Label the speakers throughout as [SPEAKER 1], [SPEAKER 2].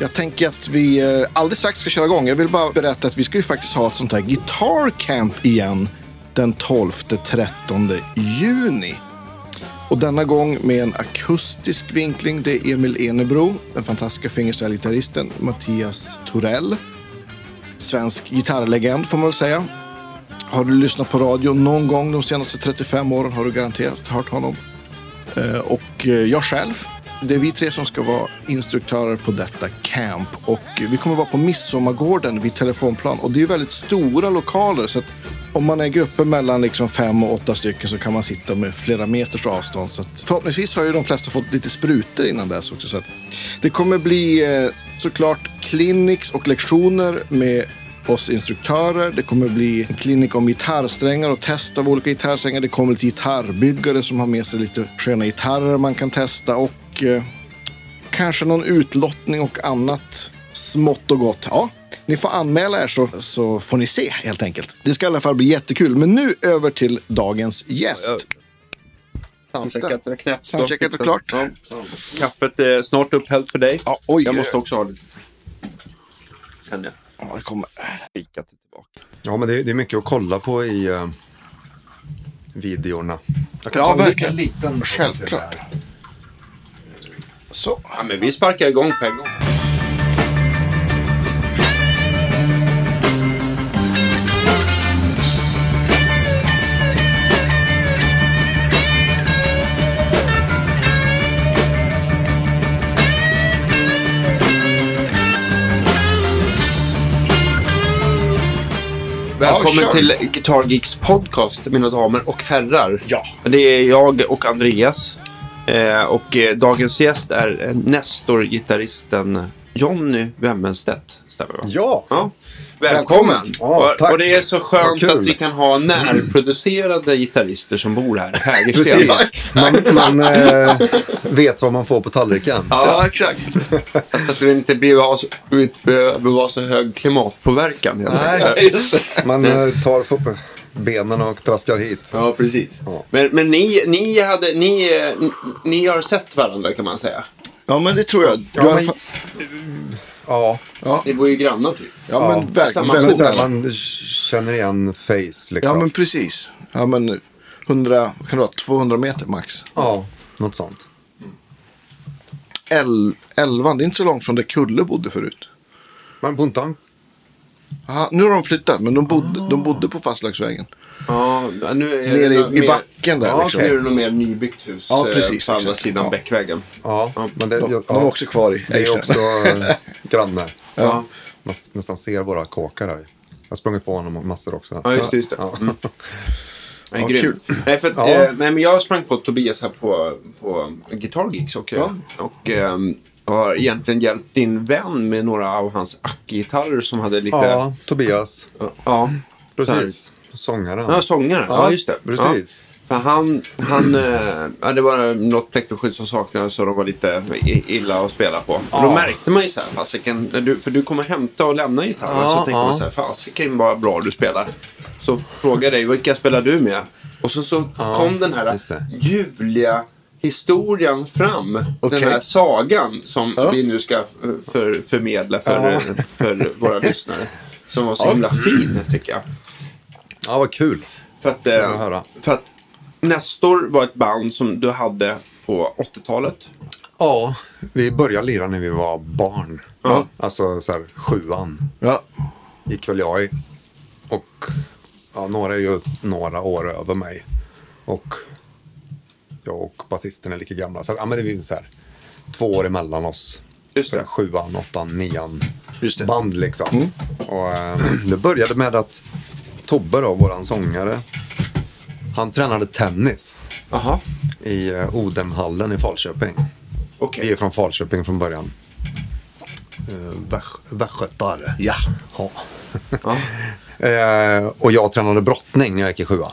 [SPEAKER 1] jag tänker att vi eh, alldeles strax ska köra igång. Jag vill bara berätta att vi ska ju faktiskt ha ett sånt här Guitar Camp igen den 12-13 juni. Och denna gång med en akustisk vinkling. Det är Emil Enebro, den fantastiska fingerstyle-gitarristen Mattias Torell. Svensk gitarrlegend får man väl säga. Har du lyssnat på radio någon gång de senaste 35 åren har du garanterat hört honom. Eh, Och eh, jag själv. Det är vi tre som ska vara instruktörer på detta camp. Och eh, vi kommer vara på Midsommargården vid Telefonplan. Och det är ju väldigt stora lokaler. Så att om man är grupper mellan liksom fem och åtta stycken så kan man sitta med flera meters avstånd. Så att förhoppningsvis har ju de flesta fått lite sprutor innan dess också. Så att det kommer bli eh, såklart clinics och lektioner med oss instruktörer. Det kommer bli en klinik om gitarrsträngar och test av olika gitarrsträngar. Det kommer lite gitarrbyggare som har med sig lite sköna gitarrer man kan testa och eh, kanske någon utlottning och annat smått och gott. Ja, ni får anmäla er så, så får ni se helt enkelt. Det ska i alla fall bli jättekul. Men nu över till dagens gäst.
[SPEAKER 2] Soundcheckat är knäppt.
[SPEAKER 1] Soundcheckat är klart.
[SPEAKER 2] Ja. Kaffet är snart upphällt för dig.
[SPEAKER 1] Ja, oj.
[SPEAKER 2] Jag måste också ha lite. Känner jag.
[SPEAKER 1] Ja, det kommer.
[SPEAKER 2] Kikat tillbaka.
[SPEAKER 3] Ja, men det, det är mycket att kolla på i eh, videorna. Jag
[SPEAKER 1] Ja,
[SPEAKER 3] ta en
[SPEAKER 1] verkligen.
[SPEAKER 3] liten- liten bit till
[SPEAKER 1] Självklart.
[SPEAKER 3] det här.
[SPEAKER 1] Så.
[SPEAKER 2] Ja, men vi sparkar igång på en gång.
[SPEAKER 1] Ja,
[SPEAKER 2] Välkommen
[SPEAKER 1] kör.
[SPEAKER 2] till Guitar Geeks podcast, mina damer och herrar.
[SPEAKER 1] Ja.
[SPEAKER 2] Det är jag och Andreas. Eh, och eh, dagens gäst är eh, Nestor-gitarristen Jonny Wemmenstedt. Stämmer det, va?
[SPEAKER 3] Ja,
[SPEAKER 2] Ja. Välkommen!
[SPEAKER 1] Välkommen.
[SPEAKER 3] Ja,
[SPEAKER 2] och,
[SPEAKER 3] tack.
[SPEAKER 2] och det är så
[SPEAKER 3] Vad
[SPEAKER 2] skönt
[SPEAKER 3] kul.
[SPEAKER 2] att vi kan ha närproducerade gitarrister som bor här i Hägersten.
[SPEAKER 1] Ja,
[SPEAKER 3] precis. Man, man eh, vet vad man får på tallriken.
[SPEAKER 1] Ja, exakt.
[SPEAKER 2] Fast att vi inte behöver ha så, vi inte behöver vara så hög klimatpåverkan. helt enkelt.
[SPEAKER 3] Nej, man eh, tar fo- benen och traskar hit.
[SPEAKER 2] Ja, precis.
[SPEAKER 3] Ja.
[SPEAKER 2] Men, men ni, ni, hade, ni, eh, ni, ni har sett varandra kan man säga.
[SPEAKER 1] Ja, men det tror jag. Du
[SPEAKER 3] Ja,
[SPEAKER 1] har
[SPEAKER 3] men-
[SPEAKER 1] fa-
[SPEAKER 3] Ja,
[SPEAKER 2] Ni bor ju grannar typ.
[SPEAKER 1] ja, men
[SPEAKER 2] samma
[SPEAKER 1] verkligen.
[SPEAKER 3] men
[SPEAKER 1] väldigt
[SPEAKER 3] så här,
[SPEAKER 1] nära.
[SPEAKER 3] man känner igen face liksom.
[SPEAKER 1] Ja, men precis. Ja, men 100, vad kan det vara, 200 meter max.
[SPEAKER 3] ja något sånt.
[SPEAKER 1] El, elvan, det är inte så långt från där Kulle bodde förut.
[SPEAKER 3] Men bor inte han
[SPEAKER 1] Aha, nu har de flyttat, men de bodde, de bodde på Fastlagsvägen.
[SPEAKER 2] Ja, nu är
[SPEAKER 1] Nere
[SPEAKER 2] det
[SPEAKER 1] i-
[SPEAKER 2] nog
[SPEAKER 1] i
[SPEAKER 2] mer-
[SPEAKER 1] backen där,
[SPEAKER 2] Ja,
[SPEAKER 1] liksom.
[SPEAKER 2] nu är det nog mer nybyggt hus
[SPEAKER 1] Ja,
[SPEAKER 2] eh,
[SPEAKER 1] precis,
[SPEAKER 2] på andra
[SPEAKER 1] exakt.
[SPEAKER 2] sidan
[SPEAKER 1] Ja.
[SPEAKER 2] Bäckvägen.
[SPEAKER 3] Ja, men det,
[SPEAKER 1] De,
[SPEAKER 3] ja,
[SPEAKER 1] de är också kvar i
[SPEAKER 3] det är
[SPEAKER 1] Eichstätt.
[SPEAKER 3] också eh, granne.
[SPEAKER 2] Ja.
[SPEAKER 3] Man s- nästan ser våra kåkar här. Jag har sprungit på honom massor också.
[SPEAKER 2] Ja, just det, just det. Mm. Nej,
[SPEAKER 1] Ja,
[SPEAKER 2] grym. Nej, för, att,
[SPEAKER 3] Ja.
[SPEAKER 2] eh, nej, men jag sprang på Tobias här på, på Guitar Geeks och, eh, och ehm, har egentligen hjälpt din vän med några av hans ackgitarrer som hade lite...
[SPEAKER 3] Ja, Tobias.
[SPEAKER 2] ja
[SPEAKER 3] Precis. Sångaren.
[SPEAKER 2] Ja, sångaren. Ja, just det.
[SPEAKER 3] Precis.
[SPEAKER 2] Ja. För han, han, eh, ja, det var något plektroskydd som saknades och de var lite i- illa att spela på. Och då
[SPEAKER 3] Ja.
[SPEAKER 2] märkte man ju så här, fasiken, när du, för du kommer hämta och lämna gitarren.
[SPEAKER 3] Ja,
[SPEAKER 2] så tänkte man
[SPEAKER 3] ja.
[SPEAKER 2] så här, fasiken vad bra du spelar. Så frågade jag dig, vilka spelar du med? Och så, så kom den här
[SPEAKER 3] just det.
[SPEAKER 2] ljuvliga historien fram.
[SPEAKER 1] Okej.
[SPEAKER 2] Den här sagan som
[SPEAKER 1] Ja.
[SPEAKER 2] vi nu ska eh, för, förmedla för, eh,
[SPEAKER 3] Ja.
[SPEAKER 2] för våra lyssnare. Som var så himla fin tycker jag.
[SPEAKER 3] Ja, vad kul.
[SPEAKER 2] För att,
[SPEAKER 3] jag
[SPEAKER 2] eh,
[SPEAKER 3] höra.
[SPEAKER 2] för att Nestor var ett band som du hade på 80-talet.
[SPEAKER 3] Ja, vi började lira när vi var barn.
[SPEAKER 2] Ja.
[SPEAKER 3] Alltså så här, sjuan
[SPEAKER 1] Ja,
[SPEAKER 3] gick väl jag i. Och ja, några är ju några år över mig. Och jag och basisten är lika gamla. Så att, ja, men det finns så här två år emellan oss.
[SPEAKER 2] Just
[SPEAKER 3] Så
[SPEAKER 2] det.
[SPEAKER 3] här, sjuan, åttan, nian
[SPEAKER 1] Just det. Mm.
[SPEAKER 3] band liksom. Och, eh, det började med att Tobbe, då, våran sångare, han tränade tennis
[SPEAKER 2] Jaha,
[SPEAKER 3] i eh, Odenhallen i Falköping.
[SPEAKER 2] okej.
[SPEAKER 3] Vi är från Falköping från början. Eh, Väst- Västgötar.
[SPEAKER 1] ja.
[SPEAKER 3] Ja.
[SPEAKER 2] Ja.
[SPEAKER 3] Eh, och jag tränade brottning när jag gick i sjuan.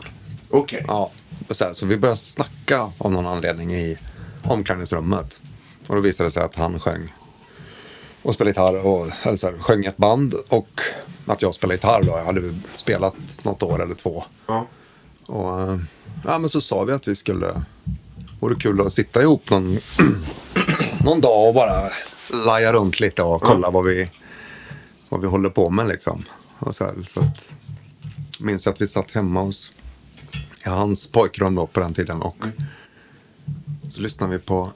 [SPEAKER 2] Okej.
[SPEAKER 3] Ja, och så, här, så vi började snacka av någon anledning i omklädningsrummet. Och då visade det sig att han sjöng och spelade gitarr och eller så här, sjöng i ett band och att jag spelade gitarr då. Jag hade väl spelat något år eller två.
[SPEAKER 2] Ja.
[SPEAKER 3] Och eh, ja, men så sa vi att vi skulle, vore kul att sitta ihop någon, någon dag och bara laja runt lite och kolla vad, vi, vad vi håller på med. Liksom. Och så här, så att, minns att vi satt hemma hos i hans pojkrum då, på den tiden och så lyssnade vi på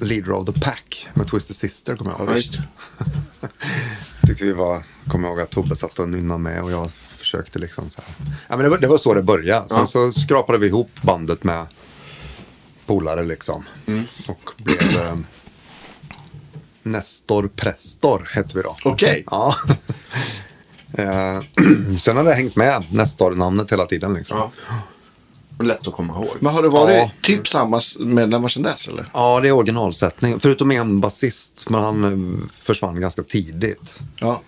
[SPEAKER 3] Leader of the Pack med Twisted Sister, kommer jag ihåg.
[SPEAKER 1] Ja, visst.
[SPEAKER 3] Tyckte vi var, kommer jag ihåg att Tobbe satt och nynnade med och jag försökte liksom så här. Ja, men det, var, det var så det började. Sen
[SPEAKER 2] Ja.
[SPEAKER 3] så skrapade vi ihop bandet med polare liksom. Och blev eh, Nestor Prestor hette vi då.
[SPEAKER 1] Okej.
[SPEAKER 3] Ja. Eh, Sen har det hängt med Nestor-namnet hela tiden liksom.
[SPEAKER 2] Ja. Lätt att komma ihåg.
[SPEAKER 1] Men har det varit
[SPEAKER 3] Ja.
[SPEAKER 1] typ samma s- medlemmar sedan dess eller?
[SPEAKER 3] Ja, det är originalsättning. Förutom en basist, men han eh, försvann ganska tidigt.
[SPEAKER 1] Ja.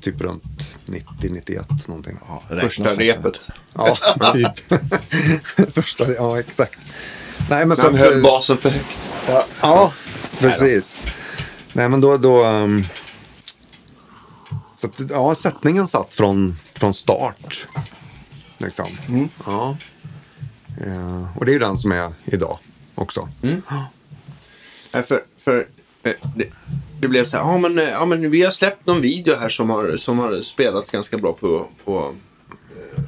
[SPEAKER 3] Typ runt 90-91 någonting.
[SPEAKER 1] ja
[SPEAKER 2] Första
[SPEAKER 1] räknas alltså.
[SPEAKER 2] repet.
[SPEAKER 3] Ja, typ. Första, ja exakt. Nej, men
[SPEAKER 2] När han
[SPEAKER 3] så
[SPEAKER 2] höll
[SPEAKER 3] att, eh,
[SPEAKER 2] basen för högt.
[SPEAKER 3] ja, ja, precis. Nej, men då... då ehm, så att, ja, sättningen satt från, från start. Liksom. Ja. Eh, och det är ju den som är idag också.
[SPEAKER 2] Nej, för, för, eh, det, det blev så här, ja men, eh, ja men vi har släppt någon video här som har, som har spelats ganska bra på, på, eh,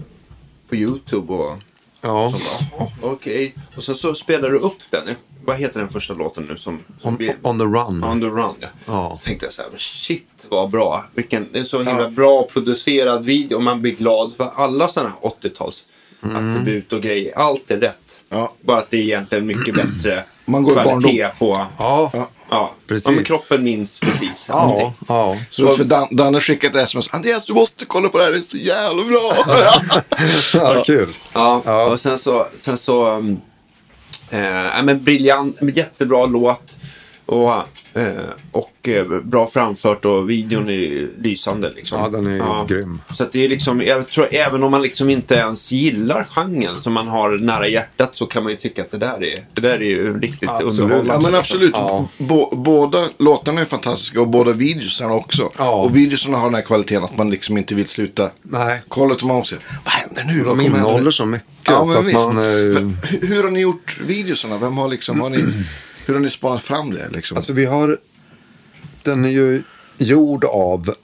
[SPEAKER 2] på YouTube och
[SPEAKER 3] Ja.
[SPEAKER 2] så bara, "Jaha, Oh, okej. Och sen så spelar du upp den. Vad heter den första låten nu som... som
[SPEAKER 3] On-
[SPEAKER 2] blir-
[SPEAKER 3] On the Run.
[SPEAKER 2] On the run, ja.
[SPEAKER 3] Ja.
[SPEAKER 2] Så tänkte jag så här, men shit vad bra. Vilken, det är en så himla bra producerad video och man blir glad för alla sådana här 80-tals
[SPEAKER 3] Mm.
[SPEAKER 2] attribut och grejer. Allt är rätt.
[SPEAKER 1] Ja.
[SPEAKER 2] Bara att det är egentligen mycket bättre
[SPEAKER 1] Man går i
[SPEAKER 2] kvalitet
[SPEAKER 1] barndom.
[SPEAKER 2] på...
[SPEAKER 3] Ja.
[SPEAKER 2] Ja,
[SPEAKER 3] Precis.
[SPEAKER 2] ja men kroppen minns precis.
[SPEAKER 3] Ja.
[SPEAKER 2] allting.
[SPEAKER 3] ja.
[SPEAKER 1] Så för Dan, Danne skickade ett sms. Andreas, du måste kolla på det här. Det är så jävla bra.
[SPEAKER 3] ja kul.
[SPEAKER 2] Ja,
[SPEAKER 3] Ja.
[SPEAKER 2] och sen så... Sen så um, eh, nej, men briljant, en jättebra låt. Och, eh, och eh, bra framfört och videon är lysande. Liksom.
[SPEAKER 3] Ja, den är grym.
[SPEAKER 2] Så att det är liksom, jag tror även om man liksom inte ens gillar genren som man har nära hjärtat så kan man ju tycka att det där är, det där är ju riktigt
[SPEAKER 3] Absolut.
[SPEAKER 1] Ja,
[SPEAKER 2] underhållande.
[SPEAKER 1] men absolut.
[SPEAKER 3] Ja.
[SPEAKER 1] Bå- båda låtarna är fantastiska och båda videosarna också.
[SPEAKER 3] Ja.
[SPEAKER 1] Och videosarna har den här kvaliteten att man liksom inte vill sluta
[SPEAKER 3] Nej.
[SPEAKER 1] kolla utan man också, vad händer nu? Vad kommer
[SPEAKER 3] De
[SPEAKER 1] hända nu?"
[SPEAKER 3] innehåller så mycket.
[SPEAKER 1] Ja,
[SPEAKER 3] så
[SPEAKER 1] men
[SPEAKER 3] att
[SPEAKER 1] visst.
[SPEAKER 3] man, eh,
[SPEAKER 1] För hu- hur har ni gjort videosarna? Vem har liksom, har ni, hur har ni spanat fram det? Liksom?
[SPEAKER 3] Alltså vi har... Den är ju gjord av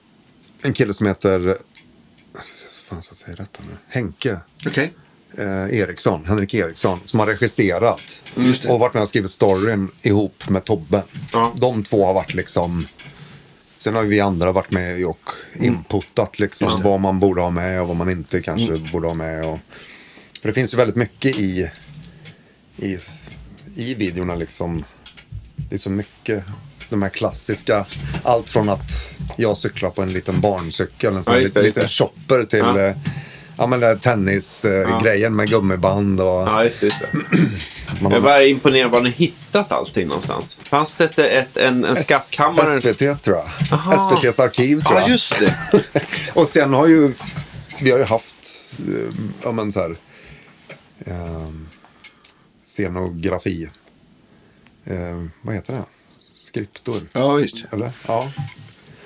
[SPEAKER 3] en kille som heter... fan ska jag säga rätt här nu? Henke
[SPEAKER 1] Okej.
[SPEAKER 3] eh, Eriksson, Henrik Eriksson, som har regisserat.
[SPEAKER 2] Mm.
[SPEAKER 1] Just det.
[SPEAKER 3] Och varit med och skrivit storyn ihop med Tobbe.
[SPEAKER 2] Ja.
[SPEAKER 3] De två har varit liksom... Sen har vi andra varit med och
[SPEAKER 2] Mm.
[SPEAKER 3] inputat liksom vad man borde ha med och vad man inte kanske
[SPEAKER 2] Mm.
[SPEAKER 3] borde ha med. Och... För det finns ju väldigt mycket i, i, i videorna liksom. Det är så mycket de här klassiska. Allt från att jag cyklar på en liten barncykel, en sån
[SPEAKER 2] Ja, just det,
[SPEAKER 3] liten,
[SPEAKER 2] just
[SPEAKER 3] liten
[SPEAKER 2] det.
[SPEAKER 3] shopper till
[SPEAKER 2] Ja.
[SPEAKER 3] eh, ja, men den tennisgrejen eh, med gummiband och...
[SPEAKER 2] Ja, just det. Just det.
[SPEAKER 3] Man
[SPEAKER 2] Jag
[SPEAKER 3] har-
[SPEAKER 2] var imponerad var ni hittat allting någonstans. Fanns det inte ett, en, en skattkammare?
[SPEAKER 3] SVT tror jag.
[SPEAKER 2] Aha.
[SPEAKER 3] SVTs arkiv tror
[SPEAKER 1] Ja,
[SPEAKER 3] jag.
[SPEAKER 1] just det.
[SPEAKER 3] och sen har ju vi har ju haft eh, ja, men så här, eh, scenografi. Eh, vad heter det? Skriptor.
[SPEAKER 1] Ja, visst.
[SPEAKER 3] Eller? Ja.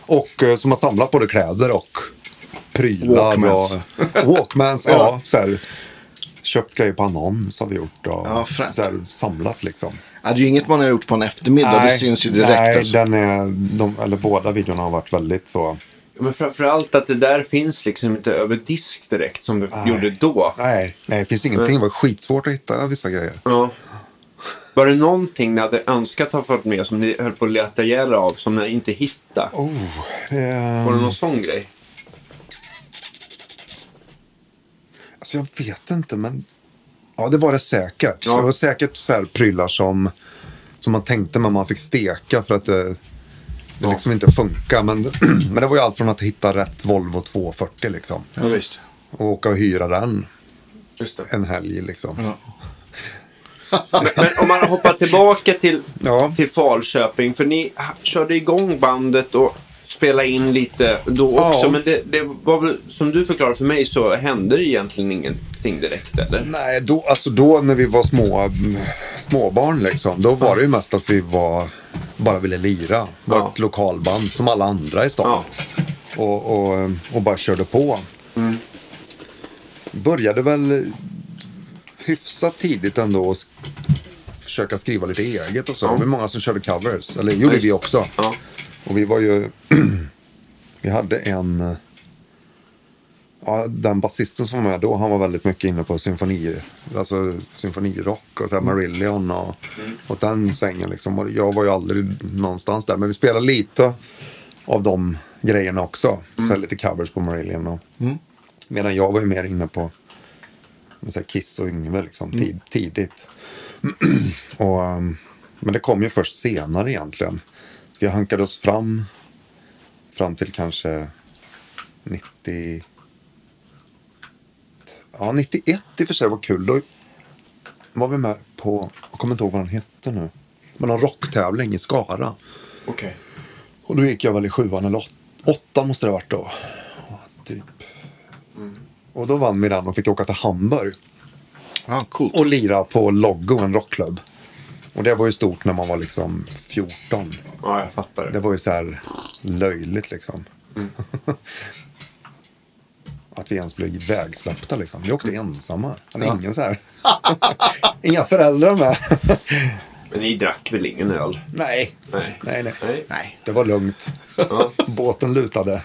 [SPEAKER 3] Och eh, som har samlat både kläder och prylar.
[SPEAKER 1] Walkmans.
[SPEAKER 3] Och, walkmans, ja. Så här, köpt grejer på annons har vi gjort. Och,
[SPEAKER 1] Ja, fränt.
[SPEAKER 3] så här, samlat liksom.
[SPEAKER 1] Ja, det är ju inget man har gjort på en eftermiddag. det syns ju direkt.
[SPEAKER 3] Nej,
[SPEAKER 1] alltså.
[SPEAKER 3] den är, de, eller båda videorna har varit väldigt så.
[SPEAKER 2] Men framförallt att det där finns liksom inte över disk direkt som du gjorde då.
[SPEAKER 3] Nej, nej det finns ingenting. Det var skitsvårt att hitta vissa grejer.
[SPEAKER 2] Ja. Var det någonting ni hade önskat ha fått med som ni höll på att leta ihjäl er av som ni inte hittade?
[SPEAKER 3] Oh, eh,
[SPEAKER 2] Var det någon sån grej?
[SPEAKER 3] alltså jag vet inte, men ja, det var det säkert.
[SPEAKER 2] Ja.
[SPEAKER 3] Det var säkert så här prylar som, som man tänkte men man fick steka för att det, det liksom inte funkar. Men, men det var ju allt från att hitta rätt Volvo 240 liksom.
[SPEAKER 1] Ja, visst.
[SPEAKER 3] Och åka och hyra den
[SPEAKER 2] Just det.
[SPEAKER 3] en helg liksom.
[SPEAKER 1] Ja.
[SPEAKER 2] Men, men om man hoppar tillbaka till,
[SPEAKER 3] Ja.
[SPEAKER 2] till Falköping. För ni ha- körde igång bandet och spelade in lite då
[SPEAKER 3] Ja.
[SPEAKER 2] också. Men det, det var väl, som du förklarade för mig så hände det egentligen ingenting direkt eller?
[SPEAKER 3] Nej, då, alltså då när vi var små, småbarn liksom, då var det ju mest att vi var, bara ville lira. Var
[SPEAKER 2] Ja.
[SPEAKER 3] ett lokalband som alla andra i stan. Och, och, och bara körde på.
[SPEAKER 2] Mm.
[SPEAKER 3] Började väl hyfsat tidigt ändå att sk- försöka skriva lite eget och så. Det var många som körde covers, eller gjorde vi också.
[SPEAKER 2] Ja.
[SPEAKER 3] Och vi var ju... vi hade en... Ja, den basisten som var med då, han var väldigt mycket inne på symfoni, alltså symfonirock och så här Marillion och, och den svängen liksom. Och jag var ju aldrig någonstans där, men vi spelade lite av de grejerna också. Så här lite covers på Marillion och... Medan jag var ju mer inne på så här Kiss och Yngve liksom, tid, tidigt. och, um, men det kom ju först senare egentligen. Vi hankade oss fram fram till kanske 90... Ja, 91 i och för sig var kul. Då var vi med på, jag kommer inte ihåg vad den hette nu, men någon rocktävling i Skara.
[SPEAKER 2] Okej.
[SPEAKER 3] Och då gick jag väl i sjuan eller åt, åttan måste det ha varit då. Ja, Typ. Och då vann vi den och fick åka till Hamburg
[SPEAKER 1] Ja, coolt.
[SPEAKER 3] och lira på Loggo, en rockklubb. Och det var ju stort när man var liksom 14.
[SPEAKER 2] Ja, jag fattar
[SPEAKER 3] Det var ju så här löjligt liksom. Att vi ens blev ivägsläppta liksom. Vi åkte ensamma. Hade ingen så här. Inga föräldrar med.
[SPEAKER 2] Men ni drack väl ingen öl?
[SPEAKER 3] nej.
[SPEAKER 2] Nej.
[SPEAKER 3] Nej, nej.
[SPEAKER 2] Nej.
[SPEAKER 3] Det var lugnt. Båten lutade.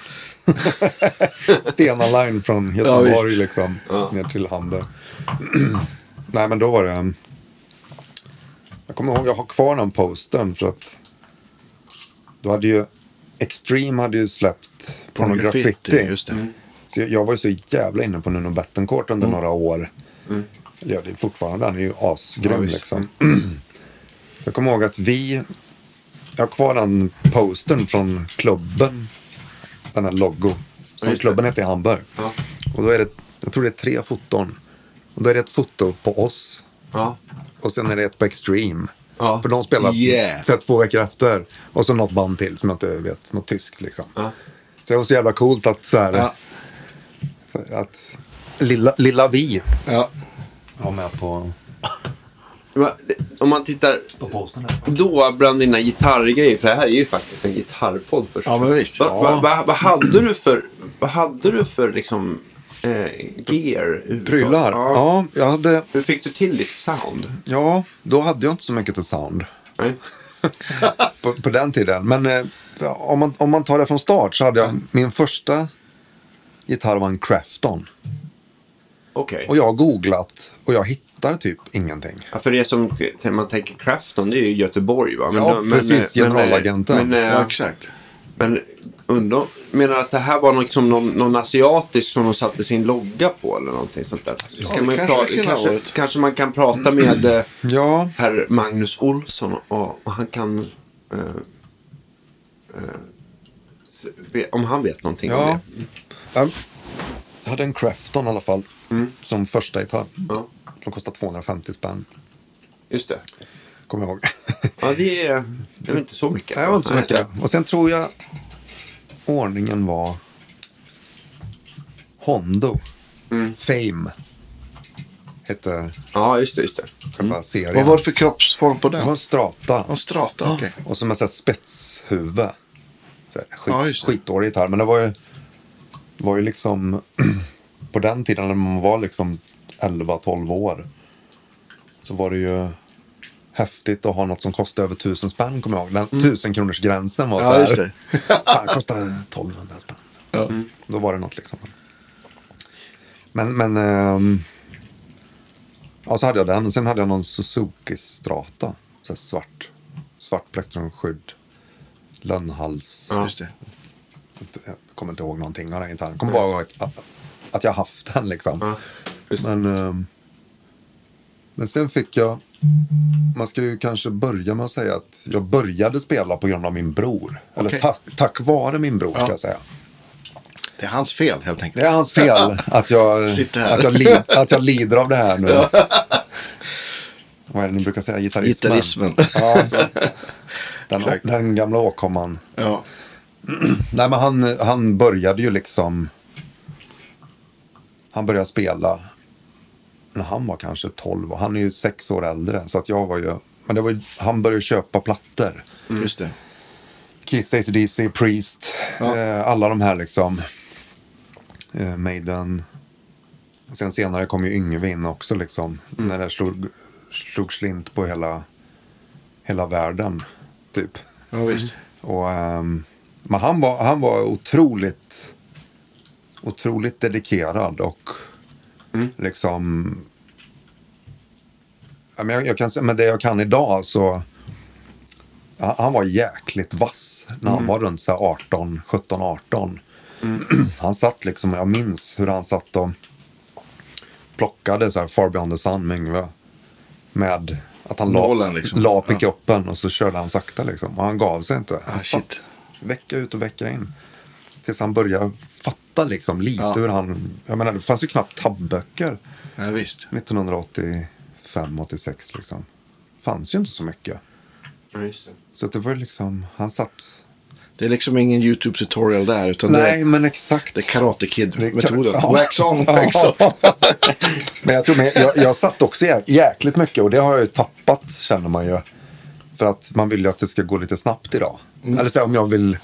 [SPEAKER 3] Stena Line från Göteborg
[SPEAKER 1] Ja, visst.
[SPEAKER 3] liksom. Ner till Hamburg. nej, men då var det. um, Jag kommer ihåg, jag har kvar den postern för att. Då hade ju Extreme hade ju släppt Pornograffiti.
[SPEAKER 1] Just det.
[SPEAKER 3] Så jag- jag var ju så jävla inne på Nuno Bettencourt under
[SPEAKER 2] Mm.
[SPEAKER 3] några år. Eller ja, det är fortfarande, han är ju
[SPEAKER 1] Ja,
[SPEAKER 3] asgrym
[SPEAKER 1] visst.
[SPEAKER 3] liksom.
[SPEAKER 2] Mm.
[SPEAKER 3] Jag kommer ihåg att vi, jag har kvar den postern från klubben, den här logo, som
[SPEAKER 2] just det.
[SPEAKER 3] klubben hette i Hamburg.
[SPEAKER 2] Ja.
[SPEAKER 3] Och då är det, jag tror det är tre foton. Och då är det ett foto på oss
[SPEAKER 2] Ja.
[SPEAKER 3] och sen är det ett på Extreme.
[SPEAKER 2] Ja.
[SPEAKER 3] För de spelar
[SPEAKER 1] Yeah.
[SPEAKER 3] så här två veckor efter. Och så något band till som jag inte vet, något tyskt liksom.
[SPEAKER 2] Ja.
[SPEAKER 3] Så det var så jävla coolt att så här,
[SPEAKER 1] Ja.
[SPEAKER 3] att lilla, lilla vi
[SPEAKER 1] Ja.
[SPEAKER 3] var med på,
[SPEAKER 2] Va- det- Om man tittar
[SPEAKER 3] på posten där.
[SPEAKER 2] då bland dina gitarrgrejer, för det här är ju faktiskt en gitarrpodd först.
[SPEAKER 1] Ja, men visst.
[SPEAKER 2] Va, va, va, vad hade du för, vad hade du för liksom eh, gear?
[SPEAKER 3] Prylar?
[SPEAKER 2] Ja.
[SPEAKER 3] Ja, jag hade,
[SPEAKER 2] Hur fick du till ditt sound?
[SPEAKER 3] ja, då hade jag inte så mycket till sound
[SPEAKER 2] Nej.
[SPEAKER 3] på, på den tiden. Men eh, ja, om, man, om man tar det från start så hade jag, min första gitarr var en Crafton.
[SPEAKER 2] Okej.
[SPEAKER 3] Och jag har googlat och jag hittar typ ingenting.
[SPEAKER 2] Ja, för det som man tänker Crafton, det är ju Göteborg va? Men,
[SPEAKER 3] Ja, precis,
[SPEAKER 2] eh, eh,
[SPEAKER 3] generalagenten.
[SPEAKER 2] Men, eh,
[SPEAKER 1] ja, exakt.
[SPEAKER 2] men undrar, menar att det här var liksom någon, någon asiatisk som de satte sin logga på eller någonting sånt där? Så
[SPEAKER 1] det
[SPEAKER 2] man ju
[SPEAKER 1] kanske det kunde ha
[SPEAKER 2] kanske,
[SPEAKER 1] varit.
[SPEAKER 2] kanske man kan prata med eh,
[SPEAKER 3] Ja,
[SPEAKER 2] herr Magnus Olsson och, och han kan... Eh, eh, se- ve- om han vet någonting om
[SPEAKER 3] ja.
[SPEAKER 2] det.
[SPEAKER 3] Jag hade en Crafton i alla fall som första gitarr.
[SPEAKER 2] Mm. Ja,
[SPEAKER 3] Som kostade 250 spänn,
[SPEAKER 2] just det.
[SPEAKER 3] kommer jag ihåg.
[SPEAKER 2] Ja, det är, det är väl inte så mycket.
[SPEAKER 3] Nej, det var inte så
[SPEAKER 2] Nej.
[SPEAKER 3] mycket. Och sen tror jag ordningen var Hondo. Fame. Hette
[SPEAKER 2] Ja, just det. Just det.
[SPEAKER 3] själva serien.
[SPEAKER 1] Vad var det för kroppsform på
[SPEAKER 3] Det var
[SPEAKER 1] den?
[SPEAKER 3] en strata.
[SPEAKER 1] En strata, okej.
[SPEAKER 3] Och som ett spetshuvud. Så här, Skit,
[SPEAKER 1] Ja, just det.
[SPEAKER 3] skitdålig gitarr. Men det var ju, var ju liksom på den tiden när man var liksom 11-12 år. Så var det ju häftigt att ha något som kostade över tusen spänn kommer jag ihåg. Den tusen kronors gränsen var
[SPEAKER 1] Mm. Ja,
[SPEAKER 3] så här.
[SPEAKER 1] just det.
[SPEAKER 3] Fan, det kostade 1200 spänn.
[SPEAKER 1] Ja.
[SPEAKER 3] Då var det något liksom. Men, men. ehm, ja, så hade jag den. Och sen hade jag någon Suzuki Strata. Så här svart. Svart plektrumskydd. Lönnhals.
[SPEAKER 2] Ja.
[SPEAKER 1] Just det.
[SPEAKER 3] Jag kommer inte ihåg någonting av den gitarren. Kommer bara ihåg att, att jag haft den liksom.
[SPEAKER 2] Ja, just det.
[SPEAKER 3] Men, ehm, men sen fick jag... Man ska ju kanske börja med att säga att jag började spela på grund av min bror. Eller
[SPEAKER 1] Okej.
[SPEAKER 3] tack, tack vare min bror,
[SPEAKER 1] Ja.
[SPEAKER 3] ska jag säga.
[SPEAKER 1] Det är hans fel helt enkelt.
[SPEAKER 3] Det är hans fel att jag,
[SPEAKER 1] Sitter här.
[SPEAKER 3] att jag, lid, att jag lider av det här nu. Vad är det ni brukar säga? Gitarrismen.
[SPEAKER 1] Gitarrismen.
[SPEAKER 3] Ja. Den,
[SPEAKER 1] Exakt.
[SPEAKER 3] den gamla åkomman.
[SPEAKER 1] Ja.
[SPEAKER 3] Nej, men han, han började ju liksom... Han började spela när han var kanske 12 och han är ju sex år äldre. Så att jag var ju... Men det var ju, han började köpa plattor.
[SPEAKER 1] Just det.
[SPEAKER 3] Kiss, ACDC, Priest,
[SPEAKER 1] Ja.
[SPEAKER 3] eh, alla de här liksom. Eh, Maiden. Och Sen senare kom ju Yngve in också liksom. När det slog, slog slint på hela, hela världen. Typ.
[SPEAKER 1] Ja, visst.
[SPEAKER 3] Och, ehm, men han var, han var otroligt, otroligt dedikerad och liksom... Ja, men Jag, jag kan, säga- med det jag kan idag så... ja, Han var jäkligt vass när han var runt så här 18, 17, 18. Han satt liksom, jag minns hur han satt och plockade så här Far Beyond the Sun med Yngve. Med att han la,
[SPEAKER 1] Nålen liksom.
[SPEAKER 3] la
[SPEAKER 1] Ja.
[SPEAKER 3] pickuppen och så körde han sakta liksom. Och han gav sig inte. Han
[SPEAKER 1] Ah, shit.
[SPEAKER 3] satt vecka ut och vecka in. Tills han började fatta liksom lite
[SPEAKER 1] Ja.
[SPEAKER 3] hur han... Jag menar, det fanns ju knappt tabböcker
[SPEAKER 1] Ja, visst.
[SPEAKER 3] 1985-86 liksom. Fanns ju inte så mycket.
[SPEAKER 2] Ja, just det.
[SPEAKER 3] Så att det var ju liksom, han satt...
[SPEAKER 1] Det är liksom ingen YouTube tutorial där, utan det,
[SPEAKER 3] Nej,
[SPEAKER 1] är,
[SPEAKER 3] men exakt.
[SPEAKER 1] det är Karate
[SPEAKER 3] Det är kar-
[SPEAKER 1] Kid-metoden.
[SPEAKER 3] Ja.
[SPEAKER 1] Wax on, wax off.
[SPEAKER 3] men jag tror, men jag, jag satt också jä- jäkligt mycket och det har jag ju tappat känner man ju. För att man vill ju att det ska gå lite snabbt idag. Eller så här, om jag vill
[SPEAKER 1] Mm.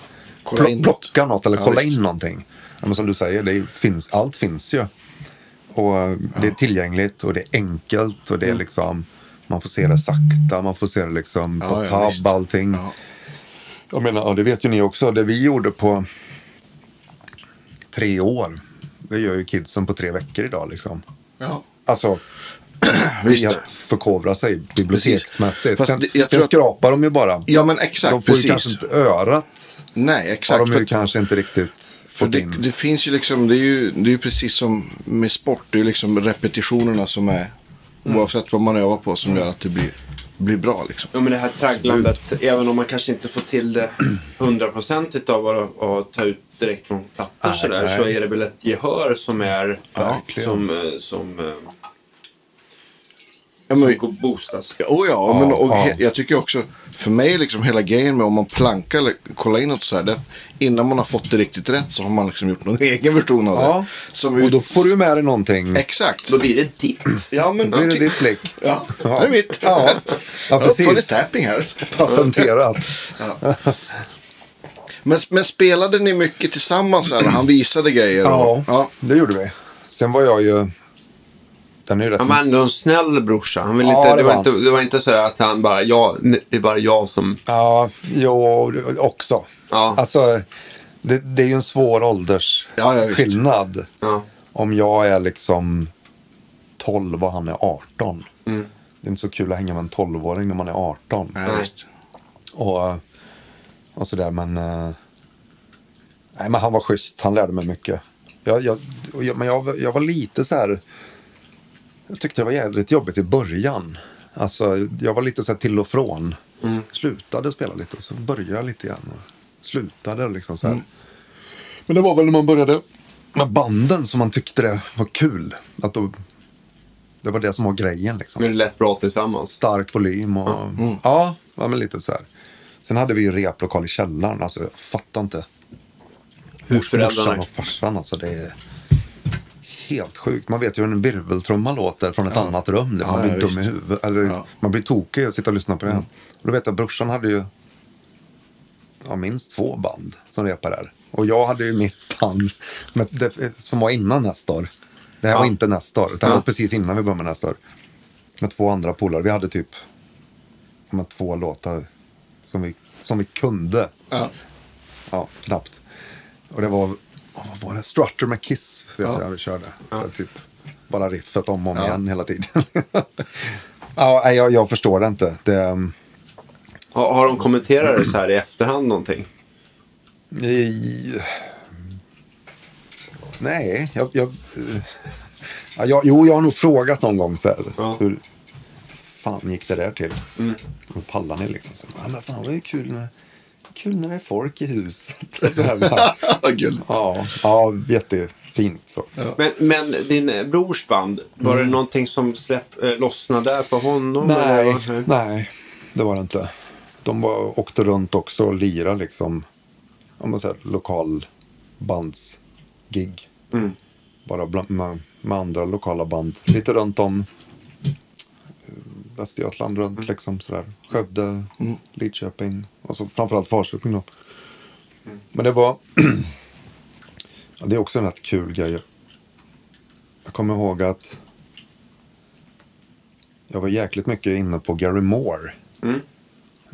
[SPEAKER 1] Kolla in
[SPEAKER 3] pl- plocka något eller
[SPEAKER 1] Ja,
[SPEAKER 3] kolla
[SPEAKER 1] visst.
[SPEAKER 3] in någonting. Ja, men som du säger, det finns, allt finns ju. Och eh, det är tillgängligt och det är enkelt och det
[SPEAKER 1] Mm.
[SPEAKER 3] är liksom man får se det sakta, man får se det liksom
[SPEAKER 1] Ja,
[SPEAKER 3] på
[SPEAKER 1] ja,
[SPEAKER 3] tab,
[SPEAKER 1] visst.
[SPEAKER 3] allting.
[SPEAKER 1] Ja.
[SPEAKER 3] Jag menar, ja, det vet ju ni också. Det vi gjorde på tre år, det gör ju kidsen på tre veckor idag. Liksom.
[SPEAKER 1] Ja.
[SPEAKER 3] Alltså, i
[SPEAKER 1] Visst.
[SPEAKER 3] att förkovra sig biblioteksmässigt.
[SPEAKER 1] Fast
[SPEAKER 3] Sen,
[SPEAKER 1] det- jag
[SPEAKER 3] sen
[SPEAKER 1] tror att-
[SPEAKER 3] skrapar de ju bara.
[SPEAKER 1] ja, men exakt.
[SPEAKER 3] de får ju kanske
[SPEAKER 1] precis.
[SPEAKER 3] inte örat.
[SPEAKER 1] Nej,
[SPEAKER 3] Har
[SPEAKER 1] exakt.
[SPEAKER 3] de
[SPEAKER 1] för
[SPEAKER 3] ju
[SPEAKER 1] att-
[SPEAKER 3] kanske inte riktigt
[SPEAKER 1] För
[SPEAKER 3] fått
[SPEAKER 1] det,
[SPEAKER 3] in.
[SPEAKER 1] det finns ju liksom, det är ju, det är ju precis som med sport. Det är ju liksom repetitionerna som är,
[SPEAKER 3] Mm.
[SPEAKER 1] oavsett vad man övar på, som gör att det blir, blir bra. Liksom.
[SPEAKER 2] Ja, men det här tragglandet, även om man kanske inte får till det hundraprocentigt av att, att ta ut direkt från plattor
[SPEAKER 3] Nej,
[SPEAKER 2] sådär,
[SPEAKER 3] nej.
[SPEAKER 2] så är det väl ett gehör som är
[SPEAKER 3] Verkligen.
[SPEAKER 2] som, eh, som, eh,
[SPEAKER 1] Ja,
[SPEAKER 2] som
[SPEAKER 1] men,
[SPEAKER 2] går boostas.
[SPEAKER 1] oh ja, men, och
[SPEAKER 3] ja.
[SPEAKER 1] he- jag tycker också, för mig liksom hela grejen med om man plankar eller kollar in något så här, det, innan man har fått det riktigt rätt så har man liksom gjort någon egen version av
[SPEAKER 3] Ja.
[SPEAKER 1] det. Som
[SPEAKER 3] Och
[SPEAKER 1] ut,
[SPEAKER 3] då får du ju med dig någonting.
[SPEAKER 1] Exakt.
[SPEAKER 2] Då blir det ditt.
[SPEAKER 1] Ja, men
[SPEAKER 3] Blir det ditt lick?
[SPEAKER 1] Ja, det är mitt.
[SPEAKER 3] Ja, ja
[SPEAKER 1] Jag har lite
[SPEAKER 3] precis.
[SPEAKER 1] tapping här.
[SPEAKER 3] Patenterat.
[SPEAKER 1] Men, men spelade ni mycket tillsammans? Här? Han visade grejer. och-
[SPEAKER 3] Ja, det gjorde vi. Sen var jag ju... Den är ju rätt...
[SPEAKER 2] Han var ändå en snäll brorsa. Han ville
[SPEAKER 3] Ja,
[SPEAKER 2] inte, det,
[SPEAKER 3] det
[SPEAKER 2] var
[SPEAKER 3] var
[SPEAKER 2] inte, det var inte så att han bara, ja, nej, det är bara jag som...
[SPEAKER 3] Ja, jo, det- också.
[SPEAKER 2] Ja.
[SPEAKER 3] Alltså, det, det är ju en svår
[SPEAKER 1] Ja, ja, visst.
[SPEAKER 3] åldersskillnad.
[SPEAKER 2] Ja.
[SPEAKER 3] Om jag är liksom 12 och han är 18. Det är inte så kul att hänga med en 12-åring när man är 18.
[SPEAKER 1] Mm. Nej, visst.
[SPEAKER 3] Och, och sådär, men... eh, Nej, men han var schysst. Han lärde mig mycket. Jag, jag, och jag, men jag, var- jag var lite så här... Jag tyckte det var jädrigt jobbigt i början. Alltså, jag var lite så här till och från. Slutade spela lite, så började jag lite igen. Och slutade liksom så här. Men det var väl när man började med banden som man tyckte det var kul. Att då, det var det som var grejen liksom
[SPEAKER 2] Men det lät bra tillsammans.
[SPEAKER 3] stark volym. Och,
[SPEAKER 1] Mm.
[SPEAKER 3] Ja, ja men lite så här. Sen hade vi ju replokal i källaren. Alltså, jag fattar inte.
[SPEAKER 2] Hur
[SPEAKER 3] Morsan
[SPEAKER 2] föräldrarna...
[SPEAKER 3] och farsan, alltså det är helt sjukt. Man vet ju hur en virveltrumma låter från ett annat rum. Man
[SPEAKER 1] Ja,
[SPEAKER 3] blir
[SPEAKER 1] ja,
[SPEAKER 3] dum
[SPEAKER 1] visst.
[SPEAKER 3] i huvudet. Eller,
[SPEAKER 1] Ja. Mm.
[SPEAKER 3] Man blir tokig att sitta och lyssna på det. Och då vet jag, brorsan hade ju ja, minst två band som repade där. Och jag hade ju mitt band med, det, som var innan Nestor. Det här var
[SPEAKER 2] Ja.
[SPEAKER 3] inte Nestor, utan det
[SPEAKER 2] Ja.
[SPEAKER 3] var precis innan vi började med Nestor. Med två andra polare. Vi hade typ ja, men två låtar som vi, som vi kunde.
[SPEAKER 1] Ja.
[SPEAKER 3] Ja, knappt. Och det var, åh, vad var det? Strutter med Kiss vet
[SPEAKER 1] Ja.
[SPEAKER 3] jag vi körde. Så typ bara riffet om och om igen hela tiden. ja, nej, jag, jag förstår det inte. Det, um,
[SPEAKER 2] Har, har de kommenterat det så här i efterhand någonting?
[SPEAKER 3] i- nej, jag, jag, eh, ja, jag... Jo, jag har nog frågat någon gång så här.
[SPEAKER 2] Ja.
[SPEAKER 3] Hur fan gick det där till? Hur pallar ni liksom? Så, ja, men fan, det är kul när, kul när det är folk i huset. så här,
[SPEAKER 1] Vad gulligt.
[SPEAKER 3] ja, ja, jättefint så.
[SPEAKER 2] Men, men din eh, brors band, var
[SPEAKER 3] Mm.
[SPEAKER 2] det någonting som släpp, eh, lossnade där för honom?
[SPEAKER 3] Nej,
[SPEAKER 2] eller vad?
[SPEAKER 3] nej, det var det inte. De var, åkte runt också och lirade liksom, om man säger lokalbandsgig.
[SPEAKER 2] Mm.
[SPEAKER 3] Bara bland, med, med andra lokala band. Lite runt om eh, Västergötland runt
[SPEAKER 2] Mm.
[SPEAKER 3] liksom sådär. Skövde, Lidköping och så framförallt Falköping då. Men det var, ja, det är också en rätt kul grej. Jag kommer ihåg att jag var jäkligt mycket inne på Gary Moore.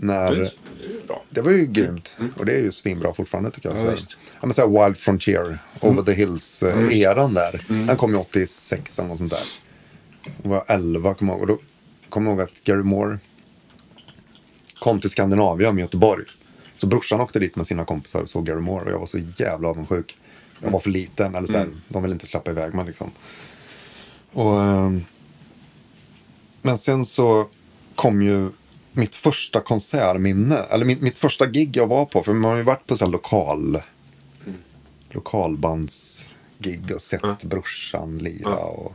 [SPEAKER 3] När,
[SPEAKER 2] Det är bra.
[SPEAKER 3] det var ju grymt och det är ju svinbra fortfarande tycker jag.
[SPEAKER 1] Ja,
[SPEAKER 3] Så-
[SPEAKER 1] visst. Mm.
[SPEAKER 3] ja, men så här Wild Frontier, Over the Hills-eran där. Den kom ju 86 eller något sånt där. Och var 11 kommer jag ihåg. Och då kommer jag ihåg att Gary Moore kom till Skandinavien med Göteborg. Så brorsan åkte dit med sina kompisar och såg Gary Moore och jag var så jävla avundsjuk. Jag var för liten, eller så här,
[SPEAKER 1] Mm.
[SPEAKER 3] de ville inte släppa iväg mig liksom. Och, ehm, men sen så kom ju mitt första konsertminne, eller mitt, mitt första gig jag var på, för man har ju varit på så här lokal lokalbandsgig och sett brorsan lira och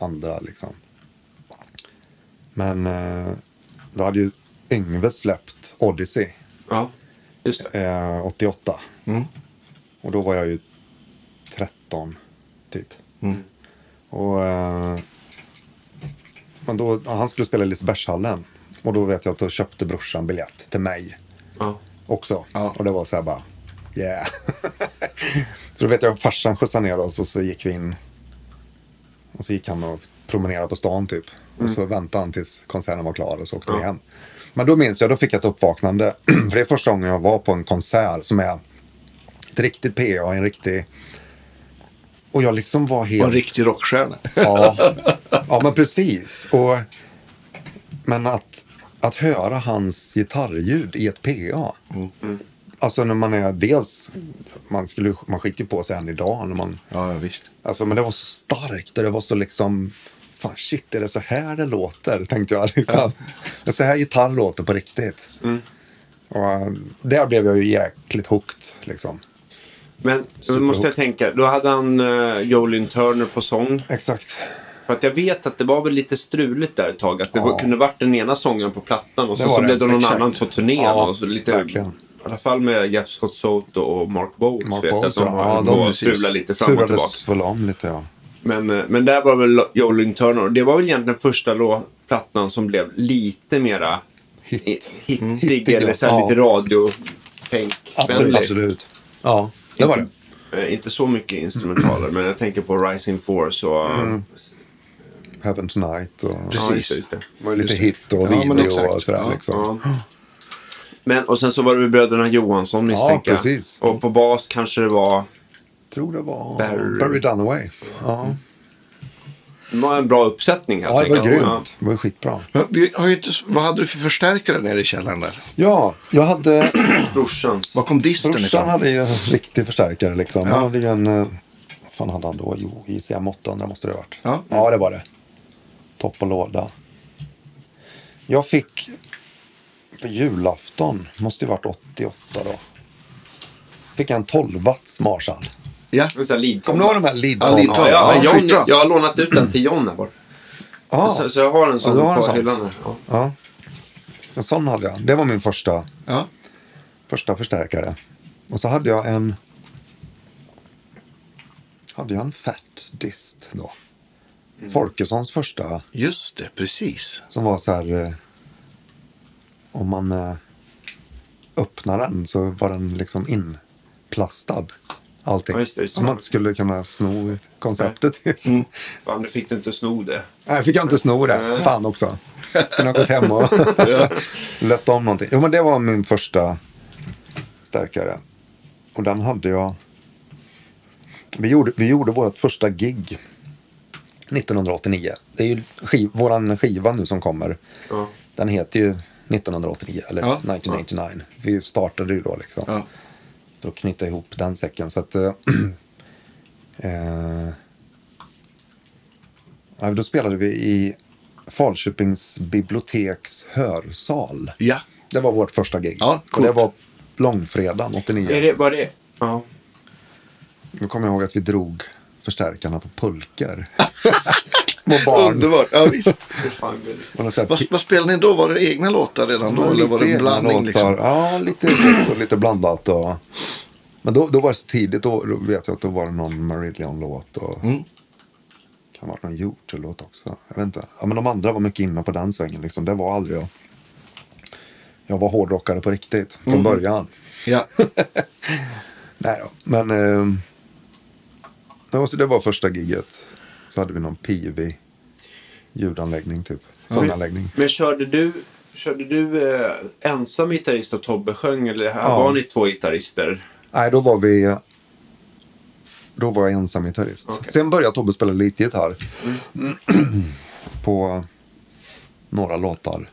[SPEAKER 3] andra liksom. Men eh, då hade ju Yngve släppt Odyssey
[SPEAKER 2] Ja, just det. Mm.
[SPEAKER 3] eh, 88. Och då var jag ju 13, typ.
[SPEAKER 2] Mm.
[SPEAKER 3] Och, eh, men då, han skulle spela i Lisebergshallen. Och då vet jag att då köpte brorsan biljett till mig
[SPEAKER 2] Ja.
[SPEAKER 3] också. Och det var så här bara, yeah. så då vet jag, farsan skjutsade ner oss och så gick vi in. Och så gick han och promenerade på stan typ. Och så väntade han tills konserten var klar och så åkte vi hem. Men då minns jag, då fick jag ett uppvaknande. För det är första gången jag var på en konsert som är ett riktigt PA, en riktig... Och jag liksom var helt...
[SPEAKER 1] Och en riktig rockstjärna.
[SPEAKER 3] Ja, ja men precis. Och, men att, att höra hans gitarrljud i ett PA.
[SPEAKER 2] Mm.
[SPEAKER 3] Alltså när man är dels, man, skulle, man skiter ju på sig än idag. När man,
[SPEAKER 1] Ja, ja, visst.
[SPEAKER 3] alltså, men det var så starkt och det var så liksom, fan shit är det så här det låter? Tänkte jag liksom. Det är Så här gitarr låter på riktigt.
[SPEAKER 2] Mm.
[SPEAKER 3] Och, äh, där blev jag ju jäkligt hooked liksom.
[SPEAKER 2] Men då måste jag tänka, då hade han uh, Jolin Turner på sång.
[SPEAKER 3] Exakt.
[SPEAKER 2] För att jag vet att det var väl lite struligt där ett tag. Att det
[SPEAKER 3] Ja.
[SPEAKER 2] var, kunde varit den ena sången på plattan och
[SPEAKER 3] Det
[SPEAKER 2] så,
[SPEAKER 3] var
[SPEAKER 2] så
[SPEAKER 3] det,
[SPEAKER 2] blev det någon
[SPEAKER 3] exakt.
[SPEAKER 2] annan på turnén.
[SPEAKER 3] Ja,
[SPEAKER 2] och så lite,
[SPEAKER 3] verkligen.
[SPEAKER 2] I alla fall med Jeff Scott Soto och Mark Bowes.
[SPEAKER 3] Mark
[SPEAKER 2] vet jag,
[SPEAKER 3] Bowes,
[SPEAKER 2] att de
[SPEAKER 3] ja.
[SPEAKER 2] har
[SPEAKER 3] Ja,
[SPEAKER 2] ja,
[SPEAKER 3] de precis
[SPEAKER 2] strulade lite fram och tillbaka.
[SPEAKER 3] väl om lite ja.
[SPEAKER 2] Men, eh, men där var väl Jolin Turner. och Det var väl egentligen första lå- plattan som blev lite mera
[SPEAKER 3] Hit. Mm,
[SPEAKER 2] i- hittig.
[SPEAKER 3] Hittig,
[SPEAKER 2] eller så här
[SPEAKER 3] ja.
[SPEAKER 2] lite radiotänk.
[SPEAKER 3] Absolut.
[SPEAKER 2] vänlig.
[SPEAKER 3] absolut. Ja, det var det.
[SPEAKER 2] Eh, Inte så mycket instrumentaler, men jag tänker på Rising Force och...
[SPEAKER 3] Mm, Heaven Tonight och
[SPEAKER 2] Ja,
[SPEAKER 1] Precis.
[SPEAKER 2] just det, just det.
[SPEAKER 3] det var ju lite hit och
[SPEAKER 1] Ja, men
[SPEAKER 3] video och
[SPEAKER 1] exakt.
[SPEAKER 3] sådär.
[SPEAKER 1] Ja,
[SPEAKER 3] liksom.
[SPEAKER 2] Ja. Men, och sen så var det väl bröderna Johansson misstänker jag.
[SPEAKER 3] precis.
[SPEAKER 2] Och på bas kanske det var...
[SPEAKER 3] tror det var
[SPEAKER 2] Barry.
[SPEAKER 3] Barry Dunaway. Ja,
[SPEAKER 2] Det var en bra uppsättning helt
[SPEAKER 3] ja det var
[SPEAKER 2] enkelt.
[SPEAKER 3] grymt. Det var skitbra.
[SPEAKER 1] Men det har ju inte, vad hade du för förstärkare nere i källaren där?
[SPEAKER 3] Ja, jag hade...
[SPEAKER 2] Ja, brorsans.
[SPEAKER 1] Var kom disten
[SPEAKER 3] Brorsan
[SPEAKER 1] ifrån?
[SPEAKER 3] hade ju en riktig förstärkare liksom. Han hade ju en... eh, Vad fan hade han då? Jo, ICM 800 måste det ha varit.
[SPEAKER 1] Ja.
[SPEAKER 3] ja, det var det. Topp och låda. Jag fick... På julafton, måste ju varit 88 då. Fick jag en 12 watts Marshall.
[SPEAKER 1] Ja,
[SPEAKER 2] En sån här lead-
[SPEAKER 3] Kommer du ihåg de här lead
[SPEAKER 1] Ja, lead- Ja,
[SPEAKER 2] Ja, ja, men John,
[SPEAKER 1] skitbra.
[SPEAKER 2] jag har lånat ut den till John här borta.
[SPEAKER 3] Ja.
[SPEAKER 2] Så, så jag har en sån
[SPEAKER 3] du har en
[SPEAKER 2] på
[SPEAKER 3] sån.
[SPEAKER 2] hyllan här. Ja.
[SPEAKER 3] Ja. En sån hade jag. Det var min första,
[SPEAKER 1] ja.
[SPEAKER 3] första förstärkare. Och så hade jag en... Hade jag en Fat Dist då.
[SPEAKER 2] Mm.
[SPEAKER 3] Folkessons första,
[SPEAKER 1] just det, precis.
[SPEAKER 3] som var så här... eh, Om man eh, öppnar den så var den liksom inplastad. Allting.
[SPEAKER 2] Ja, just det, just det. Mm.
[SPEAKER 3] Om man inte skulle kunna sno konceptet.
[SPEAKER 2] Fan, nu fick du inte sno det.
[SPEAKER 3] Nej, Äh, fick jag inte sno det. Fan också. Kunde ha gått hem och lött om någonting. Jo, men det var min första stärkare. Och den hade jag... Vi gjorde, vi gjorde vårt första gig 1989. Det är ju skiv, våran skiva nu som kommer.
[SPEAKER 2] Ja.
[SPEAKER 3] Den heter ju 1989, eller
[SPEAKER 1] Ja.
[SPEAKER 3] 1989. Vi startade ju då liksom
[SPEAKER 1] Ja.
[SPEAKER 3] för att knyta ihop den säcken. Så att, eh, eh, ja, då spelade vi i Falköpings biblioteks hörsal.
[SPEAKER 1] Ja.
[SPEAKER 3] Det var vårt första gig.
[SPEAKER 1] Ja,
[SPEAKER 3] och det
[SPEAKER 1] coolt.
[SPEAKER 3] var långfredagen 89.
[SPEAKER 2] Är det, var det? Ja.
[SPEAKER 3] Då kommer jag ihåg att vi drog förstärkarna på pulker. Små barn.
[SPEAKER 1] Underbart. Ja, visst.
[SPEAKER 2] det är fan gulligt.
[SPEAKER 3] Och så här,
[SPEAKER 1] vad, vad spelade ni då? Var det egna låtar redan då? Eller var det en
[SPEAKER 3] egna
[SPEAKER 1] blandning?
[SPEAKER 3] låtar.
[SPEAKER 1] Liksom?
[SPEAKER 3] Ja, lite gott och lite blandat. Och... Men då, då var det så tidigt, då, då vet jag att då var det någon Marillion-låt och
[SPEAKER 1] Mm.
[SPEAKER 3] kan ha varit någon Hjortel-låt också. Jag vet inte. Ja, men de andra var mycket inne på den svängen liksom. Det var aldrig jag. Jag var hårdrockare på riktigt från
[SPEAKER 1] Mm.
[SPEAKER 3] början.
[SPEAKER 1] Ja.
[SPEAKER 3] Nej då, men... Eh, det var- så det var första giget. Så hade vi någon PV ljudanläggning typ. Sånganläggning.
[SPEAKER 2] Men körde du Körde du eh, ensam gitarrist och Tobbe sjöng eller här
[SPEAKER 3] Ja.
[SPEAKER 2] var ni två gitarrister?
[SPEAKER 3] Nej, då var vi... Då var jag ensam gitarrist.
[SPEAKER 2] Okej.
[SPEAKER 3] Sen började Tobbe spela lite gitarr. på några låtar.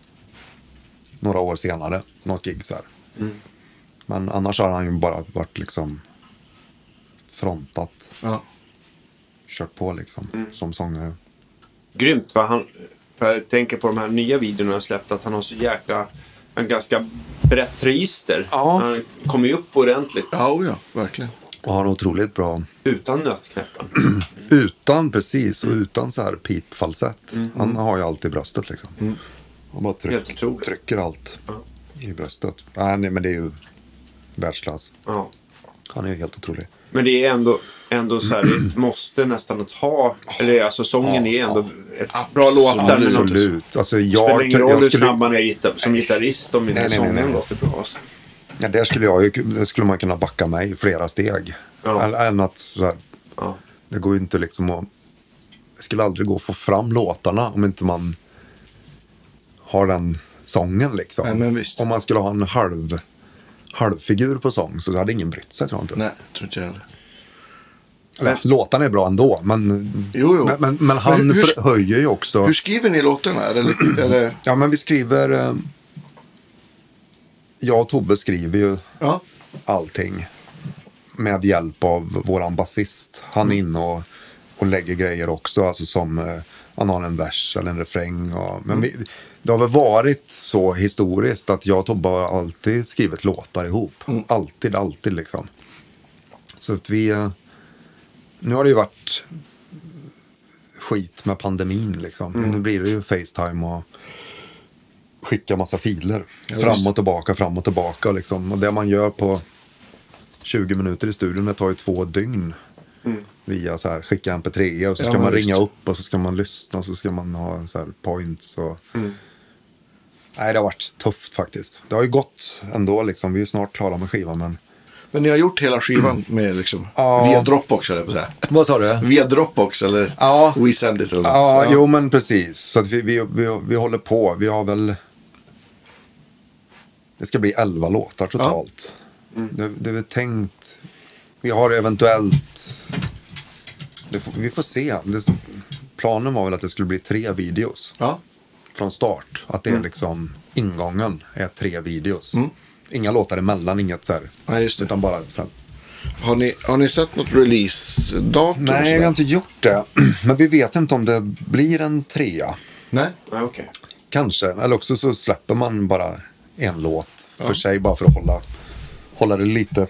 [SPEAKER 3] Några år senare. Något gig så här. Men annars har han ju bara varit liksom frontat.
[SPEAKER 1] Ja.
[SPEAKER 3] Kört på liksom. Som sångare.
[SPEAKER 2] Grymt vad han... För jag tänker på de här nya videorna jag släppt att han har så jäkla... En ganska brett register.
[SPEAKER 3] Ja.
[SPEAKER 2] Han kommer ju upp ordentligt
[SPEAKER 1] Ja, oh ja, verkligen.
[SPEAKER 3] Och har otroligt bra
[SPEAKER 2] utan nötknäppan.
[SPEAKER 3] Utan precis och utan så här pipfalsett. Han har ju allt i bröstet liksom. Han bara
[SPEAKER 2] Mm. Helt
[SPEAKER 3] tryck,
[SPEAKER 2] otroligt.
[SPEAKER 3] trycker allt i bröstet. Nej, nej, men det är ju världsklass.
[SPEAKER 2] Ja.
[SPEAKER 3] Han är ju helt otrolig.
[SPEAKER 2] Men det är ändå, ändå så här, det är ett måste nästan att ha. Eller alltså sången är ändå ett bra låtar. Men
[SPEAKER 1] Absolut.
[SPEAKER 2] det
[SPEAKER 3] Absolut. Alltså,
[SPEAKER 2] spelar
[SPEAKER 3] jag,
[SPEAKER 2] ingen roll
[SPEAKER 3] jag
[SPEAKER 2] hur
[SPEAKER 3] skulle,
[SPEAKER 2] snabb man är gitar- som gitarrist om
[SPEAKER 3] Nej,
[SPEAKER 2] inte
[SPEAKER 3] nej, nej,
[SPEAKER 2] sången
[SPEAKER 3] nej.
[SPEAKER 2] låter bra. Alltså.
[SPEAKER 3] ja, där skulle, jag, ju- där skulle man kunna backa mig flera steg.
[SPEAKER 2] Ja.
[SPEAKER 3] Än- Än att så här,
[SPEAKER 2] Ja.
[SPEAKER 3] det går ju inte liksom att... Det skulle aldrig gå att få fram låtarna om inte man har den sången liksom.
[SPEAKER 1] Nej, men visst.
[SPEAKER 3] Om man skulle ha en halv, halvfigur på sång så hade ingen brytt sig tror jag inte.
[SPEAKER 1] Nej, tror inte jag heller.
[SPEAKER 3] Eller, låtarna är bra ändå, men,
[SPEAKER 1] Jo, jo.
[SPEAKER 3] men, men, men han
[SPEAKER 1] Men hur-
[SPEAKER 3] förhöjer ju också.
[SPEAKER 1] Hur skriver ni låtarna? Är det, är det,
[SPEAKER 3] Ja, men vi skriver... Eh, jag och Tobbe skriver ju
[SPEAKER 1] ja,
[SPEAKER 3] allting med hjälp av våran basist. Han är inne och, och lägger grejer också, alltså som eh, han har en vers eller en refräng. Och, men vi, det har väl varit så historiskt att jag och Tobbe har alltid skrivit låtar ihop. Alltid, alltid liksom. Så att vi... eh, Nu har det ju varit skit med pandemin liksom.
[SPEAKER 1] Mm.
[SPEAKER 3] Nu blir det ju Facetime och skicka massa filer. fram och tillbaka, fram och tillbaka. Liksom. Och det man gör på 20 minuter i studion, det tar ju två dygn. Via så här, skicka mp3 och så
[SPEAKER 1] Mm. Ja,
[SPEAKER 3] ska
[SPEAKER 1] men
[SPEAKER 3] man
[SPEAKER 1] visst.
[SPEAKER 3] ringa upp och så ska man lyssna och så ska man ha så här, points. Och...
[SPEAKER 1] Mm.
[SPEAKER 3] Nej, det har varit tufft faktiskt. Det har ju gått ändå liksom. Vi är ju snart klara med skivan men...
[SPEAKER 1] men ni har gjort hela skivan med liksom,
[SPEAKER 3] Ja.
[SPEAKER 1] via Dropbox, eller på säga.
[SPEAKER 3] Vad sa du?
[SPEAKER 1] Via Dropbox eller
[SPEAKER 3] Ja.
[SPEAKER 1] We Send It eller något.
[SPEAKER 3] Ja,
[SPEAKER 1] Ja.
[SPEAKER 3] jo men precis. Så att vi, vi, vi, vi håller på. Vi har väl... Det ska bli elva låtar totalt. Det, det är väl tänkt... Vi har eventuellt... Det får, vi får se. Det, planen var väl att det skulle bli tre videos
[SPEAKER 1] Ja.
[SPEAKER 3] från start. Att det är liksom ingången är tre videos. Inga låtar emellan, inget så här.
[SPEAKER 1] Nej, just det.
[SPEAKER 3] Utan bara så här,
[SPEAKER 1] Har, ni, har ni sett något release-datum? och
[SPEAKER 3] Nej,
[SPEAKER 1] sådär?
[SPEAKER 3] vi har inte gjort det. Men vi vet inte om det blir en trea.
[SPEAKER 1] Nej?
[SPEAKER 2] Nej, okej.
[SPEAKER 3] Kanske, eller också så släpper man bara en låt för sig bara för att hålla, hålla det lite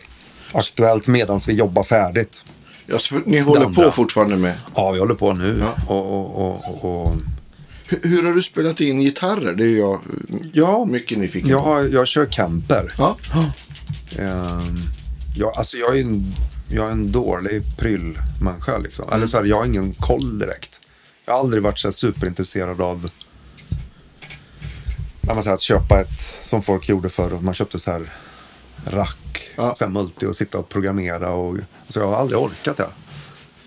[SPEAKER 3] aktuellt medan vi jobbar färdigt.
[SPEAKER 1] Ja, så ni håller
[SPEAKER 3] Det andra.
[SPEAKER 1] på fortfarande med.
[SPEAKER 3] Ja, vi håller på nu
[SPEAKER 1] Ja.
[SPEAKER 3] och, och, och, och, och...
[SPEAKER 1] Hur, hur har du spelat in gitarrer? Det är jag eh,
[SPEAKER 3] Ja,
[SPEAKER 1] mycket nyfiken
[SPEAKER 3] jag,
[SPEAKER 1] på.
[SPEAKER 3] har, jag kör camper.
[SPEAKER 1] Ja.
[SPEAKER 3] Ehm, jag, alltså jag, är en, jag är en dålig prylmänniska. Liksom. Eller så här, jag har ingen koll direkt. Jag har aldrig varit så här superintresserad av när man så här, att köpa ett, som folk gjorde förr, man köpte så här rack,
[SPEAKER 1] Ja.
[SPEAKER 3] så här multi och sitta och programmera. Och, så jag har aldrig orkat det.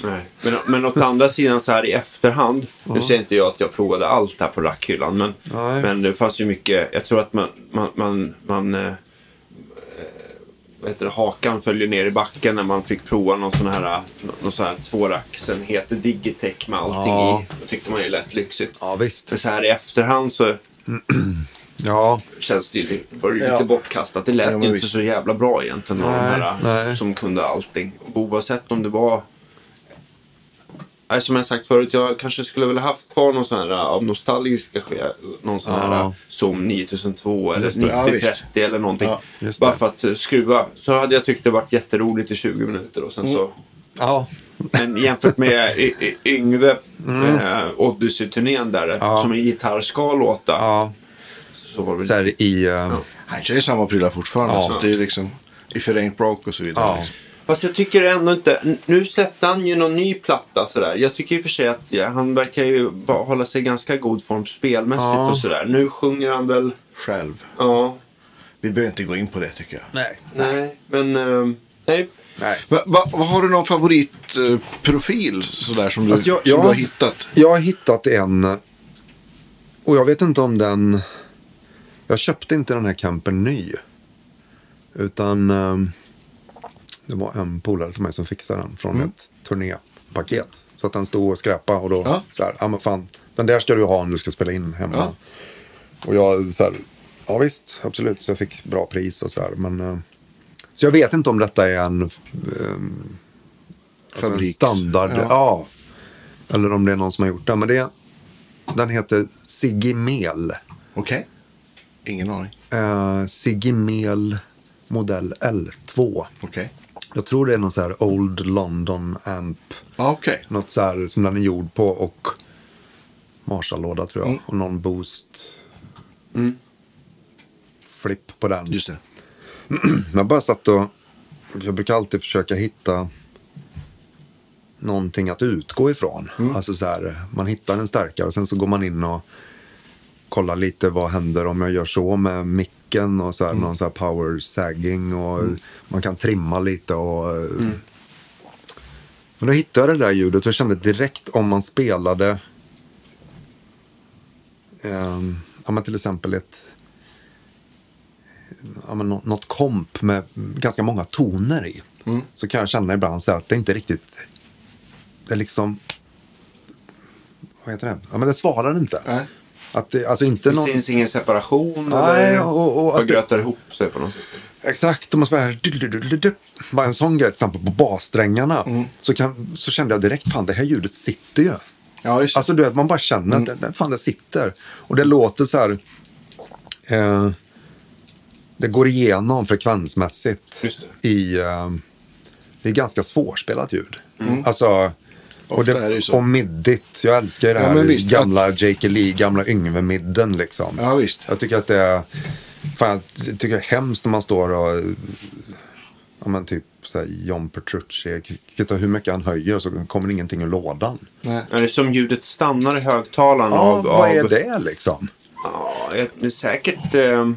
[SPEAKER 2] Nej. Men, men åt andra sidan så här i efterhand. Nu säger inte jag att jag provade allt här på rackhyllan. Men,
[SPEAKER 3] Nej.
[SPEAKER 2] men det fanns ju mycket. Jag tror att man... man, man, man eh, eh, vad heter det, hakan följer ner i backen när man fick prova någon sån här, någon sån här tvåracksenhet Digitech med allting
[SPEAKER 3] Ja.
[SPEAKER 2] i. Då tyckte man ju lätt lyxigt.
[SPEAKER 3] Ja, visst.
[SPEAKER 2] Men så här i efterhand så
[SPEAKER 3] Ja,
[SPEAKER 2] känns det ju var det ju lite
[SPEAKER 1] Ja.
[SPEAKER 2] bortkastat. Det lät
[SPEAKER 1] Ja, men
[SPEAKER 2] ju inte
[SPEAKER 1] visst.
[SPEAKER 2] så jävla bra egentligen. av
[SPEAKER 3] Nej,
[SPEAKER 2] de här
[SPEAKER 3] nej.
[SPEAKER 2] som kunde allting. Och Oavsett om det var... Nej, som jag sagt förut, jag kanske skulle vilja haft kvar någon sån här eh, av nostalgiska skäl. Någon sån här eh,
[SPEAKER 3] Ja.
[SPEAKER 2] som 9002 eller
[SPEAKER 3] Just det.
[SPEAKER 1] Ja,
[SPEAKER 2] 9030
[SPEAKER 1] visst.
[SPEAKER 2] eller någonting.
[SPEAKER 1] Ja,
[SPEAKER 3] just
[SPEAKER 2] Bara
[SPEAKER 3] det.
[SPEAKER 2] för att eh, skruva. Så hade jag tyckt det varit jätteroligt i 20 minuter och sen
[SPEAKER 3] Mm.
[SPEAKER 2] så...
[SPEAKER 3] ja.
[SPEAKER 2] Men jämfört med eh, y- y- Yngve, eh, Odyssey-turnén där,
[SPEAKER 3] Mm. Ja.
[SPEAKER 2] som en gitarr ska låta.
[SPEAKER 3] ja.
[SPEAKER 2] Så var det
[SPEAKER 3] Så här i... eh,
[SPEAKER 1] Han kör ju samma prylar fortfarande.
[SPEAKER 3] Ja.
[SPEAKER 1] Så att det är liksom, if it ain't broke och så vidare.
[SPEAKER 3] Ja.
[SPEAKER 1] Liksom.
[SPEAKER 2] Fast jag tycker ändå inte... n- Nu släppte han ju någon ny platta sådär. Jag tycker i och för sig att ja, han verkar ju bara hålla sig i ganska god form spelmässigt
[SPEAKER 3] Ja.
[SPEAKER 2] och sådär. Nu sjunger han väl...
[SPEAKER 1] Själv.
[SPEAKER 2] Ja.
[SPEAKER 1] Vi behöver inte gå in på det tycker jag.
[SPEAKER 3] Nej.
[SPEAKER 2] Nej, men... ehm, nej.
[SPEAKER 3] Nej.
[SPEAKER 1] Va, va, vad har du någon favoritprofil eh, sådär som du,
[SPEAKER 3] Alltså, jag-
[SPEAKER 1] som
[SPEAKER 3] jag-
[SPEAKER 1] du har hittat?
[SPEAKER 3] Jag har hittat en och jag vet inte om den... Jag köpte inte den här campen ny. Utan ehm, det var en polare till mig som fixade den från
[SPEAKER 1] Mm.
[SPEAKER 3] ett turnépaket. Så att den stod och skräpade och då
[SPEAKER 1] Ja.
[SPEAKER 3] så här, ja men fan, den där ska du ha om du ska spela in hemma.
[SPEAKER 1] Ja.
[SPEAKER 3] Och jag så här, ja visst, absolut. Så jag fick bra pris och så här. Men, eh, så jag vet inte om detta är en, ehm, alltså en
[SPEAKER 1] Fabriks.
[SPEAKER 3] standard. Ja. Eller om det är någon som har gjort den. Men det, den heter Siggy Mel.
[SPEAKER 1] Okej. Ingen aning.
[SPEAKER 3] Eh, Siggy Mel modell L2.
[SPEAKER 1] Okej.
[SPEAKER 3] Jag tror det är någon så här Old London Amp.
[SPEAKER 1] Ja, okej.
[SPEAKER 3] Något så här som den är gjord på och Marshall-låda tror jag.
[SPEAKER 1] Mm.
[SPEAKER 3] Och någon boost. Flipp på den.
[SPEAKER 1] Just det.
[SPEAKER 3] Men jag bara satt och... Jag brukar alltid försöka hitta någonting att utgå ifrån. Alltså så här, man hittar en starkare och sen så går man in och kollar lite vad händer om jag gör så med micken och så här, någon så här power sagging och man kan trimma lite och... eh, Men då hittade jag det där ljudet och kände direkt om man spelade ehm, ja, men till exempel ett ja, men nå- något komp med ganska många toner i. Så kan jag känna ibland så här att det inte riktigt... Det är liksom... Vad heter det? Ja, men det svarar inte.
[SPEAKER 1] Nej.
[SPEAKER 3] Att det, alltså inte
[SPEAKER 2] Det
[SPEAKER 3] någon...
[SPEAKER 2] finns ingen separation?
[SPEAKER 3] Nej,
[SPEAKER 2] eller-
[SPEAKER 3] och- och
[SPEAKER 2] Bara
[SPEAKER 3] att det-
[SPEAKER 2] grötar ihop sig på något sätt?
[SPEAKER 3] Exakt, om man spelar du-du-du-du-du, bara en sån grej till exempel på bassträngarna
[SPEAKER 2] Mm.
[SPEAKER 3] så, kan, så kände jag direkt fan det här ljudet sitter ju.
[SPEAKER 1] Ja, just det.
[SPEAKER 3] Alltså du vet, man bara känner att det, fan det sitter. Och det låter så här. Eh, det går igenom frekvensmässigt
[SPEAKER 2] Just
[SPEAKER 3] i... Eh, det är ganska svårspelat ljud. Alltså, och,
[SPEAKER 1] Mm. Ofta
[SPEAKER 3] det,
[SPEAKER 1] är det ju så.
[SPEAKER 3] och middigt. Jag älskar ju det
[SPEAKER 1] Ja,
[SPEAKER 3] här
[SPEAKER 1] men visst,
[SPEAKER 3] gamla Jake Lee, gamla Yngve-midden liksom.
[SPEAKER 1] Ja, visst.
[SPEAKER 3] Jag tycker att det är... Fan, jag tycker det är hemskt när man står och... Ja, men typ så här John Petrucci. Titta hur mycket han höjer så kommer det ingenting ur lådan.
[SPEAKER 1] Nej.
[SPEAKER 2] Är det som ljudet stannar i högtalaren?
[SPEAKER 3] Ja,
[SPEAKER 2] av,
[SPEAKER 3] vad är
[SPEAKER 2] av,
[SPEAKER 3] det liksom?
[SPEAKER 2] Ja, jag- det är säkert... Eh,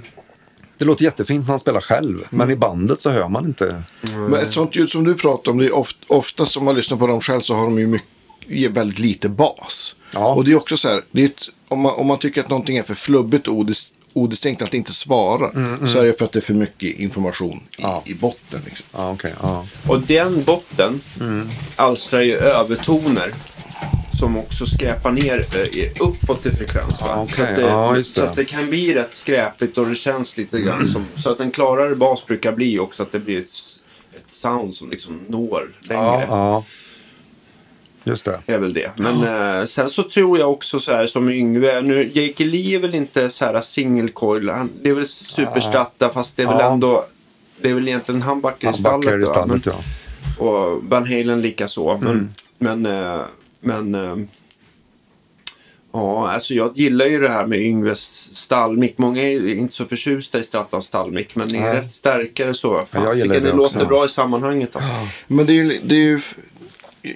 [SPEAKER 3] Det låter jättefint när han spelar själv, men i bandet så hör man inte.
[SPEAKER 1] Men ett sånt ljud som du pratar om, det är oft, oftast om man lyssnar på dem själv så har de ju mycket, ger väldigt lite bas.
[SPEAKER 3] Ja.
[SPEAKER 1] Och det är också så här, det är ett, om, man, om man tycker att någonting är för flubbigt och odis, odistinkt, att det inte svarar, så är det för att det är för mycket information i,
[SPEAKER 3] Mm, Ja.
[SPEAKER 1] i botten. Liksom.
[SPEAKER 3] Ja, okej. ja.
[SPEAKER 2] och den botten alstrar ju övertoner som också skräpar ner eh, i- uppåt i frekvens. va?
[SPEAKER 3] Ja, Ah, okej.
[SPEAKER 2] Så, att det,
[SPEAKER 3] Ja, just
[SPEAKER 2] så
[SPEAKER 3] det. Mm.
[SPEAKER 2] att det kan bli rätt skräpigt och det känns lite grann som... Så att en klarare bas brukar bli också att det blir ett, s- ett sound som liksom når längre.
[SPEAKER 3] ja, ja. Just det.
[SPEAKER 2] är väl det. Men eh, sen så tror jag också så här som Yngve. Nu, Jake Lee är väl inte så här single coil. Han, det är väl superstratta fast det är väl
[SPEAKER 3] Ja.
[SPEAKER 2] ändå. Det är väl egentligen han backar i
[SPEAKER 3] Han backar
[SPEAKER 2] stallet.
[SPEAKER 3] i
[SPEAKER 2] va?
[SPEAKER 3] stallet,
[SPEAKER 2] Men-
[SPEAKER 3] ja.
[SPEAKER 2] Och Van Halen lika så.
[SPEAKER 3] Mm.
[SPEAKER 2] Men, men, eh, men eh, Ja, alltså jag gillar ju det här med Yngves stallmick. Många är ju inte så förtjusta i Strattans stallmick, men är
[SPEAKER 3] Nej.
[SPEAKER 2] rätt starkare så.
[SPEAKER 3] jag
[SPEAKER 2] Fasiken,
[SPEAKER 3] gillar
[SPEAKER 2] det,
[SPEAKER 3] det också.
[SPEAKER 2] låter bra i sammanhanget. Alltså.
[SPEAKER 1] Men det är ju, det är ju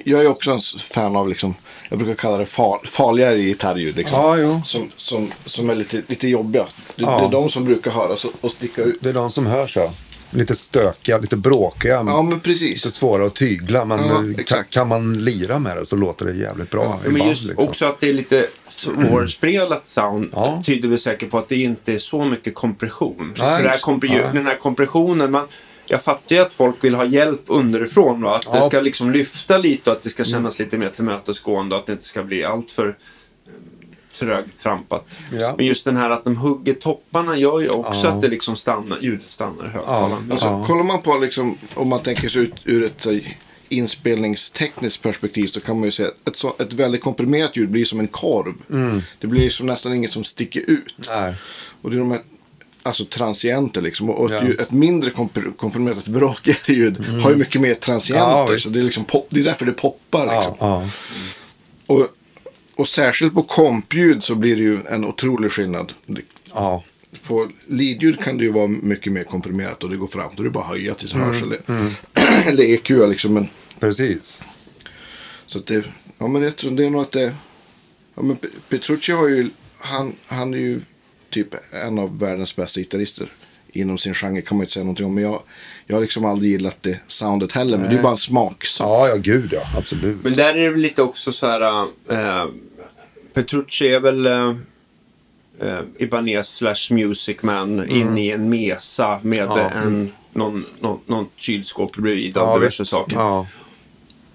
[SPEAKER 1] jag är också en fan av, liksom, jag brukar kalla det far, farligare gitarrljud. Liksom,
[SPEAKER 3] Ja, jo.
[SPEAKER 1] Som, som, som är lite, lite jobbiga. Det,
[SPEAKER 3] Ja.
[SPEAKER 1] det är de som brukar höras och, och sticka ut.
[SPEAKER 3] Det är de som hörs, ja. Lite stökiga, lite bråkiga.
[SPEAKER 1] Ja, men precis.
[SPEAKER 3] Lite svåra att tygla, men
[SPEAKER 1] Ja,
[SPEAKER 3] eh, kan,
[SPEAKER 1] exakt.
[SPEAKER 3] kan man lira med det så låter det jävligt bra i
[SPEAKER 2] Men
[SPEAKER 3] band.
[SPEAKER 2] just
[SPEAKER 3] liksom.
[SPEAKER 2] också att det är lite svårspelat sound
[SPEAKER 3] Ja.
[SPEAKER 2] tyder väl säkert på att det inte är så mycket kompression.
[SPEAKER 3] Nej,
[SPEAKER 2] så det här
[SPEAKER 3] just-
[SPEAKER 2] kompre-
[SPEAKER 3] nej.
[SPEAKER 2] Den här kompressionen, man, jag fattar ju att folk vill ha hjälp underifrån. Va? Att det
[SPEAKER 3] Ja.
[SPEAKER 2] ska liksom lyfta lite och att det ska kännas lite mer tillmötesgående och att det inte ska bli allt för eh, trögt trampat.
[SPEAKER 3] Ja.
[SPEAKER 2] Men just den här att de hugger topparna gör ju också att det liksom stannar, ljudet stannar i högtalaren.
[SPEAKER 1] Alltså, Kollar man på, liksom, om man tänker sig ut ur ett så, här, inspelningstekniskt perspektiv så kan man ju säga att ett, så, ett väldigt komprimerat ljud blir som en korv. Det blir som nästan inget som sticker ut.
[SPEAKER 3] Mm. Nej.
[SPEAKER 1] Och det är de här alltså, transienter liksom. Och ett,
[SPEAKER 3] Ja. Mm.
[SPEAKER 1] ljud, ett mindre kompr- komprimerat brakigare ljud har ju mycket mer
[SPEAKER 3] Ja,
[SPEAKER 1] transienter.
[SPEAKER 3] visst.
[SPEAKER 1] så det är, liksom pop, det är därför det poppar. Liksom.
[SPEAKER 3] Ja, ja.
[SPEAKER 1] Och, och särskilt på kompljud så blir det ju en otrolig skillnad.
[SPEAKER 3] ja.
[SPEAKER 1] På lidljud kan det ju vara mycket mer komprimerat och det går fram. Då är det bara att höja tills hörsel. Eller EQ liksom. Men,
[SPEAKER 3] Precis.
[SPEAKER 1] så att det, ja men jag tror det är nog att det. Ja men Pe- Petrucci har ju, han, han är ju typ en av världens bästa gitarrister. Inom sin genre kan man ju inte säga någonting om. Men jag, jag har liksom aldrig gillat det soundet heller. Men det är ju bara en smaksak.
[SPEAKER 3] Ja, ja, gud ja. Absolut.
[SPEAKER 2] Men där är det väl lite också så här... eh, Petrucci är väl... eh, eh, Ibanez slash Music Man in i en mesa med
[SPEAKER 3] Mm. Ja.
[SPEAKER 2] en, någon, någon, någon kylskåp bredvid av
[SPEAKER 3] Ja,
[SPEAKER 2] diverse
[SPEAKER 3] visst.
[SPEAKER 2] saker.
[SPEAKER 3] Ja.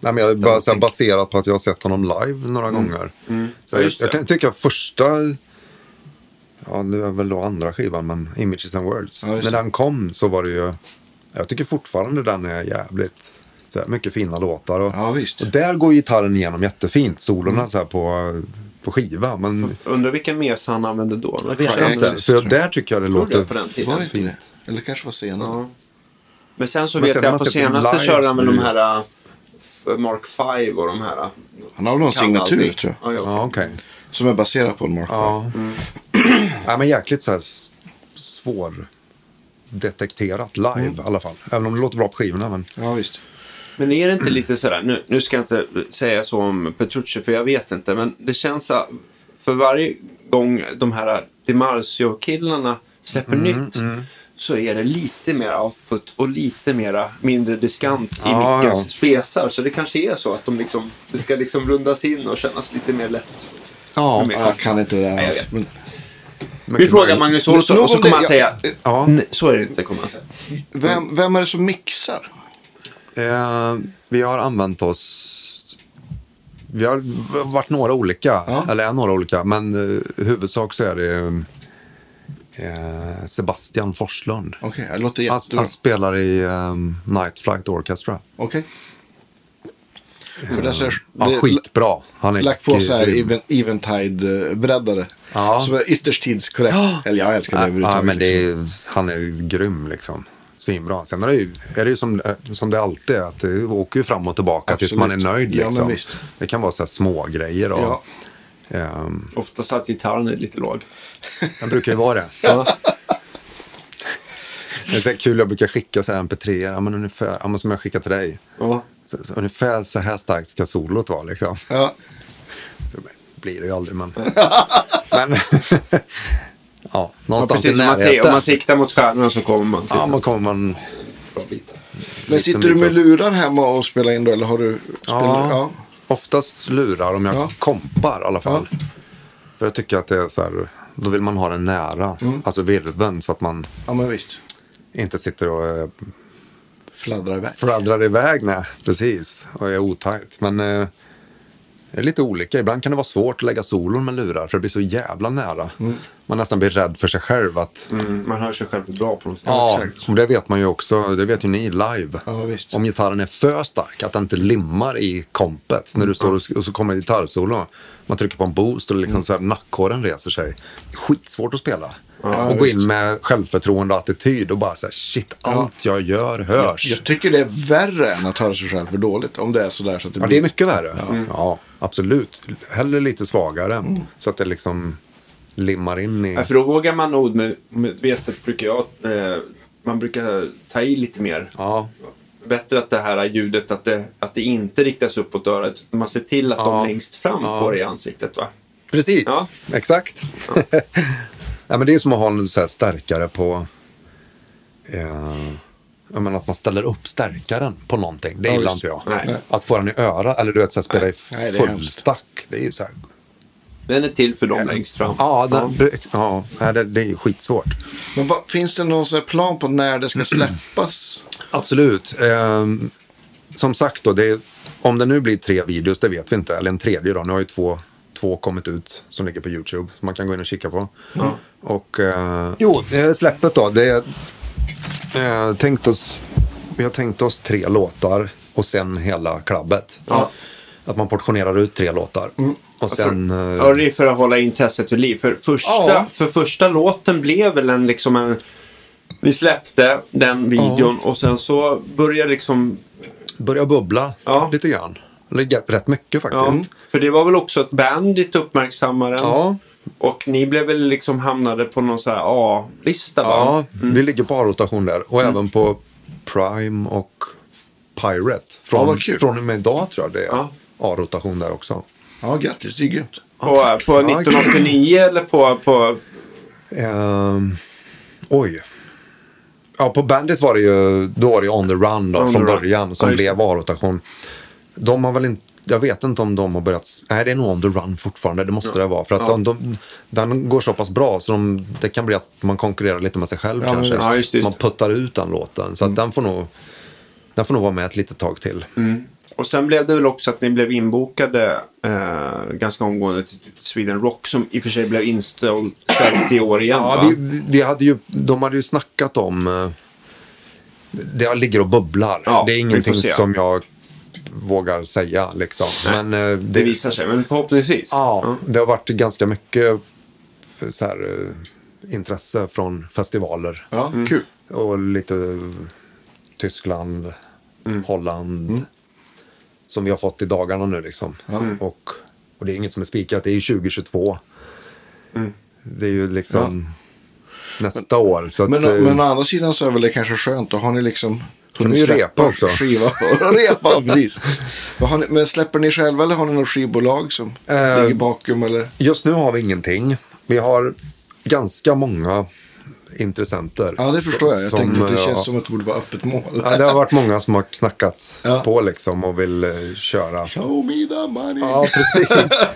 [SPEAKER 3] Nej, men jag är bara, så här, baserat på att jag har sett honom live några
[SPEAKER 1] Mm.
[SPEAKER 3] gånger. Så
[SPEAKER 2] Ja,
[SPEAKER 3] jag,
[SPEAKER 2] just
[SPEAKER 3] jag
[SPEAKER 2] det.
[SPEAKER 3] kan tycka första, ja nu är väl då andra skivan, men Images and Words.
[SPEAKER 1] Ja, just
[SPEAKER 3] När
[SPEAKER 1] det.
[SPEAKER 3] den kom så var det ju, jag tycker fortfarande den är jävligt, så här, mycket fina låtar. Och,
[SPEAKER 1] Ja, visst. Mm.
[SPEAKER 3] och där går gitarren igenom jättefint, solorna så här på, på skiva. Men
[SPEAKER 2] Undrar vilken mesa han använde då?
[SPEAKER 3] jag vet
[SPEAKER 1] jag
[SPEAKER 3] inte,
[SPEAKER 1] inte.
[SPEAKER 3] så jag, där tycker jag det
[SPEAKER 2] Gjorde
[SPEAKER 3] låter
[SPEAKER 2] jag på den tiden?
[SPEAKER 1] Var det inte det?
[SPEAKER 3] fint.
[SPEAKER 1] Eller kanske var senare.
[SPEAKER 2] Ja. Men sen så
[SPEAKER 3] Men
[SPEAKER 2] vet
[SPEAKER 3] sen när
[SPEAKER 2] jag
[SPEAKER 3] man
[SPEAKER 2] på
[SPEAKER 3] sätter
[SPEAKER 2] senaste
[SPEAKER 3] live
[SPEAKER 2] körde han väl
[SPEAKER 3] så
[SPEAKER 2] de
[SPEAKER 3] är det-
[SPEAKER 2] här eh, Mark 5 och de här. eh,
[SPEAKER 1] Han har väl någon
[SPEAKER 2] kan
[SPEAKER 1] signatur,
[SPEAKER 2] allting.
[SPEAKER 1] tror
[SPEAKER 2] Ja, ja, okej.
[SPEAKER 3] Ja, okej.
[SPEAKER 1] Som är baserad på en Mark
[SPEAKER 3] Ja. Mm. ja men jäkligt så här s- svår detekterat live
[SPEAKER 1] Mm.
[SPEAKER 3] i alla fall. Även om det låter bra på skivorna. Men...
[SPEAKER 1] Ja, visst.
[SPEAKER 2] Men är det inte lite sådär, nu, nu ska jag inte säga så om Petrucci för jag vet inte, men det känns så- för varje gång de här DiMarzio-killarna släpper
[SPEAKER 3] Mm,
[SPEAKER 2] nytt så är det lite mer output och lite mera mindre diskant i
[SPEAKER 3] Ja,
[SPEAKER 2] mickens
[SPEAKER 3] ja.
[SPEAKER 2] spesar. Så det kanske är så att de liksom, det ska liksom rundas in och kännas lite mer lätt.
[SPEAKER 3] Ja,
[SPEAKER 2] Men-
[SPEAKER 1] Jag kan inte det där.
[SPEAKER 2] jag
[SPEAKER 1] alls,
[SPEAKER 2] vet.
[SPEAKER 1] men-
[SPEAKER 2] Vi frågar
[SPEAKER 3] möjligt.
[SPEAKER 2] Magnus Olsson
[SPEAKER 1] Nog
[SPEAKER 2] och så
[SPEAKER 1] om
[SPEAKER 2] kommer
[SPEAKER 1] det,
[SPEAKER 2] han
[SPEAKER 1] jag-
[SPEAKER 2] säga,
[SPEAKER 3] Ja.
[SPEAKER 2] "Nej, så är det inte, kommer han säga.
[SPEAKER 1] Vem, vem är det som mixar?
[SPEAKER 3] Eh, vi har använt oss... Vi har varit några olika, eller är några olika, men eh, i huvudsak så är det eh, Sebastian Forslund.
[SPEAKER 1] Okej, det låter
[SPEAKER 3] Han,
[SPEAKER 1] jättebra.
[SPEAKER 3] han spelar i eh, Night Flight Orchestra.
[SPEAKER 1] Okej. För det är så här-
[SPEAKER 3] Ja,
[SPEAKER 1] det är
[SPEAKER 3] skitbra. Han är
[SPEAKER 1] Lagt på så här
[SPEAKER 3] grym.
[SPEAKER 1] even, Eventide-breddare.
[SPEAKER 3] Ja.
[SPEAKER 1] Som är ytterst tidskorrekt. Eller ja, jag älskar det
[SPEAKER 3] Ja,
[SPEAKER 1] överhuvudtaget.
[SPEAKER 3] men det
[SPEAKER 1] liksom.
[SPEAKER 3] är, han är grym liksom. Svinbra. Sen är det ju, är det ju som, eh, som det alltid är, att det åker ju fram och tillbaka tills man är
[SPEAKER 1] Absolut.
[SPEAKER 3] nöjd.
[SPEAKER 1] Ja, men
[SPEAKER 3] Liksom.
[SPEAKER 1] visst.
[SPEAKER 3] Det kan vara så här små grejer och,
[SPEAKER 1] Ja.
[SPEAKER 3] ehm,
[SPEAKER 2] Oftast att gitarren är lite låg.
[SPEAKER 3] Den brukar ju vara det.
[SPEAKER 2] Ja.
[SPEAKER 3] Det är så här kul, jag brukar skicka så här mp3, ja, men ungefär, ja, men som jag skickar till dig.
[SPEAKER 2] Ja.
[SPEAKER 3] Så, så, ungefär så här starkt ska solot vara liksom.
[SPEAKER 1] Ja.
[SPEAKER 3] Det blir det ju aldrig, men... men ja,
[SPEAKER 2] Ja,
[SPEAKER 3] någonstans
[SPEAKER 2] precis,
[SPEAKER 3] i
[SPEAKER 2] om man,
[SPEAKER 3] närheten.
[SPEAKER 2] ser, om man siktar mot stjärnorna så kommer man till
[SPEAKER 3] Ja, man kommer man...
[SPEAKER 2] bra bitar.
[SPEAKER 1] Men sitter du med lurar hemma och spelar in då? Eller har du... Spelar,
[SPEAKER 3] Ja,
[SPEAKER 1] ja.
[SPEAKER 3] oftast lurar om jag
[SPEAKER 1] Ja.
[SPEAKER 3] kompar i alla fall. För jag tycker att det är så här, då vill man ha den nära,
[SPEAKER 1] Mm.
[SPEAKER 3] alltså virveln, så att man
[SPEAKER 1] ja, men visst.
[SPEAKER 3] inte sitter och eh,
[SPEAKER 1] Fladdrar iväg.
[SPEAKER 3] fladdrar iväg nej, precis, och är otajt. Men eh, det är lite olika, ibland kan det vara svårt att lägga solon med lurar, för det blir så jävla nära.
[SPEAKER 1] Mm.
[SPEAKER 3] Man nästan blir rädd för sig själv att
[SPEAKER 2] Mm, man hör sig själv bra på något sätt.
[SPEAKER 3] Ja, och det vet man ju också. Det vet ju ni live.
[SPEAKER 1] Ja, visst.
[SPEAKER 3] Om gitarren är för stark, att den inte limmar i kompet. När du står och, och så kommer ett gitarrsolo. Man trycker på en boost och liksom så här, nackhåren reser sig. Skitsvårt att spela. och gå in med självförtroende och attityd och bara så här, shit, allt jag gör hörs.
[SPEAKER 1] Jag tycker det är värre än att höra sig själv för dåligt. Om det är sådär så att det
[SPEAKER 3] Ja,
[SPEAKER 1] blir...
[SPEAKER 3] det är mycket värre. Mm. Ja, absolut. Hellre lite svagare. Så att det liksom limmar in i...
[SPEAKER 2] Ja, för då vågar man nog med, med vetet brukar jag, eh, man brukar ta i lite mer.
[SPEAKER 3] Ja,
[SPEAKER 2] Bättre att det här ljudet, att det, att det inte riktas uppåt örat. Utan man ser till att
[SPEAKER 3] Ja.
[SPEAKER 2] de längst fram får det i ansiktet. Va?
[SPEAKER 3] Precis,
[SPEAKER 2] Ja.
[SPEAKER 3] exakt. Ja. men det är som att ha en så här stärkare på... Eh, jag menar att man ställer upp stärkaren på någonting. Det gillar
[SPEAKER 1] visst.
[SPEAKER 3] inte jag.
[SPEAKER 2] Nej.
[SPEAKER 3] Att få den i öra eller du vet, så här, spela i
[SPEAKER 1] Nej, det är
[SPEAKER 3] full
[SPEAKER 1] hemskt.
[SPEAKER 3] stack. Det är ju så här...
[SPEAKER 2] Den är till för de längst fram.
[SPEAKER 3] Ja, den, ja. nej, det, det är skitsvårt.
[SPEAKER 1] Men vad, finns det någon sån här plan på när det ska släppas?
[SPEAKER 3] Absolut. Ehm, som sagt, då, det, om det nu blir tre videos, det vet vi inte. Eller en tredje då. Nu har ju två, två kommit ut som ligger på YouTube. Som man kan gå in och kika på. Och, eh, jo, eh, släppet då. Det, eh, tänkt oss, vi har tänkt oss tre låtar och sen hela klabbet. Att man portionerar ut tre låtar. Och sen... eh,
[SPEAKER 2] Mm. Ja, det är för att hålla intresset vid liv. För första,
[SPEAKER 3] Ja.
[SPEAKER 2] för första låten blev väl en liksom en... Vi släppte den videon och sen så började liksom
[SPEAKER 3] börjar bubbla
[SPEAKER 2] Ja.
[SPEAKER 3] lite grann. Eller g- rätt mycket
[SPEAKER 2] Ja,
[SPEAKER 3] faktiskt.
[SPEAKER 2] för det var väl också att Bandit uppmärksammade den.
[SPEAKER 3] Ja.
[SPEAKER 2] Och ni blev väl liksom hamnade på någon så här A-lista va? Mm.
[SPEAKER 3] Ja, vi ligger på A-rotation där och även på Prime och Pirate. Från,
[SPEAKER 1] Ja, vad kul.
[SPEAKER 3] från och med idag tror jag det är
[SPEAKER 2] Ja.
[SPEAKER 3] A-rotation där också.
[SPEAKER 1] Ja, grattis. Det är grymt.
[SPEAKER 2] På, på 1989 eller på... på
[SPEAKER 3] Ehm, oj. Ja, på Bandit var det ju, då var det ju On the Run då,
[SPEAKER 2] On
[SPEAKER 3] från
[SPEAKER 2] the Run.
[SPEAKER 3] början som
[SPEAKER 2] Ja, just
[SPEAKER 3] blev A-rotation. De har väl inte jag vet inte om de har börjat... s- Nej, det är nog on the run fortfarande. Det måste det vara. För att
[SPEAKER 2] Ja.
[SPEAKER 3] de, de, den går så pass bra så de, det kan bli att man konkurrerar lite med sig själv
[SPEAKER 1] men
[SPEAKER 3] kanske.
[SPEAKER 2] visst. Ja, just det, just
[SPEAKER 3] Man
[SPEAKER 2] det. Mm.
[SPEAKER 3] puttar ut den låten. Så att den, får nog, den får nog vara med ett litet tag till.
[SPEAKER 2] Och sen blev det väl också att ni blev inbokade eh, ganska omgående till typ Sweden Rock som i och för sig blev inställd ställt i år igen.
[SPEAKER 3] Ja,
[SPEAKER 2] va?
[SPEAKER 3] vi, vi hade ju, de hade ju snackat om... eh, Det ligger och bubblar.
[SPEAKER 2] Ja,
[SPEAKER 3] det är
[SPEAKER 2] vi får
[SPEAKER 3] ingenting
[SPEAKER 2] se.
[SPEAKER 3] som jag vågar säga. Liksom. Men, eh,
[SPEAKER 2] det visar sig, men förhoppningsvis.
[SPEAKER 3] Ja, det har varit ganska mycket eh, så här, eh, intresse från festivaler.
[SPEAKER 1] Ja, kul.
[SPEAKER 3] Och lite eh, Tyskland,
[SPEAKER 1] Mm.
[SPEAKER 3] Holland. Som vi har fått i dagarna nu liksom.
[SPEAKER 1] Mm.
[SPEAKER 3] Och, och det är inget som är spikat, det är ju 2022.
[SPEAKER 1] Mm.
[SPEAKER 3] Det är ju liksom nästa år. Så
[SPEAKER 1] Men,
[SPEAKER 3] att, eh,
[SPEAKER 1] men å andra sidan så är väl det kanske skönt. Då har ni liksom hunnit
[SPEAKER 3] ni ju
[SPEAKER 1] släppa
[SPEAKER 3] repa också?
[SPEAKER 1] Skiva. repa, precis. Men, har ni, men släpper ni själva eller har ni något skivbolag som
[SPEAKER 3] Eh,
[SPEAKER 1] ligger bakom? Eller?
[SPEAKER 3] just nu har vi ingenting. Vi har ganska många intressenter.
[SPEAKER 1] Ja, det förstår jag. Jag
[SPEAKER 3] som,
[SPEAKER 1] tänkte att det
[SPEAKER 3] eh,
[SPEAKER 1] känns som att det borde vara öppet mål.
[SPEAKER 3] Ja, det har varit många som har knackat
[SPEAKER 1] Ja.
[SPEAKER 3] på liksom och vill eh, köra.
[SPEAKER 1] Show me the money.
[SPEAKER 3] Ja, precis.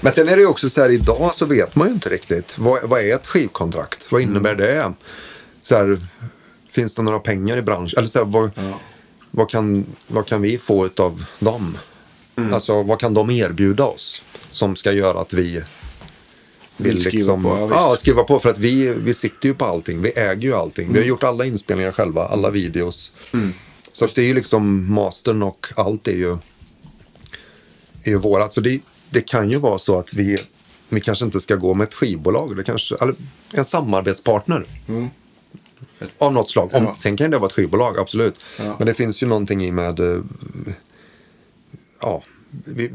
[SPEAKER 3] Men sen är det ju också så här, idag så vet man ju inte riktigt. Vad, vad är ett skivkontrakt?
[SPEAKER 1] Mm.
[SPEAKER 3] Vad innebär det? Så här, finns det några pengar i branschen? Eller så här, vad, vad, kan, vad kan vi få av dem?
[SPEAKER 1] Mm.
[SPEAKER 3] Alltså, vad kan de erbjuda oss som ska göra att vi vill
[SPEAKER 1] Vill skriva
[SPEAKER 3] liksom,
[SPEAKER 1] på, ja, visst.
[SPEAKER 3] ja, skriva på för att vi, vi sitter ju på allting. Vi äger ju allting.
[SPEAKER 1] Mm.
[SPEAKER 3] Vi har gjort alla inspelningar själva, alla videos. Så att det är ju liksom mastern och allt är ju, är ju vårat. Så det, det kan ju vara så att vi, vi kanske inte ska gå med ett skivbolag. Eller kanske, eller en samarbetspartner. Av något slag. Om,
[SPEAKER 1] Ja.
[SPEAKER 3] Sen kan det vara ett skivbolag, absolut.
[SPEAKER 1] Ja.
[SPEAKER 3] Men det finns ju någonting i med... eh, Ja, vi,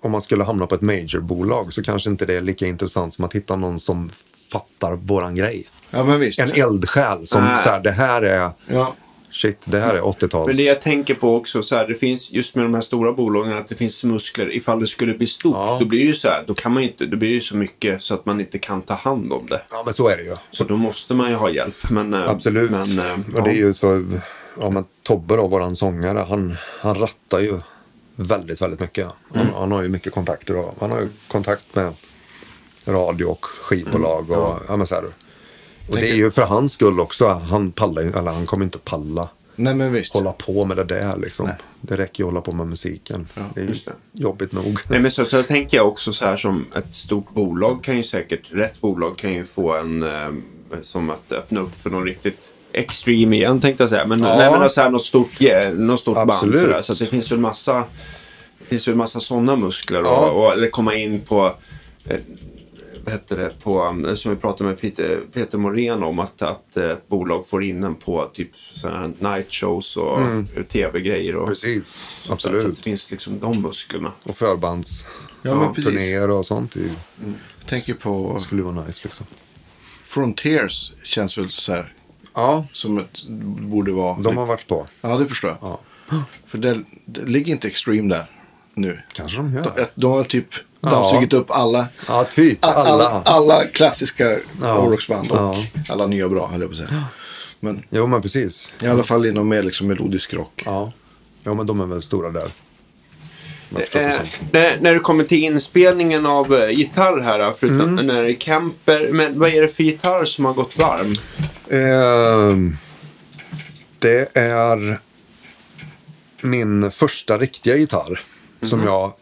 [SPEAKER 3] om man skulle hamna på ett majorbolag så kanske inte det är lika intressant som att hitta någon som fattar våran grej.
[SPEAKER 1] Ja, men visst.
[SPEAKER 3] En eldsjäl som
[SPEAKER 2] Nej.
[SPEAKER 3] så här, det här är...
[SPEAKER 1] Ja.
[SPEAKER 3] Shit, det här är 80-tals...
[SPEAKER 2] Men det jag tänker på också, så här, det finns just med de här stora bolagen att det finns muskler. Ifall det skulle bli stort,
[SPEAKER 3] Ja.
[SPEAKER 2] då blir det ju så här, då kan man ju inte, då blir det ju så mycket så att man inte kan ta hand om det.
[SPEAKER 3] Ja, men så är det ju.
[SPEAKER 2] Så då måste man ju ha hjälp. Men, eh,
[SPEAKER 3] Absolut.
[SPEAKER 2] Men, eh,
[SPEAKER 3] och det är
[SPEAKER 2] ja.
[SPEAKER 3] ju så, ja men Tobbe då, våran sångare, han, han rattar ju väldigt, väldigt mycket. Han, han har ju mycket kontakter och han har ju kontakt med radio och skivbolag och ja men så här. Och det är ju för hans skull också. Han pallar ju, eller han kommer inte palla
[SPEAKER 1] Nej, men visst.
[SPEAKER 3] hålla på med det där liksom. Det räcker ju att hålla på med musiken. det är ju
[SPEAKER 2] just det.
[SPEAKER 3] jobbigt nog.
[SPEAKER 2] Nej, men så, så tänker jag också så här som ett stort bolag kan ju säkert, rätt bolag kan ju få en, eh, som att öppna upp för någon riktigt extreme igen tänkte jag säga. Men,
[SPEAKER 3] Ja.
[SPEAKER 2] nej, men alltså så här, något stort, yeah, något stort band
[SPEAKER 3] Absolut.
[SPEAKER 2] så, där. så att det finns väl massa, det finns väl massa sådana muskler.
[SPEAKER 3] Ja.
[SPEAKER 2] Och, och, eller komma in på, eh, vad heter det, på, eh, som vi pratade med Peter, Peter Morén om, att, att eh, ett bolag får in en på typ så här night shows och tv-grejer. Och,
[SPEAKER 3] Mm. Precis,
[SPEAKER 2] Så att det
[SPEAKER 3] absolut.
[SPEAKER 2] finns liksom de musklerna.
[SPEAKER 3] Och förbands
[SPEAKER 1] Ja, men
[SPEAKER 3] ja,
[SPEAKER 1] precis.
[SPEAKER 3] turnéer och sånt. Det
[SPEAKER 1] Jag tänker på
[SPEAKER 3] skulle ju vara nice liksom.
[SPEAKER 1] Frontiers. Känns väl så här.
[SPEAKER 3] Ja,
[SPEAKER 1] Som ett, borde vara.
[SPEAKER 3] de har varit på.
[SPEAKER 1] Ja, det förstår jag. För det, det ligger inte Extreme där nu.
[SPEAKER 3] Kanske de gör.
[SPEAKER 1] De, de har typ dammsugit upp alla,
[SPEAKER 3] Ja, typ
[SPEAKER 1] a- alla.
[SPEAKER 3] alla.
[SPEAKER 1] alla klassiska
[SPEAKER 3] Ja.
[SPEAKER 1] hårdrocksband och
[SPEAKER 3] Ja.
[SPEAKER 1] alla nya bra, höll jag på att säga. Men
[SPEAKER 3] Jo, men precis.
[SPEAKER 1] i alla fall inom mer liksom melodisk rock.
[SPEAKER 3] Ja. ja, men de är väl stora där. Man förstår det
[SPEAKER 2] Eh,
[SPEAKER 3] som.
[SPEAKER 2] när, när det kommer till inspelningen av eh, gitarr här, då, förutom när det är Kemper. Men vad är det för gitarr som har gått varm?
[SPEAKER 3] Ehm, det är min första riktiga gitarr. Som jag...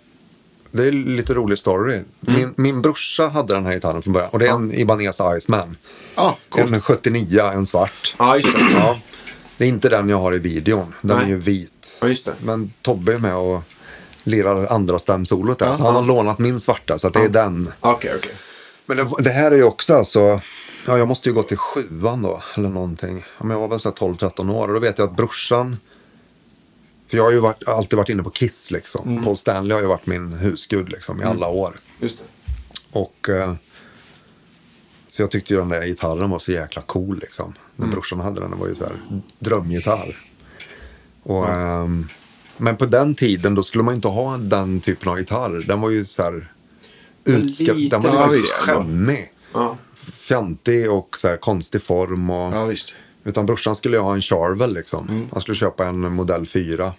[SPEAKER 3] Det är lite rolig story. Min, min brorsa hade den här gitarren från början. Och det är en Ibanez Iceman.
[SPEAKER 1] Ja, coolt.
[SPEAKER 3] En 79, en svart.
[SPEAKER 2] Ja, just det.
[SPEAKER 3] Ja. Det är inte den jag har i videon. Den
[SPEAKER 2] Nej.
[SPEAKER 3] är ju vit.
[SPEAKER 2] Ja, just det.
[SPEAKER 3] Men Tobbe är med och lirar andra stämsolot där. Så han har lånat min svarta, så att det är den.
[SPEAKER 2] Okej, okej.
[SPEAKER 3] Men det, det här är ju också alltså, ja jag måste ju gå till sjuan då, eller någonting. Ja, men jag var väl så här 12-13 år och då vet jag att brorsan, för jag har ju varit, alltid varit inne på Kiss liksom. Paul Stanley har ju varit min husgud liksom i alla år.
[SPEAKER 2] Just det.
[SPEAKER 3] Och eh, så jag tyckte ju den där gitarren var så jäkla cool liksom. När brorsan hade den, det var ju så här drömgitarr. Och, ehm, men på den tiden då skulle man ju inte ha den typen av gitarr. Den var ju så här utska-
[SPEAKER 2] Lite
[SPEAKER 3] den var ju
[SPEAKER 2] speciell, va?
[SPEAKER 3] skämmig.
[SPEAKER 2] Ja.
[SPEAKER 3] Fjantig och så här konstig form. Och,
[SPEAKER 1] Ja, visst.
[SPEAKER 3] Utan brorsan skulle ju ha en Charvel liksom. Han skulle köpa en modell 4.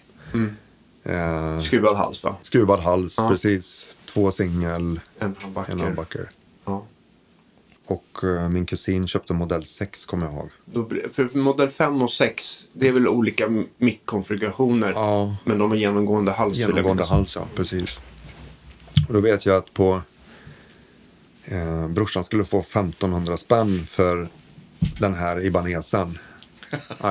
[SPEAKER 3] Eh,
[SPEAKER 2] Skruvad hals va?
[SPEAKER 3] skruvad hals,
[SPEAKER 2] Ja.
[SPEAKER 3] precis. Två singel,
[SPEAKER 2] En handbacker.
[SPEAKER 3] en humbucker.
[SPEAKER 2] Ja.
[SPEAKER 3] Och eh, min kusin köpte modell 6 kommer jag ihåg.
[SPEAKER 2] Då, blir- för modell 5 och 6, det är väl olika m- mickkonfigurationer.
[SPEAKER 3] Ja.
[SPEAKER 2] Men de är genomgående hals. vill jag
[SPEAKER 3] Genomgående
[SPEAKER 2] minnas.
[SPEAKER 3] hals, ja. Precis. Och då vet jag att på... Eh, brorsan skulle få 1500 spänn för den här Ibanesen.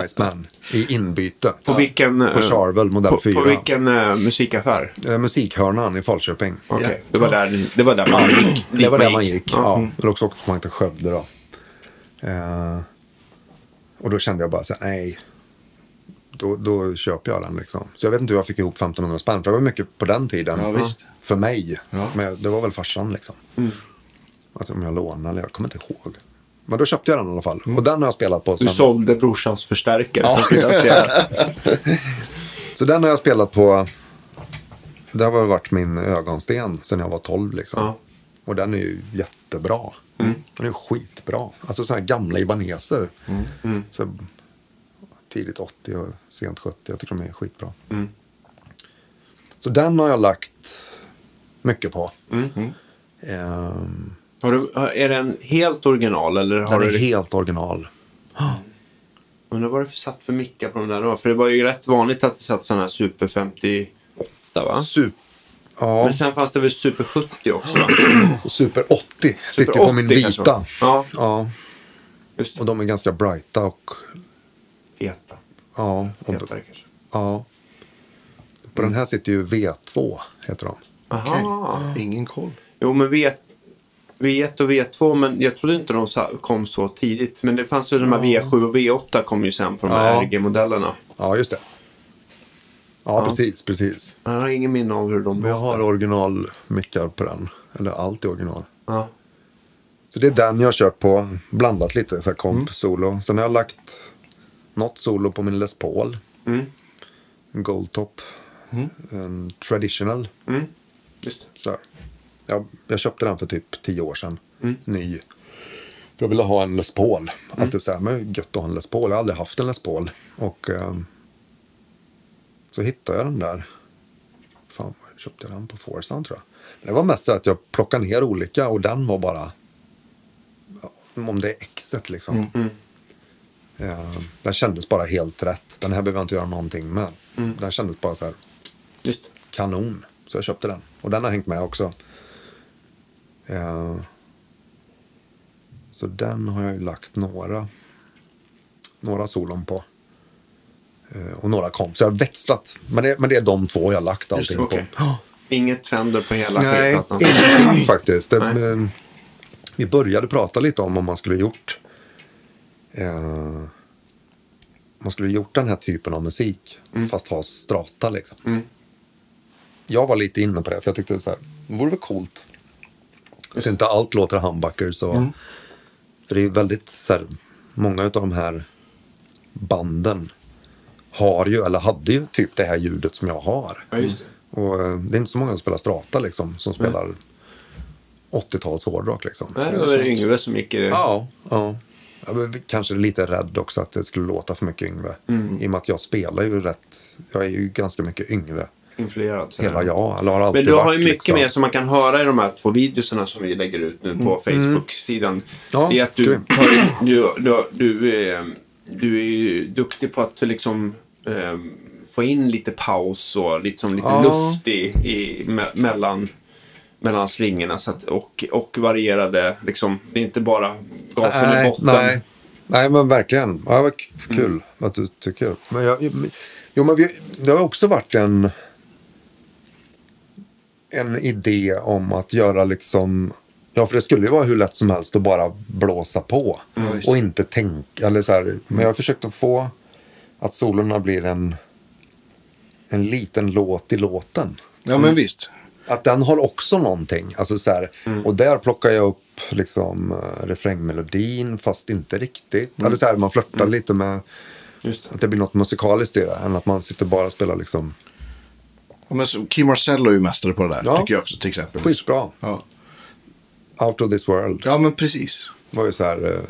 [SPEAKER 3] Iceman. I inbyte.
[SPEAKER 2] På vilken... eh,
[SPEAKER 3] På Charvel, modell
[SPEAKER 2] på,
[SPEAKER 3] 4.
[SPEAKER 2] På vilken eh, musikaffär?
[SPEAKER 3] eh, musikhörnan i Falköping.
[SPEAKER 2] Okej, det var där, det var där man gick.
[SPEAKER 3] Det var där man gick. Mm. Ja. Eller också åkte man till Skövde då. Eh, och då kände jag bara så här, nej. Då, då köper jag den liksom. Så jag vet inte hur jag fick ihop 1500 spänn. För det var mycket på den tiden. Mm.
[SPEAKER 1] Ja, visst.
[SPEAKER 3] För mig.
[SPEAKER 1] Ja. Mm.
[SPEAKER 3] Men det var väl farsan liksom. Att om jag lånade eller jag kommer inte ihåg. Men då köpte jag den i alla fall.
[SPEAKER 1] Mm.
[SPEAKER 3] Och den har jag spelat på
[SPEAKER 2] Du
[SPEAKER 3] sen.
[SPEAKER 2] sålde brorsans förstärkare.
[SPEAKER 3] Ja,
[SPEAKER 2] för finansiellt.
[SPEAKER 3] Så den har jag spelat på. Det har väl varit min ögonsten sedan jag var 12 liksom.
[SPEAKER 2] Ja. Mm.
[SPEAKER 3] Och den är ju jättebra. Den är ju skitbra. Alltså sådana här gamla ibaneser.
[SPEAKER 2] Mm.
[SPEAKER 3] Så tidigt 80 och sent 70. Jag tycker de är skitbra.
[SPEAKER 2] Mm.
[SPEAKER 3] Så den har jag lagt mycket på.
[SPEAKER 2] Mm.
[SPEAKER 3] Ehm,
[SPEAKER 2] har du, har- är den helt original eller har
[SPEAKER 3] den
[SPEAKER 2] du...
[SPEAKER 3] är helt original.
[SPEAKER 2] Undrar vad det för satt för mickar på de där då? För det var ju rätt vanligt att det satt sådana här Super 58 va?
[SPEAKER 3] Super, ja,
[SPEAKER 2] Men sen fanns det väl Super 70 också va?
[SPEAKER 3] super 80 sitter på min
[SPEAKER 2] 80 kanske
[SPEAKER 3] vita.
[SPEAKER 2] var. Ja,
[SPEAKER 3] Ja,
[SPEAKER 2] just
[SPEAKER 3] och
[SPEAKER 2] det.
[SPEAKER 3] de är ganska brighta och
[SPEAKER 2] Feta.
[SPEAKER 3] Ja, och,
[SPEAKER 2] Fetare kanske.
[SPEAKER 3] ja. På den här sitter ju V2, heter de.
[SPEAKER 2] Aha.
[SPEAKER 1] Ingen koll.
[SPEAKER 2] Jo, men V1, V1 och V2, men jag trodde inte de sa- kom så tidigt. Men det fanns ju de här V7 och V8 kom ju sen på de här
[SPEAKER 3] Ja.
[SPEAKER 2] RG-modellerna.
[SPEAKER 3] Ja, just det. Ja, precis, precis.
[SPEAKER 2] Jag har ingen minne av hur de...
[SPEAKER 3] Men jag har originalmickar på den. Eller allt i original.
[SPEAKER 2] Ja.
[SPEAKER 3] Så det är den jag har kört på. Blandat lite, så här komp, solo. Sen har jag lagt något solo på min Les Paul. En Goldtop. En traditional.
[SPEAKER 2] Just det.
[SPEAKER 3] Så här. Jag, jag köpte den för typ tio år sedan. Ny. För jag ville ha en Les Paul. Alltid så här, men gött att ha en Les Paul. Jag har aldrig haft en Les Paul. Och ehm, så hittade jag den där. Fan, vad köpte jag den på Forsound tror jag. Men det var mest så att jag plockade ner olika och den var bara... ja, Om det är exet liksom. Eh, den kändes bara helt rätt. Den här behöver jag inte göra någonting med. Den kändes bara så här
[SPEAKER 2] Just det.
[SPEAKER 3] kanon. Så jag köpte den. Och den har hängt med också. Eh, så den har jag ju lagt några, några solon på. Eh, och några kom. Så jag har växlat. Men det, men det är de två jag har lagt allting
[SPEAKER 2] okej.
[SPEAKER 3] på. Ja.
[SPEAKER 2] Inget Fender på hela
[SPEAKER 3] Nej,
[SPEAKER 2] skivplattan.
[SPEAKER 3] inte faktiskt. Det,
[SPEAKER 2] Nej.
[SPEAKER 3] eh, vi började prata lite om om man skulle gjort eh, om man skulle gjort den här typen av musik
[SPEAKER 2] Mm.
[SPEAKER 3] fast ha strata liksom. Jag var lite inne på det för jag tyckte så här, det vore väl coolt att inte allt låter humbuckers och
[SPEAKER 2] Mm.
[SPEAKER 3] för det är ju väldigt så här, många av de här banden har ju eller hade ju typ det här ljudet som jag har.
[SPEAKER 2] Ja, just det.
[SPEAKER 3] Och eh, det är inte så många som spelar strata liksom, som spelar 80-tals hårdrock liksom.
[SPEAKER 2] Nej, då är det Yngve som gick i det.
[SPEAKER 3] Ja, ja. Jag var kanske lite rädd också att det skulle låta för mycket Yngve.
[SPEAKER 2] Mm.
[SPEAKER 3] I och med att jag spelar ju rätt, jag är ju ganska mycket Yngve.
[SPEAKER 2] Influerat. sådär.
[SPEAKER 3] Hela jag, eller har alltid
[SPEAKER 2] Men du har ju
[SPEAKER 3] varit,
[SPEAKER 2] mycket
[SPEAKER 3] liksom.
[SPEAKER 2] mer som man kan höra i de här två videorna som vi lägger ut nu på Facebook-sidan.
[SPEAKER 3] Mm. Ja,
[SPEAKER 2] det är att du,
[SPEAKER 3] grymt.
[SPEAKER 2] tar, du, du, du, är, du är ju duktig på att liksom eh, få in lite paus och liksom lite
[SPEAKER 3] Ja.
[SPEAKER 2] luft i, i, me, mellan, mellan slingorna. Så att, och, och varierade liksom. Det är inte bara gasen i
[SPEAKER 3] Nej,
[SPEAKER 2] botten.
[SPEAKER 3] nej. nej, men verkligen. Ja, vad k- kul att du tycker. Men jag, jo, men vi, det har också varit en, en idé om att göra liksom... Ja, för det skulle ju vara hur lätt som helst att bara blåsa på och inte tänka. Eller så här, men jag har försökt att få att solorna blir en, en liten låt i låten
[SPEAKER 1] Ja, men visst.
[SPEAKER 3] att den har också någonting. Alltså så här,
[SPEAKER 1] Mm.
[SPEAKER 3] Och där plockar jag upp liksom, eh, refrängmelodin, fast inte riktigt.
[SPEAKER 1] Mm.
[SPEAKER 3] Eller så här, man flörtar lite med
[SPEAKER 2] Just det.
[SPEAKER 3] att det blir något musikaliskt i det, än att man sitter bara och spelar liksom,
[SPEAKER 1] Ja, men så, Kim Marcello är ju mästare på det där,
[SPEAKER 3] Ja.
[SPEAKER 1] tycker jag också till exempel.
[SPEAKER 3] skitbra.
[SPEAKER 1] Ja.
[SPEAKER 3] Out of this world.
[SPEAKER 1] ja, men precis.
[SPEAKER 3] var ju så här... eh,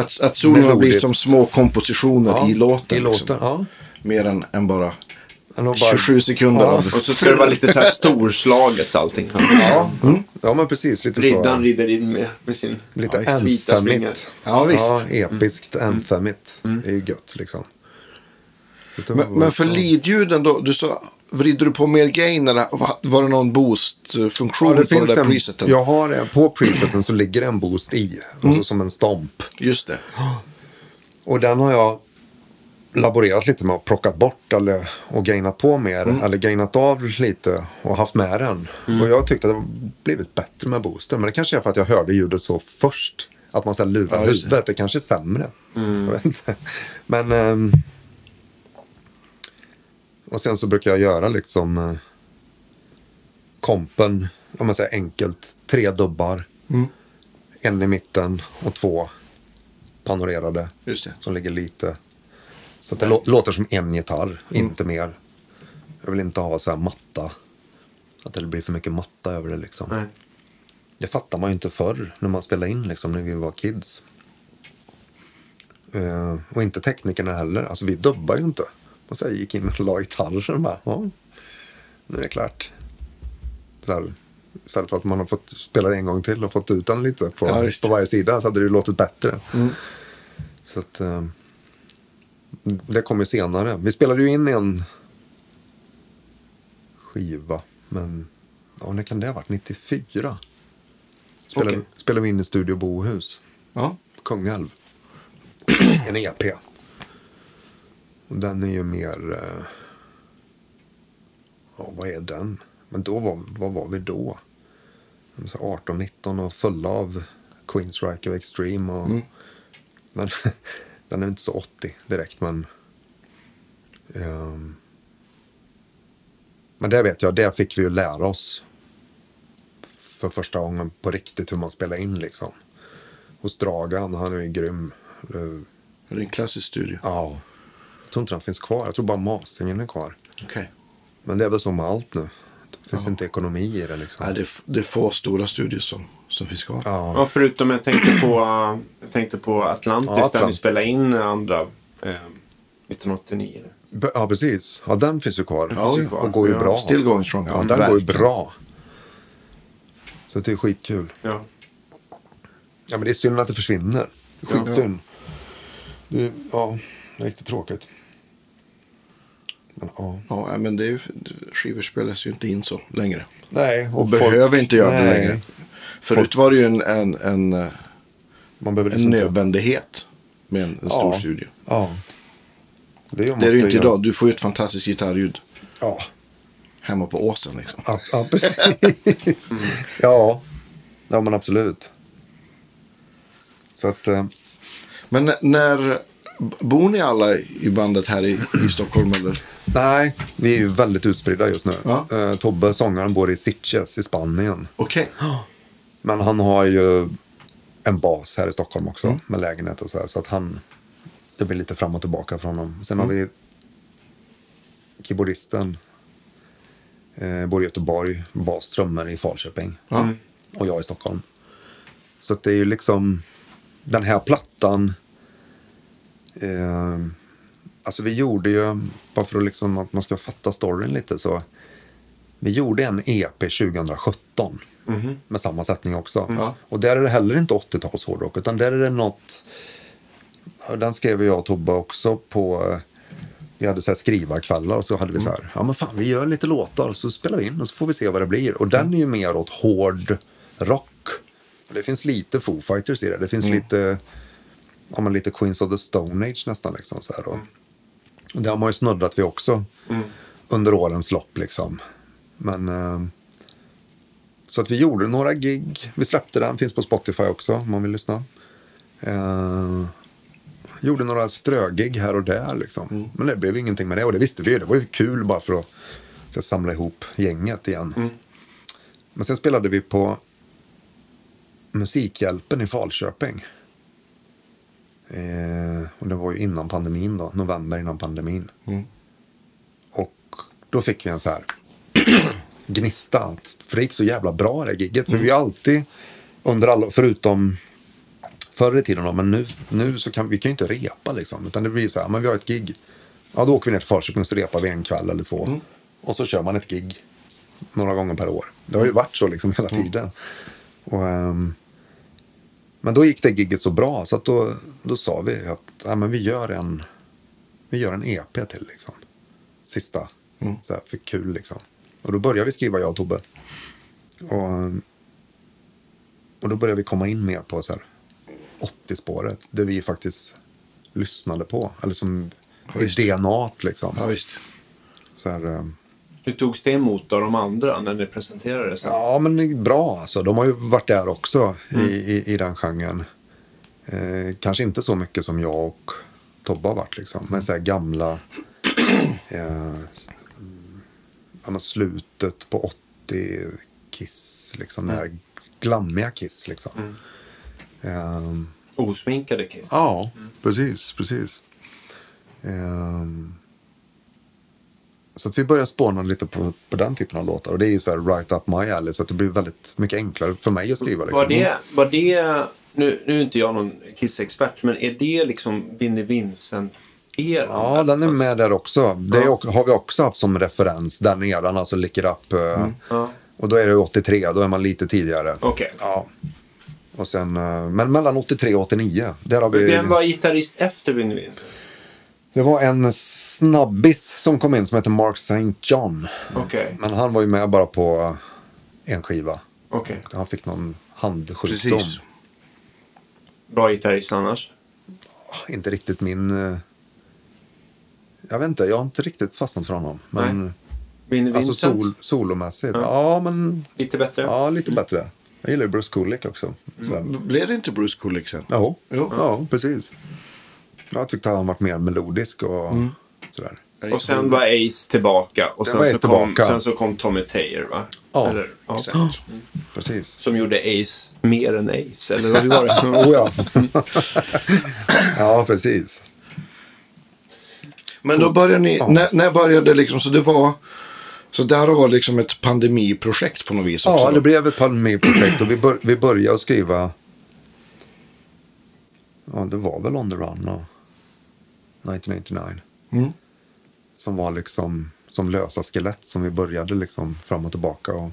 [SPEAKER 1] Att, att solorna blir
[SPEAKER 3] Melodiskt.
[SPEAKER 1] som små kompositioner
[SPEAKER 3] Ja,
[SPEAKER 1] i låten.
[SPEAKER 3] i låten,
[SPEAKER 1] liksom.
[SPEAKER 3] ja.
[SPEAKER 1] Mer än, än bara
[SPEAKER 3] Det var bara-
[SPEAKER 1] 27 sekunder
[SPEAKER 3] Ja.
[SPEAKER 1] av
[SPEAKER 2] Och så ska det vara lite så här storslaget allting.
[SPEAKER 3] Ja,
[SPEAKER 1] Mm.
[SPEAKER 3] ja men precis. Lite
[SPEAKER 2] Riddaren
[SPEAKER 3] så.
[SPEAKER 2] rider in med, med sin
[SPEAKER 3] Lite
[SPEAKER 2] ja, vita springare.
[SPEAKER 3] anthemigt.
[SPEAKER 1] Ja, visst. Mm.
[SPEAKER 3] Ja, episkt anthemigt. Det är ju gött liksom. Så det
[SPEAKER 1] Men,
[SPEAKER 3] var-
[SPEAKER 1] men för leadljuden då, du sa, vrider du på mer gain eller va- var det någon
[SPEAKER 3] Ja,
[SPEAKER 1] boost-funktion
[SPEAKER 3] det
[SPEAKER 1] på det
[SPEAKER 3] finns
[SPEAKER 1] där
[SPEAKER 3] en,
[SPEAKER 1] preseten?
[SPEAKER 3] jag har en, på preseten så ligger det en boost i,
[SPEAKER 1] Mm.
[SPEAKER 3] alltså som en stomp.
[SPEAKER 1] Just det.
[SPEAKER 3] Och den har jag laborerat lite med och plockat bort eller, och gainat på mer.
[SPEAKER 1] Mm.
[SPEAKER 3] Eller gainat av lite och haft med den. Och jag tyckte att det blivit bättre med boosten. Men det kanske är för att jag hörde ljudet så först. Att man sen lurar
[SPEAKER 1] Ja, just det. Mm.
[SPEAKER 3] huvudet. Det kanske är sämre. Jag vet inte. Men... ehm, och sen så brukar jag göra liksom eh, kompen, om man säger enkelt, tre dubbar.
[SPEAKER 1] Mm.
[SPEAKER 3] En i mitten och två panorerade
[SPEAKER 1] Just det.
[SPEAKER 3] som ligger lite. Så att det lå- låter som en gitarr,
[SPEAKER 1] Mm.
[SPEAKER 3] inte mer. Jag vill inte ha så här matta. Att det blir för mycket matta över det liksom.
[SPEAKER 2] Nej.
[SPEAKER 3] Det fattar man ju inte förr när man spelade in liksom, när vi var kids. Eh, och inte teknikerna heller. Alltså vi dubbar ju inte. Och så här gick in och la gitarren och bara, ja, nu är det klart. Så här, istället för att man har fått spela det en gång till och fått ut den lite på,
[SPEAKER 1] Ja, visst.
[SPEAKER 3] på varje sida så hade det ju låtit bättre. Så att, eh, det kom ju senare. Vi spelade ju in en skiva, men ja, när kan det ha varit? 94? Spelade,
[SPEAKER 2] Okej.
[SPEAKER 3] spelade vi in i Studio Bohus,
[SPEAKER 1] Ja.
[SPEAKER 3] på Kungälv. en EP. Och den är ju mer... eh, Ja, vad är den? Men då var, vad var vi då? 18-19 och fulla av Queens Rike of Extreme. Och den, den är inte så 80 direkt, men... ehm, men det vet jag, det fick vi ju lära oss för första gången på riktigt hur man spelar in liksom. Hos Dragan, han är ju grym. Eh,
[SPEAKER 1] Det är en klassisk studio.
[SPEAKER 3] Ja, jag tror inte han finns kvar. Jag tror bara masteringen är kvar.
[SPEAKER 1] Okej.
[SPEAKER 3] Men det är väl så med allt nu. Det finns inte ekonomi i det liksom.
[SPEAKER 1] Nej, det, är, f- det är få stora studios som, som finns kvar.
[SPEAKER 3] Ja,
[SPEAKER 2] Ja, förutom jag tänkte på, eh, jag tänkte på Atlantis
[SPEAKER 3] Ja,
[SPEAKER 2] där ni
[SPEAKER 3] Atlant-
[SPEAKER 2] spelade in andra eh, 1989.
[SPEAKER 3] B- ja precis. Ja, den finns ju kvar.
[SPEAKER 2] Den finns ju
[SPEAKER 1] ja.
[SPEAKER 2] kvar.
[SPEAKER 3] Och går ju
[SPEAKER 2] Ja,
[SPEAKER 3] bra.
[SPEAKER 1] Still going strong.
[SPEAKER 3] Ja, den går ju bra. Så det är skitkul.
[SPEAKER 2] Ja.
[SPEAKER 3] Ja, men det är synd att det försvinner. Skitsynd. Det är, ja, det är riktigt tråkigt. Men, ja.
[SPEAKER 1] Ja, nej, men det är ju, skivor spelas ju inte in så längre.
[SPEAKER 3] Nej,
[SPEAKER 1] Och behöver inte göra det
[SPEAKER 3] nej,
[SPEAKER 1] längre. Förut var det ju en, en, en, eh,
[SPEAKER 3] Man behöver
[SPEAKER 1] en
[SPEAKER 3] liksom inte-
[SPEAKER 1] nödvändighet med en, en stor
[SPEAKER 3] Ja.
[SPEAKER 1] studio.
[SPEAKER 3] Ja. Det, gör man
[SPEAKER 1] Det är det ju
[SPEAKER 3] ofta
[SPEAKER 1] inte
[SPEAKER 3] igen.
[SPEAKER 1] idag. Du får ju ett fantastiskt gitarrljud
[SPEAKER 3] Ja,
[SPEAKER 1] hemma på åsen. Liksom.
[SPEAKER 3] ja, ja precis.
[SPEAKER 1] Mm.
[SPEAKER 3] ja. ja, men absolut. Så att, eh,
[SPEAKER 1] Men n- när bor ni alla i bandet här i, i Stockholm? Eller?
[SPEAKER 3] nej, vi är ju väldigt utspridda just nu.
[SPEAKER 1] Ja.
[SPEAKER 3] Eh, Tobbe, sångaren, bor i Sitges i Spanien.
[SPEAKER 1] Okej.
[SPEAKER 3] Men han har ju en bas här i Stockholm också med lägenhet och så här. Så att han, det blir lite fram och tillbaka för honom. Sen har vi keyboardisten, eh, bor i Göteborg, basströmmar i Falköping och jag i Stockholm. Så att det är ju liksom den här plattan. Eh, alltså vi gjorde ju, bara för att, liksom, att man ska fatta storyn lite så. Vi gjorde en EP 2017 med samma sättning också. Och där är det heller inte 80-tals hårdrock utan där är det något. och Den skrev jag och Tobbe också på. eh, Vi hade så här skrivarkvällar och så hade vi så här. Ja men fan vi gör lite låtar så spelar vi in och så får vi se vad det blir. Och den är ju mer åt hård rock. Och Det finns lite Foo Fighters i det. Det finns lite, ja, men lite Queens of the Stone Age nästan liksom så här. Och, och det har man ju snuddat vid också under årens lopp. liksom. Men, eh, så att vi gjorde några gig. Vi släppte den, finns på Spotify också om man vill lyssna. Eh, gjorde några strögig här och där. Liksom. Men det blev ingenting med det och det visste vi ju. Det var ju kul bara för att, så att samla ihop gänget igen. Men sen spelade vi på Musikhjälpen i Falköping. Eh, och det var ju innan pandemin då, november innan pandemin. Och då fick vi en så här gnista, att- för det gick så jävla bra det här gigget. För vi har alltid, under alla, förutom förr i tiden då, men nu, nu så kan vi kan ju inte repa liksom. Utan det blir så här, men vi har ett gig Ja, då åker vi ner till Falköping och så repar vi en kväll eller två. Och så kör man ett gig några gånger per år. Det har
[SPEAKER 1] Mm.
[SPEAKER 3] ju varit så liksom hela tiden. Och, ehm, men då gick det gigget så bra så att då, då sa vi att ja, men vi, gör en, vi gör en EP till. Liksom. Sista,
[SPEAKER 1] Mm.
[SPEAKER 3] så här, för kul liksom. Och då började vi skriva, jag och Tobbe. Och, och då började vi komma in mer på så här 80-spåret, det vi faktiskt lyssnade på. Eller som
[SPEAKER 1] Ja,
[SPEAKER 3] i
[SPEAKER 1] visst.
[SPEAKER 3] DNAt liksom.
[SPEAKER 1] Ja, visst.
[SPEAKER 3] Så här, eh,
[SPEAKER 2] Hur togs det emot av de andra när ni presenterade det sen?
[SPEAKER 3] ja, men det är bra alltså. De har ju varit där också i, i, i den genren. Eh, kanske inte så mycket som jag och Tobbe har varit liksom. Men så här gamla... Eh, s- mm, ja, men slutet på 80 Kiss, liksom. Den här glammiga Kiss, liksom. Ehm,
[SPEAKER 2] Osminkade Kiss?
[SPEAKER 3] Ja, precis, precis. Ehm, så att vi börjar spåna lite på, på den typen av låtar. Och det är ju så här right up my alley. Så att det blir väldigt mycket enklare för mig att skriva. Liksom.
[SPEAKER 2] Var det, var det nu, nu är inte jag någon Kiss-expert, men är det liksom Vinnie Vincent-eran? Alltså,
[SPEAKER 3] Ja, den är med där också. Det är, ock- har vi också haft som referens där nedan, alltså Lick It Up. eh,
[SPEAKER 2] Mm. Ja.
[SPEAKER 3] Och då är det 83, då är man lite tidigare.
[SPEAKER 2] Okej.
[SPEAKER 3] Ja. Och sen, eh, men mellan 83 och 89, där har vi...
[SPEAKER 2] Vem var gitarrist efter Vinnie Vincent?
[SPEAKER 3] Det var en snabbis som kom in som heter Mark St. John.
[SPEAKER 2] Okej,
[SPEAKER 3] Men han var ju med bara på en skiva.
[SPEAKER 2] okej.
[SPEAKER 3] Han fick någon handsjukdom.
[SPEAKER 1] Precis.
[SPEAKER 2] Bra gitarrist annars.
[SPEAKER 3] Ah, Inte riktigt min... eh, Jag vet inte, jag har inte riktigt fastnat för honom. Men,
[SPEAKER 2] Nej. Vinnie
[SPEAKER 3] Alltså
[SPEAKER 2] Vincent,
[SPEAKER 3] sol, solomässigt. Ja. men
[SPEAKER 2] lite bättre.
[SPEAKER 3] ja, lite bättre. Jag gillar ju Bruce Kulick också. Mm.
[SPEAKER 1] Blev det inte Bruce Kulick sen?
[SPEAKER 3] Ja,
[SPEAKER 1] Jo.
[SPEAKER 3] ja, precis. Jag tyckte han varit mer melodisk och sådär.
[SPEAKER 2] Och sen var Ace tillbaka och sen,
[SPEAKER 3] var
[SPEAKER 2] så
[SPEAKER 3] Ace
[SPEAKER 2] kom,
[SPEAKER 3] tillbaka.
[SPEAKER 2] sen så kom Tommy Taylor va?
[SPEAKER 3] Ja,
[SPEAKER 2] eller, ja.
[SPEAKER 3] Precis.
[SPEAKER 2] Som gjorde Ace mer än Ace, eller vad var det?
[SPEAKER 3] Oh, ja. ja, precis.
[SPEAKER 1] Men då började ni, när, när började liksom, så det var, så där var liksom ett pandemiprojekt på något vis också?
[SPEAKER 3] Ja,
[SPEAKER 1] då?
[SPEAKER 3] det blev ett pandemiprojekt och vi, bör, vi började att skriva... Ja, det var väl On the Run och 1999.
[SPEAKER 1] Mm.
[SPEAKER 3] Som var liksom som lösa skelett som vi började liksom fram och tillbaka. Och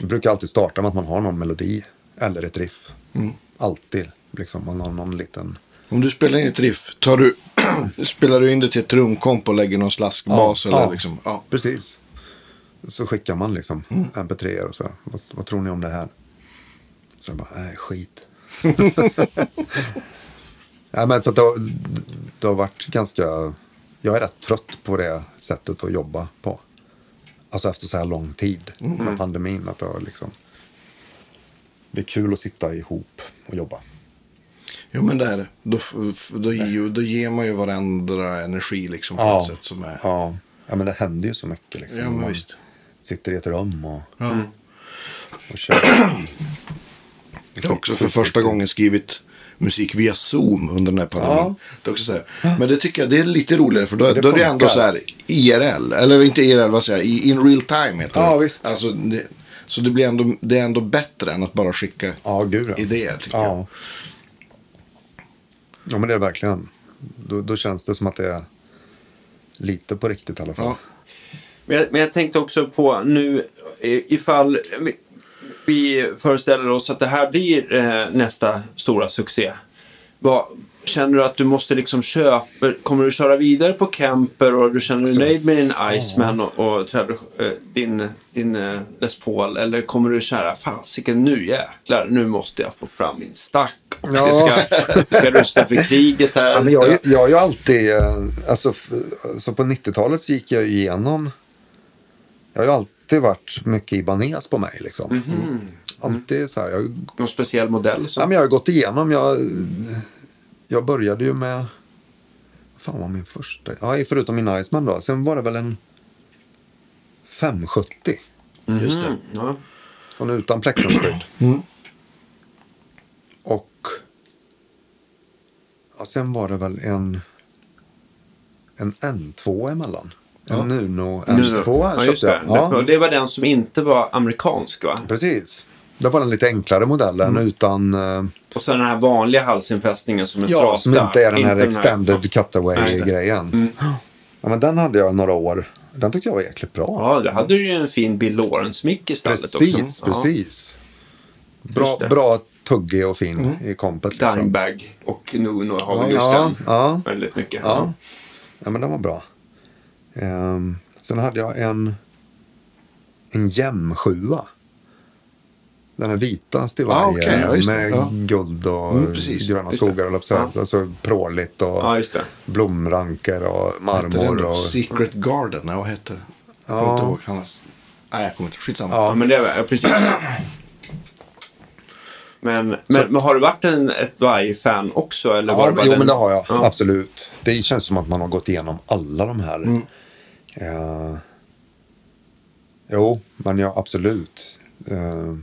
[SPEAKER 3] det brukar alltid starta med att man har någon melodi eller ett riff.
[SPEAKER 1] Mm.
[SPEAKER 3] Alltid. Liksom, man har någon liten...
[SPEAKER 1] Om du spelar in ett riff, tar du, spelar du in det till ett trumkomp och lägger någon slaskbas? eller Liksom, ja.
[SPEAKER 3] precis. Så skickar man liksom mp3 och så. här, Vad, vad tror ni om det här? Så jag bara, nej, skit. nej, men så att det, har, det har varit ganska... Jag är rätt trött på det sättet att jobba på. Alltså efter så här lång tid
[SPEAKER 1] Mm.
[SPEAKER 3] med pandemin. Att det, har liksom, det är kul att sitta ihop och jobba.
[SPEAKER 1] Jo, men det är det. Då, f- f- då, ger ju- då ger man ju varandra energi liksom, på ett sätt som är...
[SPEAKER 3] Ja. ja, men det händer ju så mycket. Liksom.
[SPEAKER 1] Ja, men
[SPEAKER 3] Man
[SPEAKER 1] visst.
[SPEAKER 3] Sitter i ett rum och,
[SPEAKER 1] Ja.
[SPEAKER 3] och kör.
[SPEAKER 1] Jag har också för första gången skrivit musik via Zoom under den här pandemin.
[SPEAKER 3] Ja.
[SPEAKER 1] Det är också så här. Men det tycker jag det är lite roligare för då,
[SPEAKER 3] Det
[SPEAKER 1] då är det ändå
[SPEAKER 3] funkar.
[SPEAKER 1] så här IRL. Eller inte IRL, vad säger jag? I- In real time heter
[SPEAKER 3] Ja,
[SPEAKER 1] det.
[SPEAKER 3] visst.
[SPEAKER 1] Alltså, det, så det, blir ändå, det är ändå bättre än att bara skicka
[SPEAKER 3] Ja, gud ja.
[SPEAKER 1] idéer tycker jag.
[SPEAKER 3] Ja. ja, men det är det verkligen. Då, då känns det som att det är lite på riktigt i alla fall.
[SPEAKER 1] Ja.
[SPEAKER 2] Men jag, men jag tänkte också på nu i- ifall vi, vi föreställer oss att det här blir eh, nästa stora succé. Vad, känner du att du måste liksom köpa, kommer du köra vidare på Camper och du känner dig nöjd med din Iceman och, och trad- eh, din, din eh, Les Paul eller kommer du köra fasiken nu jäklar nu måste jag få fram min stack och jag ska, jag ska rusta för kriget här.
[SPEAKER 3] Ja, men jag, jag har ju alltid, eh, alltså, f- alltså på 90-talet så gick jag ju igenom, jag har ju alltid varit mycket Ibanez på mig liksom. Alltid så här, jag,
[SPEAKER 2] Någon speciell modell? Som...
[SPEAKER 3] ja, men jag har gått igenom, jag, jag började ju med, fan var min första, ja, förutom min Iceman då, sen var det väl en 570.
[SPEAKER 1] Just
[SPEAKER 3] Mm-hmm.
[SPEAKER 1] det.
[SPEAKER 2] Ja.
[SPEAKER 3] Hon är utan plexumskydd.
[SPEAKER 2] Mm.
[SPEAKER 3] Och ja, sen var det väl en, en N2 emellan. En Nuno N2
[SPEAKER 2] ja, just
[SPEAKER 3] köpte
[SPEAKER 2] det.
[SPEAKER 3] jag. Ja,
[SPEAKER 2] det var den som inte var amerikansk va?
[SPEAKER 3] precis. Det var den lite enklare modellen
[SPEAKER 2] Mm.
[SPEAKER 3] utan... eh,
[SPEAKER 2] Och sen den här vanliga halsinfästningen som är strata.
[SPEAKER 3] Ja, som inte är den här
[SPEAKER 2] den
[SPEAKER 3] extended
[SPEAKER 2] Nej, just det.
[SPEAKER 3] cutaway-grejen. Ja, men den hade jag några år. Den tyckte jag var jäkligt bra.
[SPEAKER 2] Ja, då hade du ju en fin Bill Lawrence-mick i stallet
[SPEAKER 3] precis,
[SPEAKER 2] också.
[SPEAKER 3] precis. Bra,
[SPEAKER 2] Just det.
[SPEAKER 3] bra tuggig och fin i kompet.
[SPEAKER 2] Ja.
[SPEAKER 3] Liksom.
[SPEAKER 2] Dimebag och nu, nu har vi
[SPEAKER 3] Ja,
[SPEAKER 2] just
[SPEAKER 3] ja,
[SPEAKER 2] den
[SPEAKER 3] ja.
[SPEAKER 2] väldigt mycket.
[SPEAKER 3] Ja. ja, men den var bra. Ehm, sen hade jag en, en jäm sjua. Den här vita stivajen
[SPEAKER 1] Ah, okej, ja, just det.
[SPEAKER 3] med
[SPEAKER 1] Ja.
[SPEAKER 3] guld och
[SPEAKER 1] Mm, precis.
[SPEAKER 3] gröna
[SPEAKER 2] Just
[SPEAKER 3] skogar.
[SPEAKER 2] det.
[SPEAKER 3] Eller så,
[SPEAKER 2] Ja.
[SPEAKER 3] Alltså pråligt och
[SPEAKER 2] Ja, just det.
[SPEAKER 3] blomrankor och
[SPEAKER 1] Hette den
[SPEAKER 3] marmor.
[SPEAKER 1] då?
[SPEAKER 3] Och,
[SPEAKER 1] Secret Garden, eller vad hette det? Jag kommer inte ihåg. Han... Nej, jag kommer inte. Skitsamma.
[SPEAKER 2] Ja, men det är ja, precis. Men, men, men har du varit en, ett varg-fan också? Eller var
[SPEAKER 3] ja,
[SPEAKER 2] det bara
[SPEAKER 3] jo,
[SPEAKER 2] den-
[SPEAKER 3] men det har jag.
[SPEAKER 2] Ja.
[SPEAKER 3] Absolut. Det känns som att man har gått igenom alla de här.
[SPEAKER 2] Mm.
[SPEAKER 3] Eh, jo, men ja, absolut. Eh,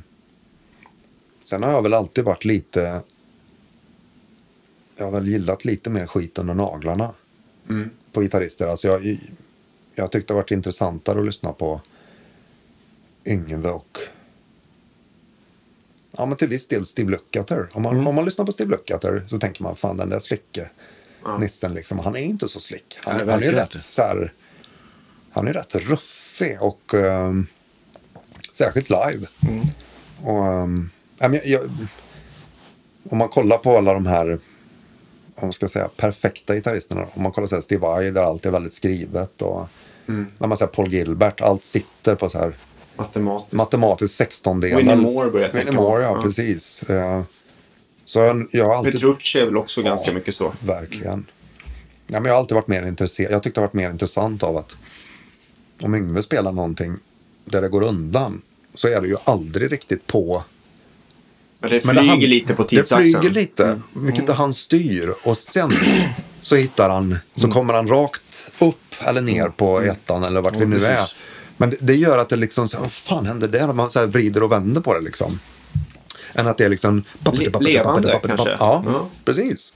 [SPEAKER 3] sen har jag väl alltid varit lite... Jag har väl gillat lite mer skit under naglarna
[SPEAKER 1] Mm.
[SPEAKER 3] på gitarrister. Alltså jag, jag tyckte det varit intressantare att lyssna på Yngve och ja, men till viss del Steve Lukather. Om
[SPEAKER 1] Mm.
[SPEAKER 3] man, om man lyssnar på Steve Lukather så tänker man fan den där slicke nissen liksom, han är inte så slick. Han,
[SPEAKER 1] Nej,
[SPEAKER 3] han är
[SPEAKER 1] verkligen
[SPEAKER 3] rätt
[SPEAKER 1] inte.
[SPEAKER 3] så här, han är rätt ruffig och ehm, särskilt live.
[SPEAKER 1] Mm.
[SPEAKER 3] Och, ehm, ja, men jag, jag, om man kollar på alla de här om man ska säga, perfekta gitarristerna. Om man kollar så här, Steve Vai, där allt är väldigt skrivet. Och,
[SPEAKER 2] Mm.
[SPEAKER 3] När man säger Paul Gilbert, allt sitter på så här
[SPEAKER 2] Matematiskt.
[SPEAKER 3] matematiskt 16 delar.
[SPEAKER 2] Winnie Moore börjar jag tänka
[SPEAKER 3] Winnie Moore,
[SPEAKER 2] på.
[SPEAKER 3] ja,
[SPEAKER 2] Ja.
[SPEAKER 3] precis. Eh, Så jag, jag har alltid...
[SPEAKER 2] Petrucci är väl också ganska
[SPEAKER 3] Ja.
[SPEAKER 2] mycket så.
[SPEAKER 3] Verkligen. Ja, men jag har alltid varit mer intresserad. Jag tyckte det varit mer intressant av att om Yngve spelar någonting där det går undan så är det ju aldrig riktigt på
[SPEAKER 2] Men det
[SPEAKER 3] men
[SPEAKER 2] flyger
[SPEAKER 3] han-
[SPEAKER 2] lite på tidsaxeln.
[SPEAKER 3] Det flyger lite,
[SPEAKER 1] Mm.
[SPEAKER 3] vilket han styr. Och sen så hittar han, så
[SPEAKER 1] Mm.
[SPEAKER 3] kommer han rakt upp eller ner på ettan eller vart vi nu är.
[SPEAKER 1] precis.
[SPEAKER 3] Men det, det gör att det liksom, så här, vad fan händer där? Om Man så här vrider och vänder på det liksom. Än att det är liksom...
[SPEAKER 2] levande kanske?
[SPEAKER 3] Ja,
[SPEAKER 2] Ja.
[SPEAKER 3] precis.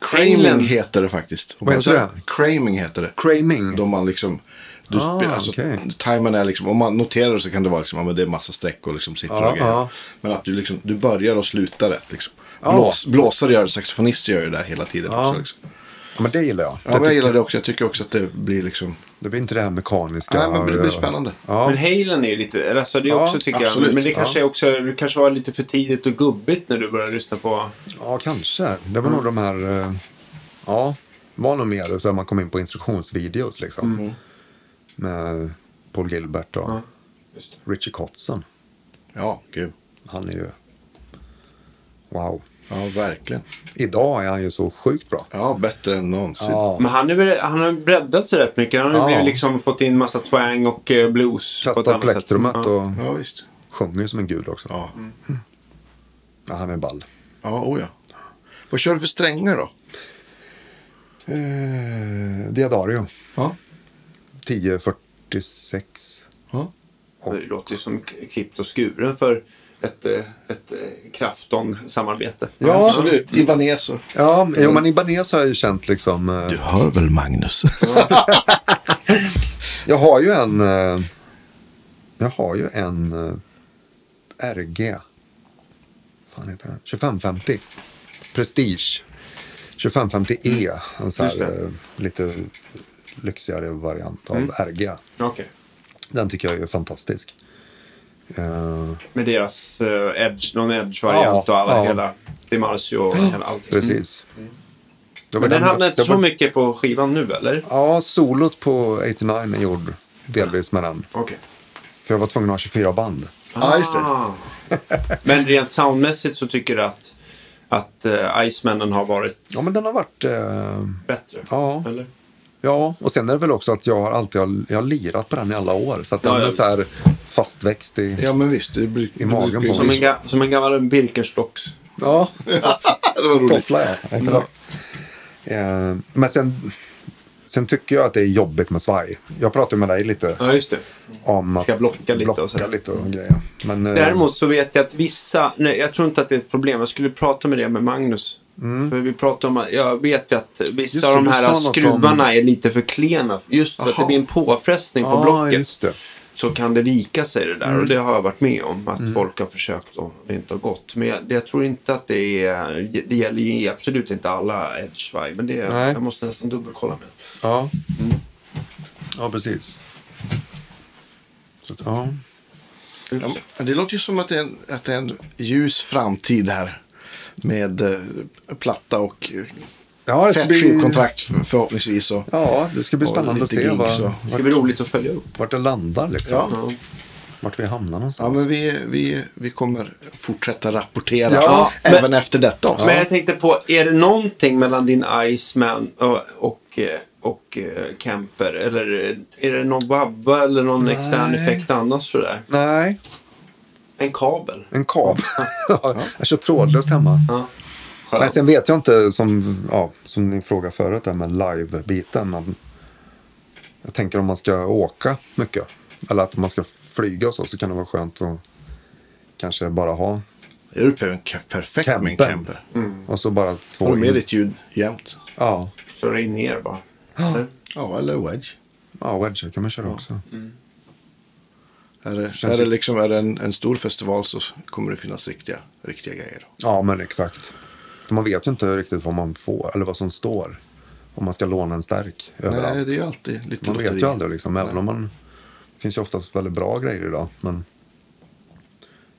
[SPEAKER 1] Craming
[SPEAKER 2] England.
[SPEAKER 1] heter det faktiskt.
[SPEAKER 3] Vad heter det?
[SPEAKER 1] Craming heter det.
[SPEAKER 3] Craming.
[SPEAKER 1] Då man liksom... Du
[SPEAKER 3] Ah,
[SPEAKER 1] spe, alltså,
[SPEAKER 3] okej.
[SPEAKER 1] timern är liksom, om man noterar så kan det vara liksom, ja, men det är massa streck och liksom sitter
[SPEAKER 3] Ja,
[SPEAKER 1] och grejer.
[SPEAKER 3] ja.
[SPEAKER 1] Men att du, liksom, du börjar och slutar rätt. Liksom. Blås, blåsare gör det, saxofonister gör ju det där hela tiden. Också, liksom.
[SPEAKER 3] Ja, men det gillar jag.
[SPEAKER 1] ja, men jag
[SPEAKER 3] tycker-
[SPEAKER 1] gillar det också. Jag tycker också att det blir liksom...
[SPEAKER 3] Det blir inte det här mekaniska.
[SPEAKER 1] Nej, men det blir spännande.
[SPEAKER 3] Ja.
[SPEAKER 2] Men Halen är ju lite, eller alltså det är
[SPEAKER 3] Ja,
[SPEAKER 2] också tycker
[SPEAKER 1] absolut.
[SPEAKER 2] jag. Men det kanske är också, det kanske var lite för tidigt och gubbigt när du började lyssna på.
[SPEAKER 3] Ja, kanske. Det var nog
[SPEAKER 2] Mm.
[SPEAKER 3] de här... eh, Ja, var nog mer så här man kom in på instruktionsvideos liksom.
[SPEAKER 2] Mm.
[SPEAKER 3] Med Paul Gilbert och
[SPEAKER 2] Just det.
[SPEAKER 3] Richie Kotzen.
[SPEAKER 1] Ja, gud.
[SPEAKER 3] Han är ju... Wow.
[SPEAKER 1] Ja, verkligen.
[SPEAKER 3] Idag är han ju så sjukt bra.
[SPEAKER 1] Ja, bättre än någonsin.
[SPEAKER 3] Ja,
[SPEAKER 2] Men han, är, väl- han har breddat sig rätt mycket. Han har
[SPEAKER 3] Ja.
[SPEAKER 2] ju blivit liksom fått in massa twang och eh, blues. på ett
[SPEAKER 3] kastar
[SPEAKER 2] annat sätt.
[SPEAKER 3] plektrumet
[SPEAKER 2] Ja.
[SPEAKER 3] och
[SPEAKER 1] Ja, visst.
[SPEAKER 3] sjunger ju som en gud också. Ja.
[SPEAKER 1] Ja,
[SPEAKER 3] han är ball.
[SPEAKER 1] ja oh ja. Vad kör du för strängar då?
[SPEAKER 3] Eh, Diadario,
[SPEAKER 1] Ja,
[SPEAKER 3] 1046.
[SPEAKER 1] ja.
[SPEAKER 2] Det låter ju som k- klippt och skuren för ett, eh, ett eh, Krafton-samarbete.
[SPEAKER 3] Ja.
[SPEAKER 1] absolut. Ibanez och...
[SPEAKER 3] Ja, jo, men Ibanez har jag ju känt liksom... eh,
[SPEAKER 1] Du hör väl Magnus?
[SPEAKER 3] Jag har ju en... eh, Jag har ju en eh, RG. fan heter den? 2550. Prestige. 2550E. En så
[SPEAKER 2] Just
[SPEAKER 3] här,
[SPEAKER 2] det. Mm.
[SPEAKER 3] eh, lite lyxigare variant av RG.
[SPEAKER 2] Okej.
[SPEAKER 3] Den tycker jag är fantastisk. Eh,
[SPEAKER 2] Med deras eh, edge, någon edge-variant
[SPEAKER 3] Ja,
[SPEAKER 2] och alla
[SPEAKER 3] ja.
[SPEAKER 2] hela Dimarzio och hela allting.
[SPEAKER 3] precis. Det var
[SPEAKER 2] Men den hamnar inte
[SPEAKER 3] det
[SPEAKER 2] så
[SPEAKER 3] var-
[SPEAKER 2] mycket på skivan nu eller?
[SPEAKER 3] Ja, solot på 89 är gjord delvis med den.
[SPEAKER 2] Okej.
[SPEAKER 3] För jag var tvungen att ha 24 band.
[SPEAKER 1] Ja, just det.
[SPEAKER 2] Men rent soundmässigt så tycker du att, att uh, Icemannen har varit
[SPEAKER 3] Ja, men den har varit... eh,
[SPEAKER 2] bättre?
[SPEAKER 3] Ja.
[SPEAKER 2] Eller?
[SPEAKER 3] Ja, och sen är det väl också att jag har alltid har, jag har lirat på den i alla år. Så att den
[SPEAKER 2] Ja, ja,
[SPEAKER 3] är så här fastväxt i...
[SPEAKER 1] Ja, men visst. Det blir,
[SPEAKER 3] I magen
[SPEAKER 1] det blir-
[SPEAKER 3] på
[SPEAKER 2] Som en, ga- som en gammal Birkenstocks.
[SPEAKER 3] Ja,
[SPEAKER 1] Det var roligt.
[SPEAKER 3] toffla är
[SPEAKER 2] Mm.
[SPEAKER 3] exakt. Eh, Men sen, sen tycker jag att det är jobbigt med svaj. Jag pratade med dig lite
[SPEAKER 2] Ja, just det.
[SPEAKER 3] om att
[SPEAKER 2] Ska blocka lite och
[SPEAKER 3] blocka
[SPEAKER 2] sådär.
[SPEAKER 3] lite och grejer. Men, eh,
[SPEAKER 2] Däremot så vet jag att vissa, nej jag tror inte att det är ett problem, jag skulle prata med det med Magnus. För vi pratade om, att- jag vet ju att
[SPEAKER 3] Mm. Just
[SPEAKER 2] vissa
[SPEAKER 3] det,
[SPEAKER 2] av de
[SPEAKER 3] du sa
[SPEAKER 2] här
[SPEAKER 3] något om-
[SPEAKER 2] skruvarna är lite för klena. Just för att
[SPEAKER 3] Aha.
[SPEAKER 2] det blir en påfrestning på
[SPEAKER 3] Ja,
[SPEAKER 2] blocket.
[SPEAKER 3] Ah, just det. Mm.
[SPEAKER 2] så kan det vika sig det där. Och det har jag varit med om. Att folk har försökt och det inte har gått. Men jag, det- jag tror inte att det är... Det gäller ju absolut inte alla Edgeway. Men det,
[SPEAKER 3] Nej.
[SPEAKER 2] jag måste nästan dubbelkolla med.
[SPEAKER 3] Ja.
[SPEAKER 2] Mm.
[SPEAKER 3] Ja, precis. Så, att, ja.
[SPEAKER 1] Ja, men det låter ju som att det är en, att det är en ljus framtid här. Med eh, platta och eh,
[SPEAKER 3] Ja, det ska
[SPEAKER 1] fett
[SPEAKER 3] bli-
[SPEAKER 1] skivkontrakt för- förhoppningsvis. Och,
[SPEAKER 3] ja, det ska bli
[SPEAKER 1] och
[SPEAKER 3] spännande att
[SPEAKER 1] lite
[SPEAKER 3] se
[SPEAKER 1] gigs
[SPEAKER 3] vad,
[SPEAKER 1] och-
[SPEAKER 2] Det ska bli roligt att följa upp.
[SPEAKER 3] vart det landar. Liksom.
[SPEAKER 1] Ja.
[SPEAKER 2] Ja.
[SPEAKER 3] Vart vi hamnar
[SPEAKER 1] Ja,
[SPEAKER 3] någonstans.
[SPEAKER 1] men vi, vi, vi kommer fortsätta rapportera
[SPEAKER 2] Ja,
[SPEAKER 1] även
[SPEAKER 2] men-
[SPEAKER 1] efter detta avsnitt.
[SPEAKER 2] Men jag tänkte på, är det någonting mellan din Iceman och, och, eh, och eh, Camper? Eller eh, är det någon vabba eller någon extern effekt annars för det där?
[SPEAKER 3] Nej,
[SPEAKER 2] En kabel?
[SPEAKER 3] en kabel. Ja. jag kör trådlöst hemma.
[SPEAKER 2] Ja.
[SPEAKER 3] Men sen vet jag inte, som, ja, som ni frågade förut, där med live-biten. om- Jag tänker om man ska åka mycket, eller att man ska flyga och så, så kan det vara skönt att kanske bara ha
[SPEAKER 1] Är du perf- perfekt med en
[SPEAKER 3] campen.
[SPEAKER 1] camper?
[SPEAKER 3] Och så bara två
[SPEAKER 1] Har du
[SPEAKER 3] in-
[SPEAKER 1] med ditt ljud jämt?
[SPEAKER 3] Ja,
[SPEAKER 2] Köra in ner bara.
[SPEAKER 1] Ja, eller wedge.
[SPEAKER 3] ja wedge kan man köra också.
[SPEAKER 1] Är det, är det, liksom, är det en, en stor festival så kommer det finnas riktiga, riktiga grejer.
[SPEAKER 3] Ja, men exakt. För man vet ju inte riktigt vad man får, eller vad som står. Om man ska låna en stärk överallt.
[SPEAKER 1] Nej, det är ju alltid lite
[SPEAKER 3] Man vet
[SPEAKER 1] lotteri.
[SPEAKER 3] ju aldrig liksom, även om man... Det finns ju oftast väldigt bra grejer idag, men...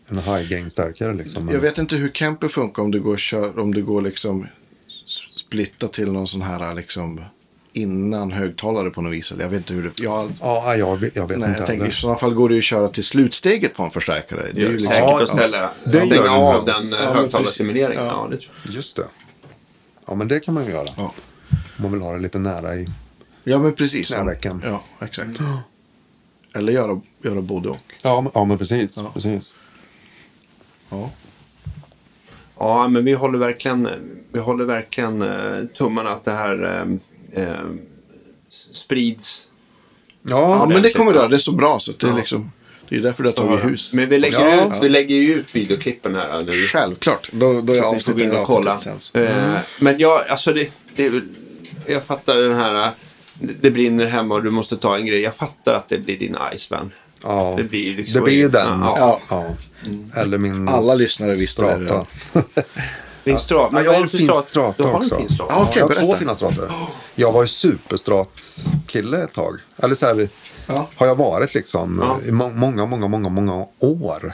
[SPEAKER 3] En high gain stärkare liksom. Men,
[SPEAKER 1] Jag vet inte hur camper funkar om du går, och kör, om du går liksom s- splitta till någon sån här liksom innan högtalare på något vis. eller Jag vet inte hur det... Jag,
[SPEAKER 3] Ja, jag, vet- jag vet
[SPEAKER 1] nej,
[SPEAKER 3] inte
[SPEAKER 1] jag tänker, I
[SPEAKER 3] heller.
[SPEAKER 1] sådana fall går det ju att köra till slutsteget på en förstärkare.
[SPEAKER 2] Det är ju
[SPEAKER 1] liksom-
[SPEAKER 2] säkert
[SPEAKER 3] Ja,
[SPEAKER 2] att ställa,
[SPEAKER 3] det gör det
[SPEAKER 2] stänga av
[SPEAKER 3] nog.
[SPEAKER 2] den
[SPEAKER 1] Ja, men
[SPEAKER 2] ja, högtalarsimuleringen.
[SPEAKER 1] precis.
[SPEAKER 2] Ja.
[SPEAKER 1] Ja.
[SPEAKER 2] det tror jag.
[SPEAKER 3] Just det. Ja, men det kan man ju göra.
[SPEAKER 1] Ja.
[SPEAKER 3] Om man vill ha det lite nära i...
[SPEAKER 1] ja, men precis.
[SPEAKER 3] Knävecken.
[SPEAKER 1] Ja, exakt. Eller göra, göra både och.
[SPEAKER 3] Ja, men, ja, men precis.
[SPEAKER 1] Ja.
[SPEAKER 3] precis.
[SPEAKER 1] Ja.
[SPEAKER 2] ja, men vi håller verkligen, vi håller verkligen eh, tummarna att det här eh, eh, sprids.
[SPEAKER 1] Ja,
[SPEAKER 3] Ja,
[SPEAKER 1] men det
[SPEAKER 2] ordentligt,
[SPEAKER 1] kommer
[SPEAKER 2] ja.
[SPEAKER 1] det. Det är så bra så att det är liksom... Det är därför du har tagit hus.
[SPEAKER 2] Men vi lägger,
[SPEAKER 3] Ja.
[SPEAKER 2] ut, vi lägger ju ut videoklippen här nu.
[SPEAKER 1] Självklart. Då, då är
[SPEAKER 2] Ni får gå in
[SPEAKER 1] avsnittet
[SPEAKER 2] och kolla.
[SPEAKER 1] avsnittet sen, så.
[SPEAKER 2] Eh,
[SPEAKER 3] Mm.
[SPEAKER 2] Men jag, alltså det, det är väl, jag fattar den här, eh, det brinner hemma och du måste ta en grej. Jag fattar att det blir din Iceman.
[SPEAKER 3] Ja.
[SPEAKER 2] Det blir ju liksom-
[SPEAKER 3] det blir ju den.
[SPEAKER 2] Ja.
[SPEAKER 3] Ja. Eller min
[SPEAKER 1] Mm. Alla lyssnare visste det
[SPEAKER 3] strata.
[SPEAKER 2] Din strat.
[SPEAKER 3] Ja,
[SPEAKER 2] men
[SPEAKER 3] jag
[SPEAKER 2] vad
[SPEAKER 3] har
[SPEAKER 2] är
[SPEAKER 3] en
[SPEAKER 2] det för
[SPEAKER 3] fin
[SPEAKER 2] strat? Du
[SPEAKER 3] strata
[SPEAKER 2] har
[SPEAKER 3] också.
[SPEAKER 2] en fin strata?
[SPEAKER 1] Ja, okej,
[SPEAKER 3] jag har två
[SPEAKER 1] berätta.
[SPEAKER 3] fina strator. Jag var ju superstrat-kille ett tag. Eller så här,
[SPEAKER 1] Ja.
[SPEAKER 3] har jag varit liksom.
[SPEAKER 2] Ja.
[SPEAKER 3] I må- många, många, många, många år.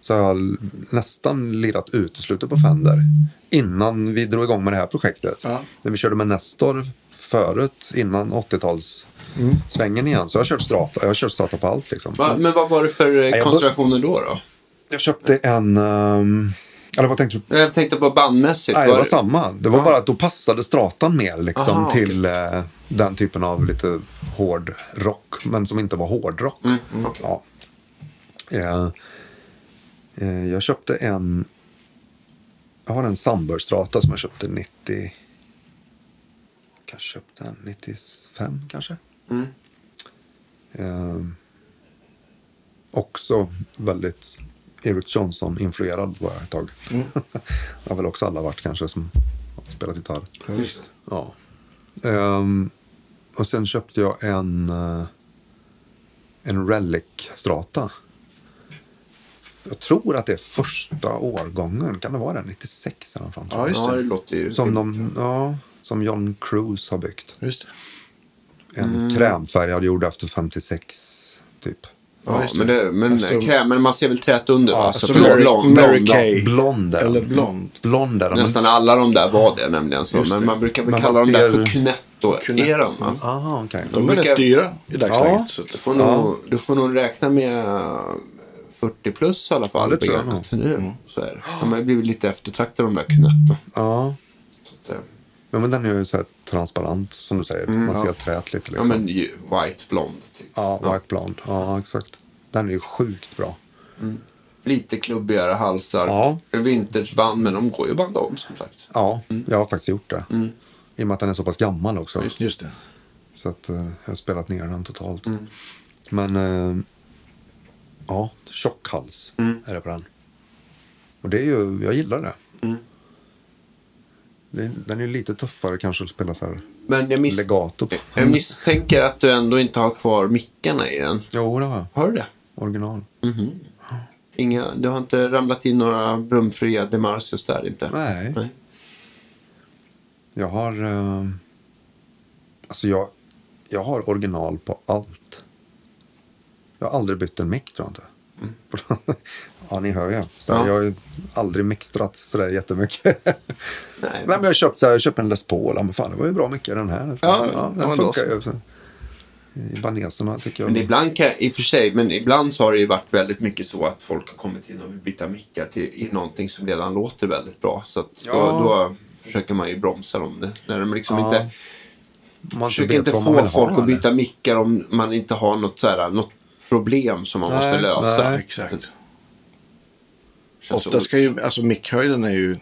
[SPEAKER 3] Så har jag l- nästan lirat uteslutet på Fender. Innan vi drog igång med det här projektet.
[SPEAKER 1] Ja.
[SPEAKER 3] När vi körde med Nestor förut, innan 80-talssvängen igen. Så jag har kört strata. Jag har kört strata på allt liksom.
[SPEAKER 2] Va, men vad var det för eh,
[SPEAKER 3] jag bör-
[SPEAKER 2] konstellationer då? då?
[SPEAKER 3] Jag köpte en... ehm, eller vad tänkte du?
[SPEAKER 2] Jag tänkte bara bandmässigt.
[SPEAKER 3] Nej, det
[SPEAKER 2] var-
[SPEAKER 3] var samma. Det var bara att då passade stratan mer liksom,
[SPEAKER 2] Aha,
[SPEAKER 3] till eh, den typen av lite hård rock, men som inte var hårdrock. ja. eh, eh, jag köpte en... Jag har en Samber-strata som jag köpte 90... Kanske köpte den 95, kanske. Eh, också väldigt Eric Johnson-influerad var jag ett tag. det har väl också alla varit kanske som har spelat gitarr.
[SPEAKER 1] Just det.
[SPEAKER 3] Ja. Ehm, och sen köpte jag en, eh, en Relic Strata. Jag tror att det är första årgången, kan det vara den? 96 eller något sånt.
[SPEAKER 1] Ja, just
[SPEAKER 2] Ja, det
[SPEAKER 1] det.
[SPEAKER 2] låter ju...
[SPEAKER 3] som, de, ja, som John Cruise har byggt.
[SPEAKER 1] Just det.
[SPEAKER 3] En
[SPEAKER 1] Mm.
[SPEAKER 3] krämfärgad gjord efter 56, typ.
[SPEAKER 2] ja,
[SPEAKER 1] just det.
[SPEAKER 2] men, det, men,
[SPEAKER 1] Alltså-
[SPEAKER 2] krä- men man ser väl trät under? va?
[SPEAKER 3] alltså
[SPEAKER 2] Så
[SPEAKER 1] Mary-
[SPEAKER 2] blond- blond-
[SPEAKER 1] Mary
[SPEAKER 2] blond-
[SPEAKER 1] Kay.
[SPEAKER 3] Blond är de.
[SPEAKER 1] Eller blond.
[SPEAKER 3] Blond är de.
[SPEAKER 2] Nästan alla de där var det nämligen. Så.
[SPEAKER 1] Just det.
[SPEAKER 2] Men man brukar väl
[SPEAKER 3] Men
[SPEAKER 2] kalla
[SPEAKER 3] man
[SPEAKER 2] dem där
[SPEAKER 3] ser-
[SPEAKER 2] för Cunetto-eran. va?
[SPEAKER 3] Aha, okej.
[SPEAKER 1] De är
[SPEAKER 2] brukar-
[SPEAKER 1] rätt dyra i dagsläget.
[SPEAKER 3] Ja.
[SPEAKER 1] Så
[SPEAKER 2] Du
[SPEAKER 1] att,
[SPEAKER 2] får, nog, du får nog räkna med 40 plus i alla fall.
[SPEAKER 3] Ja, det tror jag Mm.
[SPEAKER 2] begagnat. Det är- Så är det. De har ju blivit lite eftertraktade de där Cunetto.
[SPEAKER 3] Ja.
[SPEAKER 2] Så att, eh,
[SPEAKER 3] Ja, men den är ju så här transparent som du säger.
[SPEAKER 1] Mm,
[SPEAKER 3] Man ser träet lite
[SPEAKER 2] ja,
[SPEAKER 3] liksom.
[SPEAKER 2] men ju- white blond. Typ.
[SPEAKER 3] Ja, White Blonde. Ja, exakt. Den är ju sjukt bra.
[SPEAKER 2] Lite klubbigare halsar.
[SPEAKER 3] Ja.
[SPEAKER 2] Vintageband, men de går ju att banda om som sagt.
[SPEAKER 3] Ja, jag har faktiskt gjort det. I och med att den är så pass gammal också.
[SPEAKER 1] Mm. just det.
[SPEAKER 3] Så att eh, jag har spelat ner den totalt.
[SPEAKER 1] Mm.
[SPEAKER 3] Men eh, ja, tjock hals
[SPEAKER 1] Mm. Mm.
[SPEAKER 3] är det på den. Och det är ju, jag gillar det. det- den är ju lite tuffare kanske att spela så här
[SPEAKER 2] Men jag, mis-
[SPEAKER 3] legato på.
[SPEAKER 1] Eh,
[SPEAKER 2] jag misstänker att du ändå inte har kvar mickarna i den.
[SPEAKER 3] Jo, det har jag.
[SPEAKER 2] Har du det?
[SPEAKER 3] Original.
[SPEAKER 2] Inga, du har inte ramlat in några brumfria Demarcius där inte?
[SPEAKER 3] Nej. Jag har... Eh, alltså jag, jag har original på allt. Jag har aldrig bytt en mick tror jag inte. ja, ni hör ju. Så
[SPEAKER 2] Mm. Ja.
[SPEAKER 3] Jag har ju aldrig mixtrat sådär jättemycket. Nej,
[SPEAKER 2] Nej.
[SPEAKER 3] men jag har köpt, så här, jag köpte en Les Paul. Ja, Men fan, det var ju bra mycket den här.
[SPEAKER 1] Ja, ja,
[SPEAKER 3] den
[SPEAKER 1] men då
[SPEAKER 3] funkar ju. Så- eh, I baneserna tycker jag.
[SPEAKER 2] Men ibland kan, i och för sig, men ibland så har det ju varit väldigt mycket så att folk har kommit in och vill byta mickar till, i någonting som redan låter väldigt bra. Så att
[SPEAKER 3] Ja.
[SPEAKER 2] då, då försöker man ju bromsa dem. det- När de liksom
[SPEAKER 3] Ja,
[SPEAKER 2] inte,
[SPEAKER 3] man man
[SPEAKER 2] försöker
[SPEAKER 3] vet
[SPEAKER 2] inte
[SPEAKER 3] vad man vill
[SPEAKER 2] få
[SPEAKER 3] ha,
[SPEAKER 2] folk att
[SPEAKER 3] eller?
[SPEAKER 2] byta mickar om man inte har något, så här, något problem som man
[SPEAKER 3] Nej,
[SPEAKER 2] måste lösa.
[SPEAKER 3] nej.
[SPEAKER 1] Exakt.
[SPEAKER 2] Känns
[SPEAKER 1] Ofta
[SPEAKER 2] så-
[SPEAKER 1] ska ju, alltså mickhöjden är ju en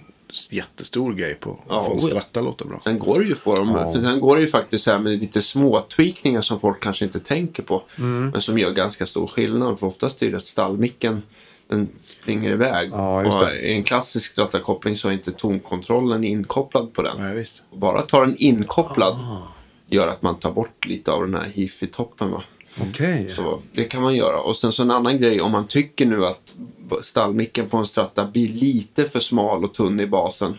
[SPEAKER 1] jättestor grej på
[SPEAKER 2] Ja,
[SPEAKER 1] att få en
[SPEAKER 2] oj.
[SPEAKER 1] stratta låta bra.
[SPEAKER 2] Sen går det ju för dem.
[SPEAKER 3] Ja.
[SPEAKER 2] För sen går det ju faktiskt så här med lite små tweakningar som folk kanske inte tänker på.
[SPEAKER 3] Mm.
[SPEAKER 2] Men som gör ganska stor skillnad. För oftast är det att stallmicken den springer iväg.
[SPEAKER 3] Ja, just
[SPEAKER 2] och
[SPEAKER 3] det.
[SPEAKER 2] I en klassisk strattakoppling så är inte tonkontrollen inkopplad på den.
[SPEAKER 1] Nej, visst.
[SPEAKER 2] Och bara att ha den inkopplad
[SPEAKER 3] Ah.
[SPEAKER 2] gör att man tar bort lite av den här hifi-toppen. Va?
[SPEAKER 3] Okej.
[SPEAKER 2] Så det kan man göra. Och sen så en annan grej, om man tycker nu att b- stallmicken på en stratta blir lite för smal och tunn i basen.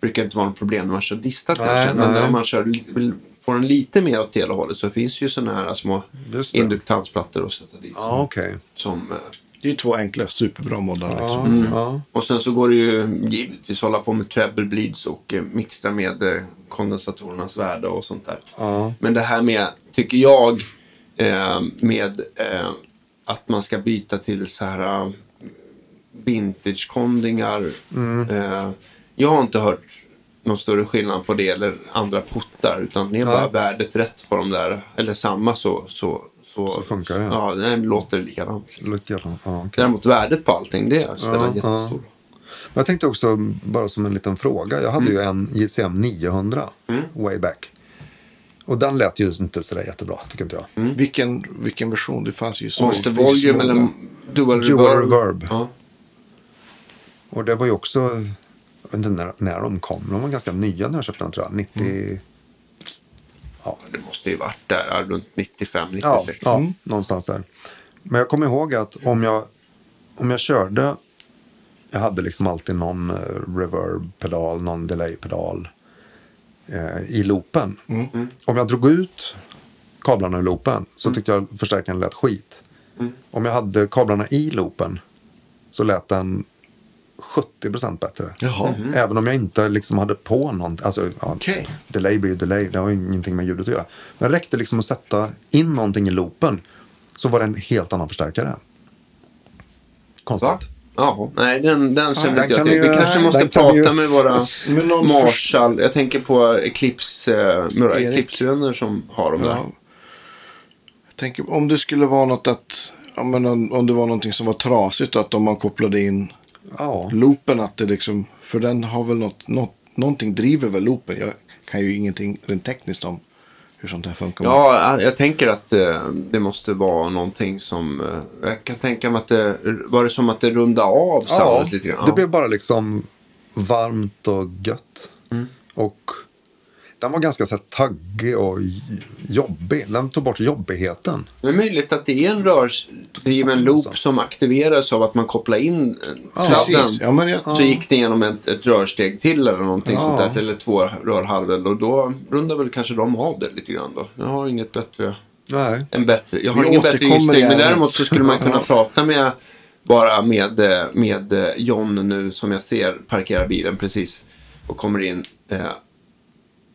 [SPEAKER 2] Brukar inte vara något problem när man kör distat
[SPEAKER 3] Mm. Nej,
[SPEAKER 2] kanske. Men
[SPEAKER 3] nej.
[SPEAKER 2] om man kör, lite- får den lite mer åt det hela hållet så finns ju sådana här små
[SPEAKER 3] Just det.
[SPEAKER 2] induktansplattor att sätta dit.
[SPEAKER 3] Ja, okej.
[SPEAKER 2] Som, eh,
[SPEAKER 1] Det är ju två enkla superbra moddar. Liksom.
[SPEAKER 3] Ja,
[SPEAKER 2] Mm.
[SPEAKER 3] ja.
[SPEAKER 2] och sen så går det ju givetvis hålla på med treble bleeds och eh, mixtra med eh, kondensatorernas värde och sånt där.
[SPEAKER 3] Ja.
[SPEAKER 2] Men det här med, tycker jag, eh, med eh, att man ska byta till så här eh, vintage-kondingar.
[SPEAKER 3] Mm.
[SPEAKER 2] Eh, jag har inte hört någon större skillnad på det eller andra puttar. Utan det är bara värdet rätt på de där. Eller samma så... Så, så,
[SPEAKER 3] Så funkar det.
[SPEAKER 2] Ja, det låter likadant.
[SPEAKER 3] Lite grann. Ja, okej.
[SPEAKER 2] Däremot värdet på allting, det spelar
[SPEAKER 3] Ja,
[SPEAKER 2] jättestor roll.
[SPEAKER 3] Men Jag tänkte också, bara som en liten fråga. Jag hade ju en JCM 900 way back. Och den lät ju inte sådär jättebra, tycker inte jag.
[SPEAKER 1] Mm. Vilken, vilken version? Det fanns ju så
[SPEAKER 2] Monster
[SPEAKER 1] det finns ju så
[SPEAKER 2] volume eller
[SPEAKER 1] många.
[SPEAKER 2] dual reverb.
[SPEAKER 3] Dual reverb.
[SPEAKER 2] Ja.
[SPEAKER 3] Och det var ju också, jag vet inte när, när de kom. De var ganska nya när jag köpte den tror jag. 90...
[SPEAKER 2] Det måste ju varit där runt 95, 96.
[SPEAKER 3] Ja, ja någonstans där. Men jag kommer ihåg att om jag, om jag körde, jag hade liksom alltid någon eh, reverb-pedal, någon delay-pedal eh, i loopen. Om jag drog ut kablarna ur loopen så tyckte jag förstärkaren lät skit. Om jag hade kablarna i loopen så lät den 70 procent bättre.
[SPEAKER 1] Jaha.
[SPEAKER 3] Även om jag inte liksom hade på någonting. Alltså, ja,
[SPEAKER 1] Mm. Okej.
[SPEAKER 3] Delay blir ju delay, det har ju ingenting med ljudet att göra. Men räckte liksom att sätta in någonting i loopen så var det en helt annan förstärkare. Konstigt.
[SPEAKER 2] Va? Ja, nej den, den känner
[SPEAKER 3] den
[SPEAKER 2] inte jag
[SPEAKER 3] kan
[SPEAKER 2] till.
[SPEAKER 3] vi
[SPEAKER 2] Vi
[SPEAKER 3] ju-
[SPEAKER 2] kanske
[SPEAKER 3] nej,
[SPEAKER 2] måste
[SPEAKER 3] den kan vi
[SPEAKER 2] prata
[SPEAKER 3] ju-
[SPEAKER 2] med våra
[SPEAKER 1] Men någon
[SPEAKER 2] Marshall. Jag tänker på Eclipse, eh, några
[SPEAKER 1] Erik.
[SPEAKER 2] Eclipse-vänner som har dem där.
[SPEAKER 1] Ja. Jag tänker, om det skulle vara något att, ja, men om, om det var någonting som var trasigt att om man kopplade in
[SPEAKER 3] Ja.
[SPEAKER 1] loopen att det liksom, för den har väl något, något någonting driver väl loopen. Jag kan ju ingenting rent tekniskt om hur sånt här funkar.
[SPEAKER 2] Ja, jag tänker att eh, det måste vara någonting som... eh, Jag kan tänka mig att det... Var det som att det rundade av soundet lite grann?
[SPEAKER 3] det blev bara liksom varmt och gött.
[SPEAKER 1] Mm.
[SPEAKER 3] Och den var ganska så här, taggig och j- jobbig. Den tog bort jobbigheten.
[SPEAKER 2] Det är möjligt att det är en rördriven loop som aktiveras av att man kopplar in eh, sladden.
[SPEAKER 1] precis. alltså. Ja, men jag-
[SPEAKER 2] Så gick det igenom ett, ett rörsteg till eller någonting
[SPEAKER 3] Ja.
[SPEAKER 2] sånt där. Eller två rörhalvor. Och då rundar väl kanske de av det lite grann då. Jag har inget bättre,
[SPEAKER 3] Nej.
[SPEAKER 2] en bättre, jag har
[SPEAKER 1] Vi
[SPEAKER 2] inget bättre
[SPEAKER 1] återkommer i
[SPEAKER 2] insteg. Men
[SPEAKER 1] ämnet.
[SPEAKER 2] däremot så skulle man kunna prata med bara med, eh, med eh, John nu som jag ser parkerar bilen precis och kommer in. Eh,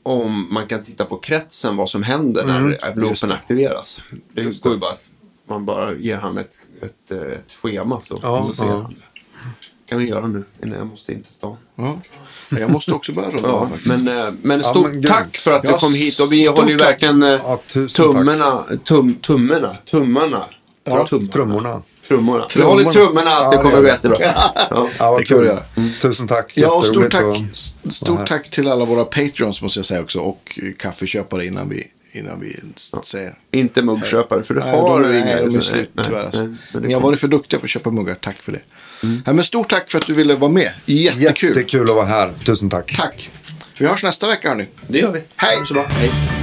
[SPEAKER 2] om man kan titta på kretsen, vad som händer när loopen aktiveras. Det går ju bara att man bara ger han ett, ett, eh, ett schema så,
[SPEAKER 3] Ja,
[SPEAKER 2] så ser
[SPEAKER 3] ja.
[SPEAKER 2] han det. kan vi göra nu innan jag måste in till stan.
[SPEAKER 1] Ja. Jag måste också börja runda
[SPEAKER 2] Ja,
[SPEAKER 1] av faktiskt.
[SPEAKER 2] men, eh, men
[SPEAKER 3] Ja,
[SPEAKER 2] stort
[SPEAKER 3] men grymt.
[SPEAKER 2] tack för att du
[SPEAKER 1] Ja,
[SPEAKER 2] kom hit och vi
[SPEAKER 1] stort
[SPEAKER 2] håller ju
[SPEAKER 1] tack.
[SPEAKER 2] verkligen eh,
[SPEAKER 3] Ja, tusen tack.
[SPEAKER 2] tummarna, tum, tummarna, tummarna,
[SPEAKER 3] Ja,
[SPEAKER 2] tummarna,
[SPEAKER 3] trummorna.
[SPEAKER 2] trummorna. Vi håller tummarna att
[SPEAKER 3] Ja,
[SPEAKER 2] det
[SPEAKER 3] det
[SPEAKER 2] kommer
[SPEAKER 3] gör
[SPEAKER 2] bli
[SPEAKER 3] vi.
[SPEAKER 2] jättebra. Ja.
[SPEAKER 3] Ja,
[SPEAKER 1] Det
[SPEAKER 3] vad
[SPEAKER 1] kan vi
[SPEAKER 3] kul.
[SPEAKER 1] göra. Mm.
[SPEAKER 3] Tusen tack.
[SPEAKER 1] Ja, och stort
[SPEAKER 3] Jätteroligt
[SPEAKER 1] tack,
[SPEAKER 3] att vara här.
[SPEAKER 1] stort tack till alla våra patreons måste jag säga också. Och eh, kaffeköpare innan vi, innan vi s- säger.
[SPEAKER 2] Inte muggköpare, för det
[SPEAKER 1] Nej, de,
[SPEAKER 2] har
[SPEAKER 1] är-
[SPEAKER 2] du inga.
[SPEAKER 1] nej, de är
[SPEAKER 2] Nej,
[SPEAKER 1] slut
[SPEAKER 2] nej,
[SPEAKER 1] tyvärr. Alltså.
[SPEAKER 2] nej, men det
[SPEAKER 1] Ni har
[SPEAKER 2] kommer. Mm.
[SPEAKER 1] varit för duktiga på att köpa muggar. Tack för det. Ja, men stort tack för att du ville vara med. Jättekul.
[SPEAKER 3] Jättekul att vara här. Tusen tack.
[SPEAKER 1] Tack. Vi hörs nästa vecka, hörni.
[SPEAKER 2] Det gör vi.
[SPEAKER 1] Hej!
[SPEAKER 2] Ha det så bra. Hej!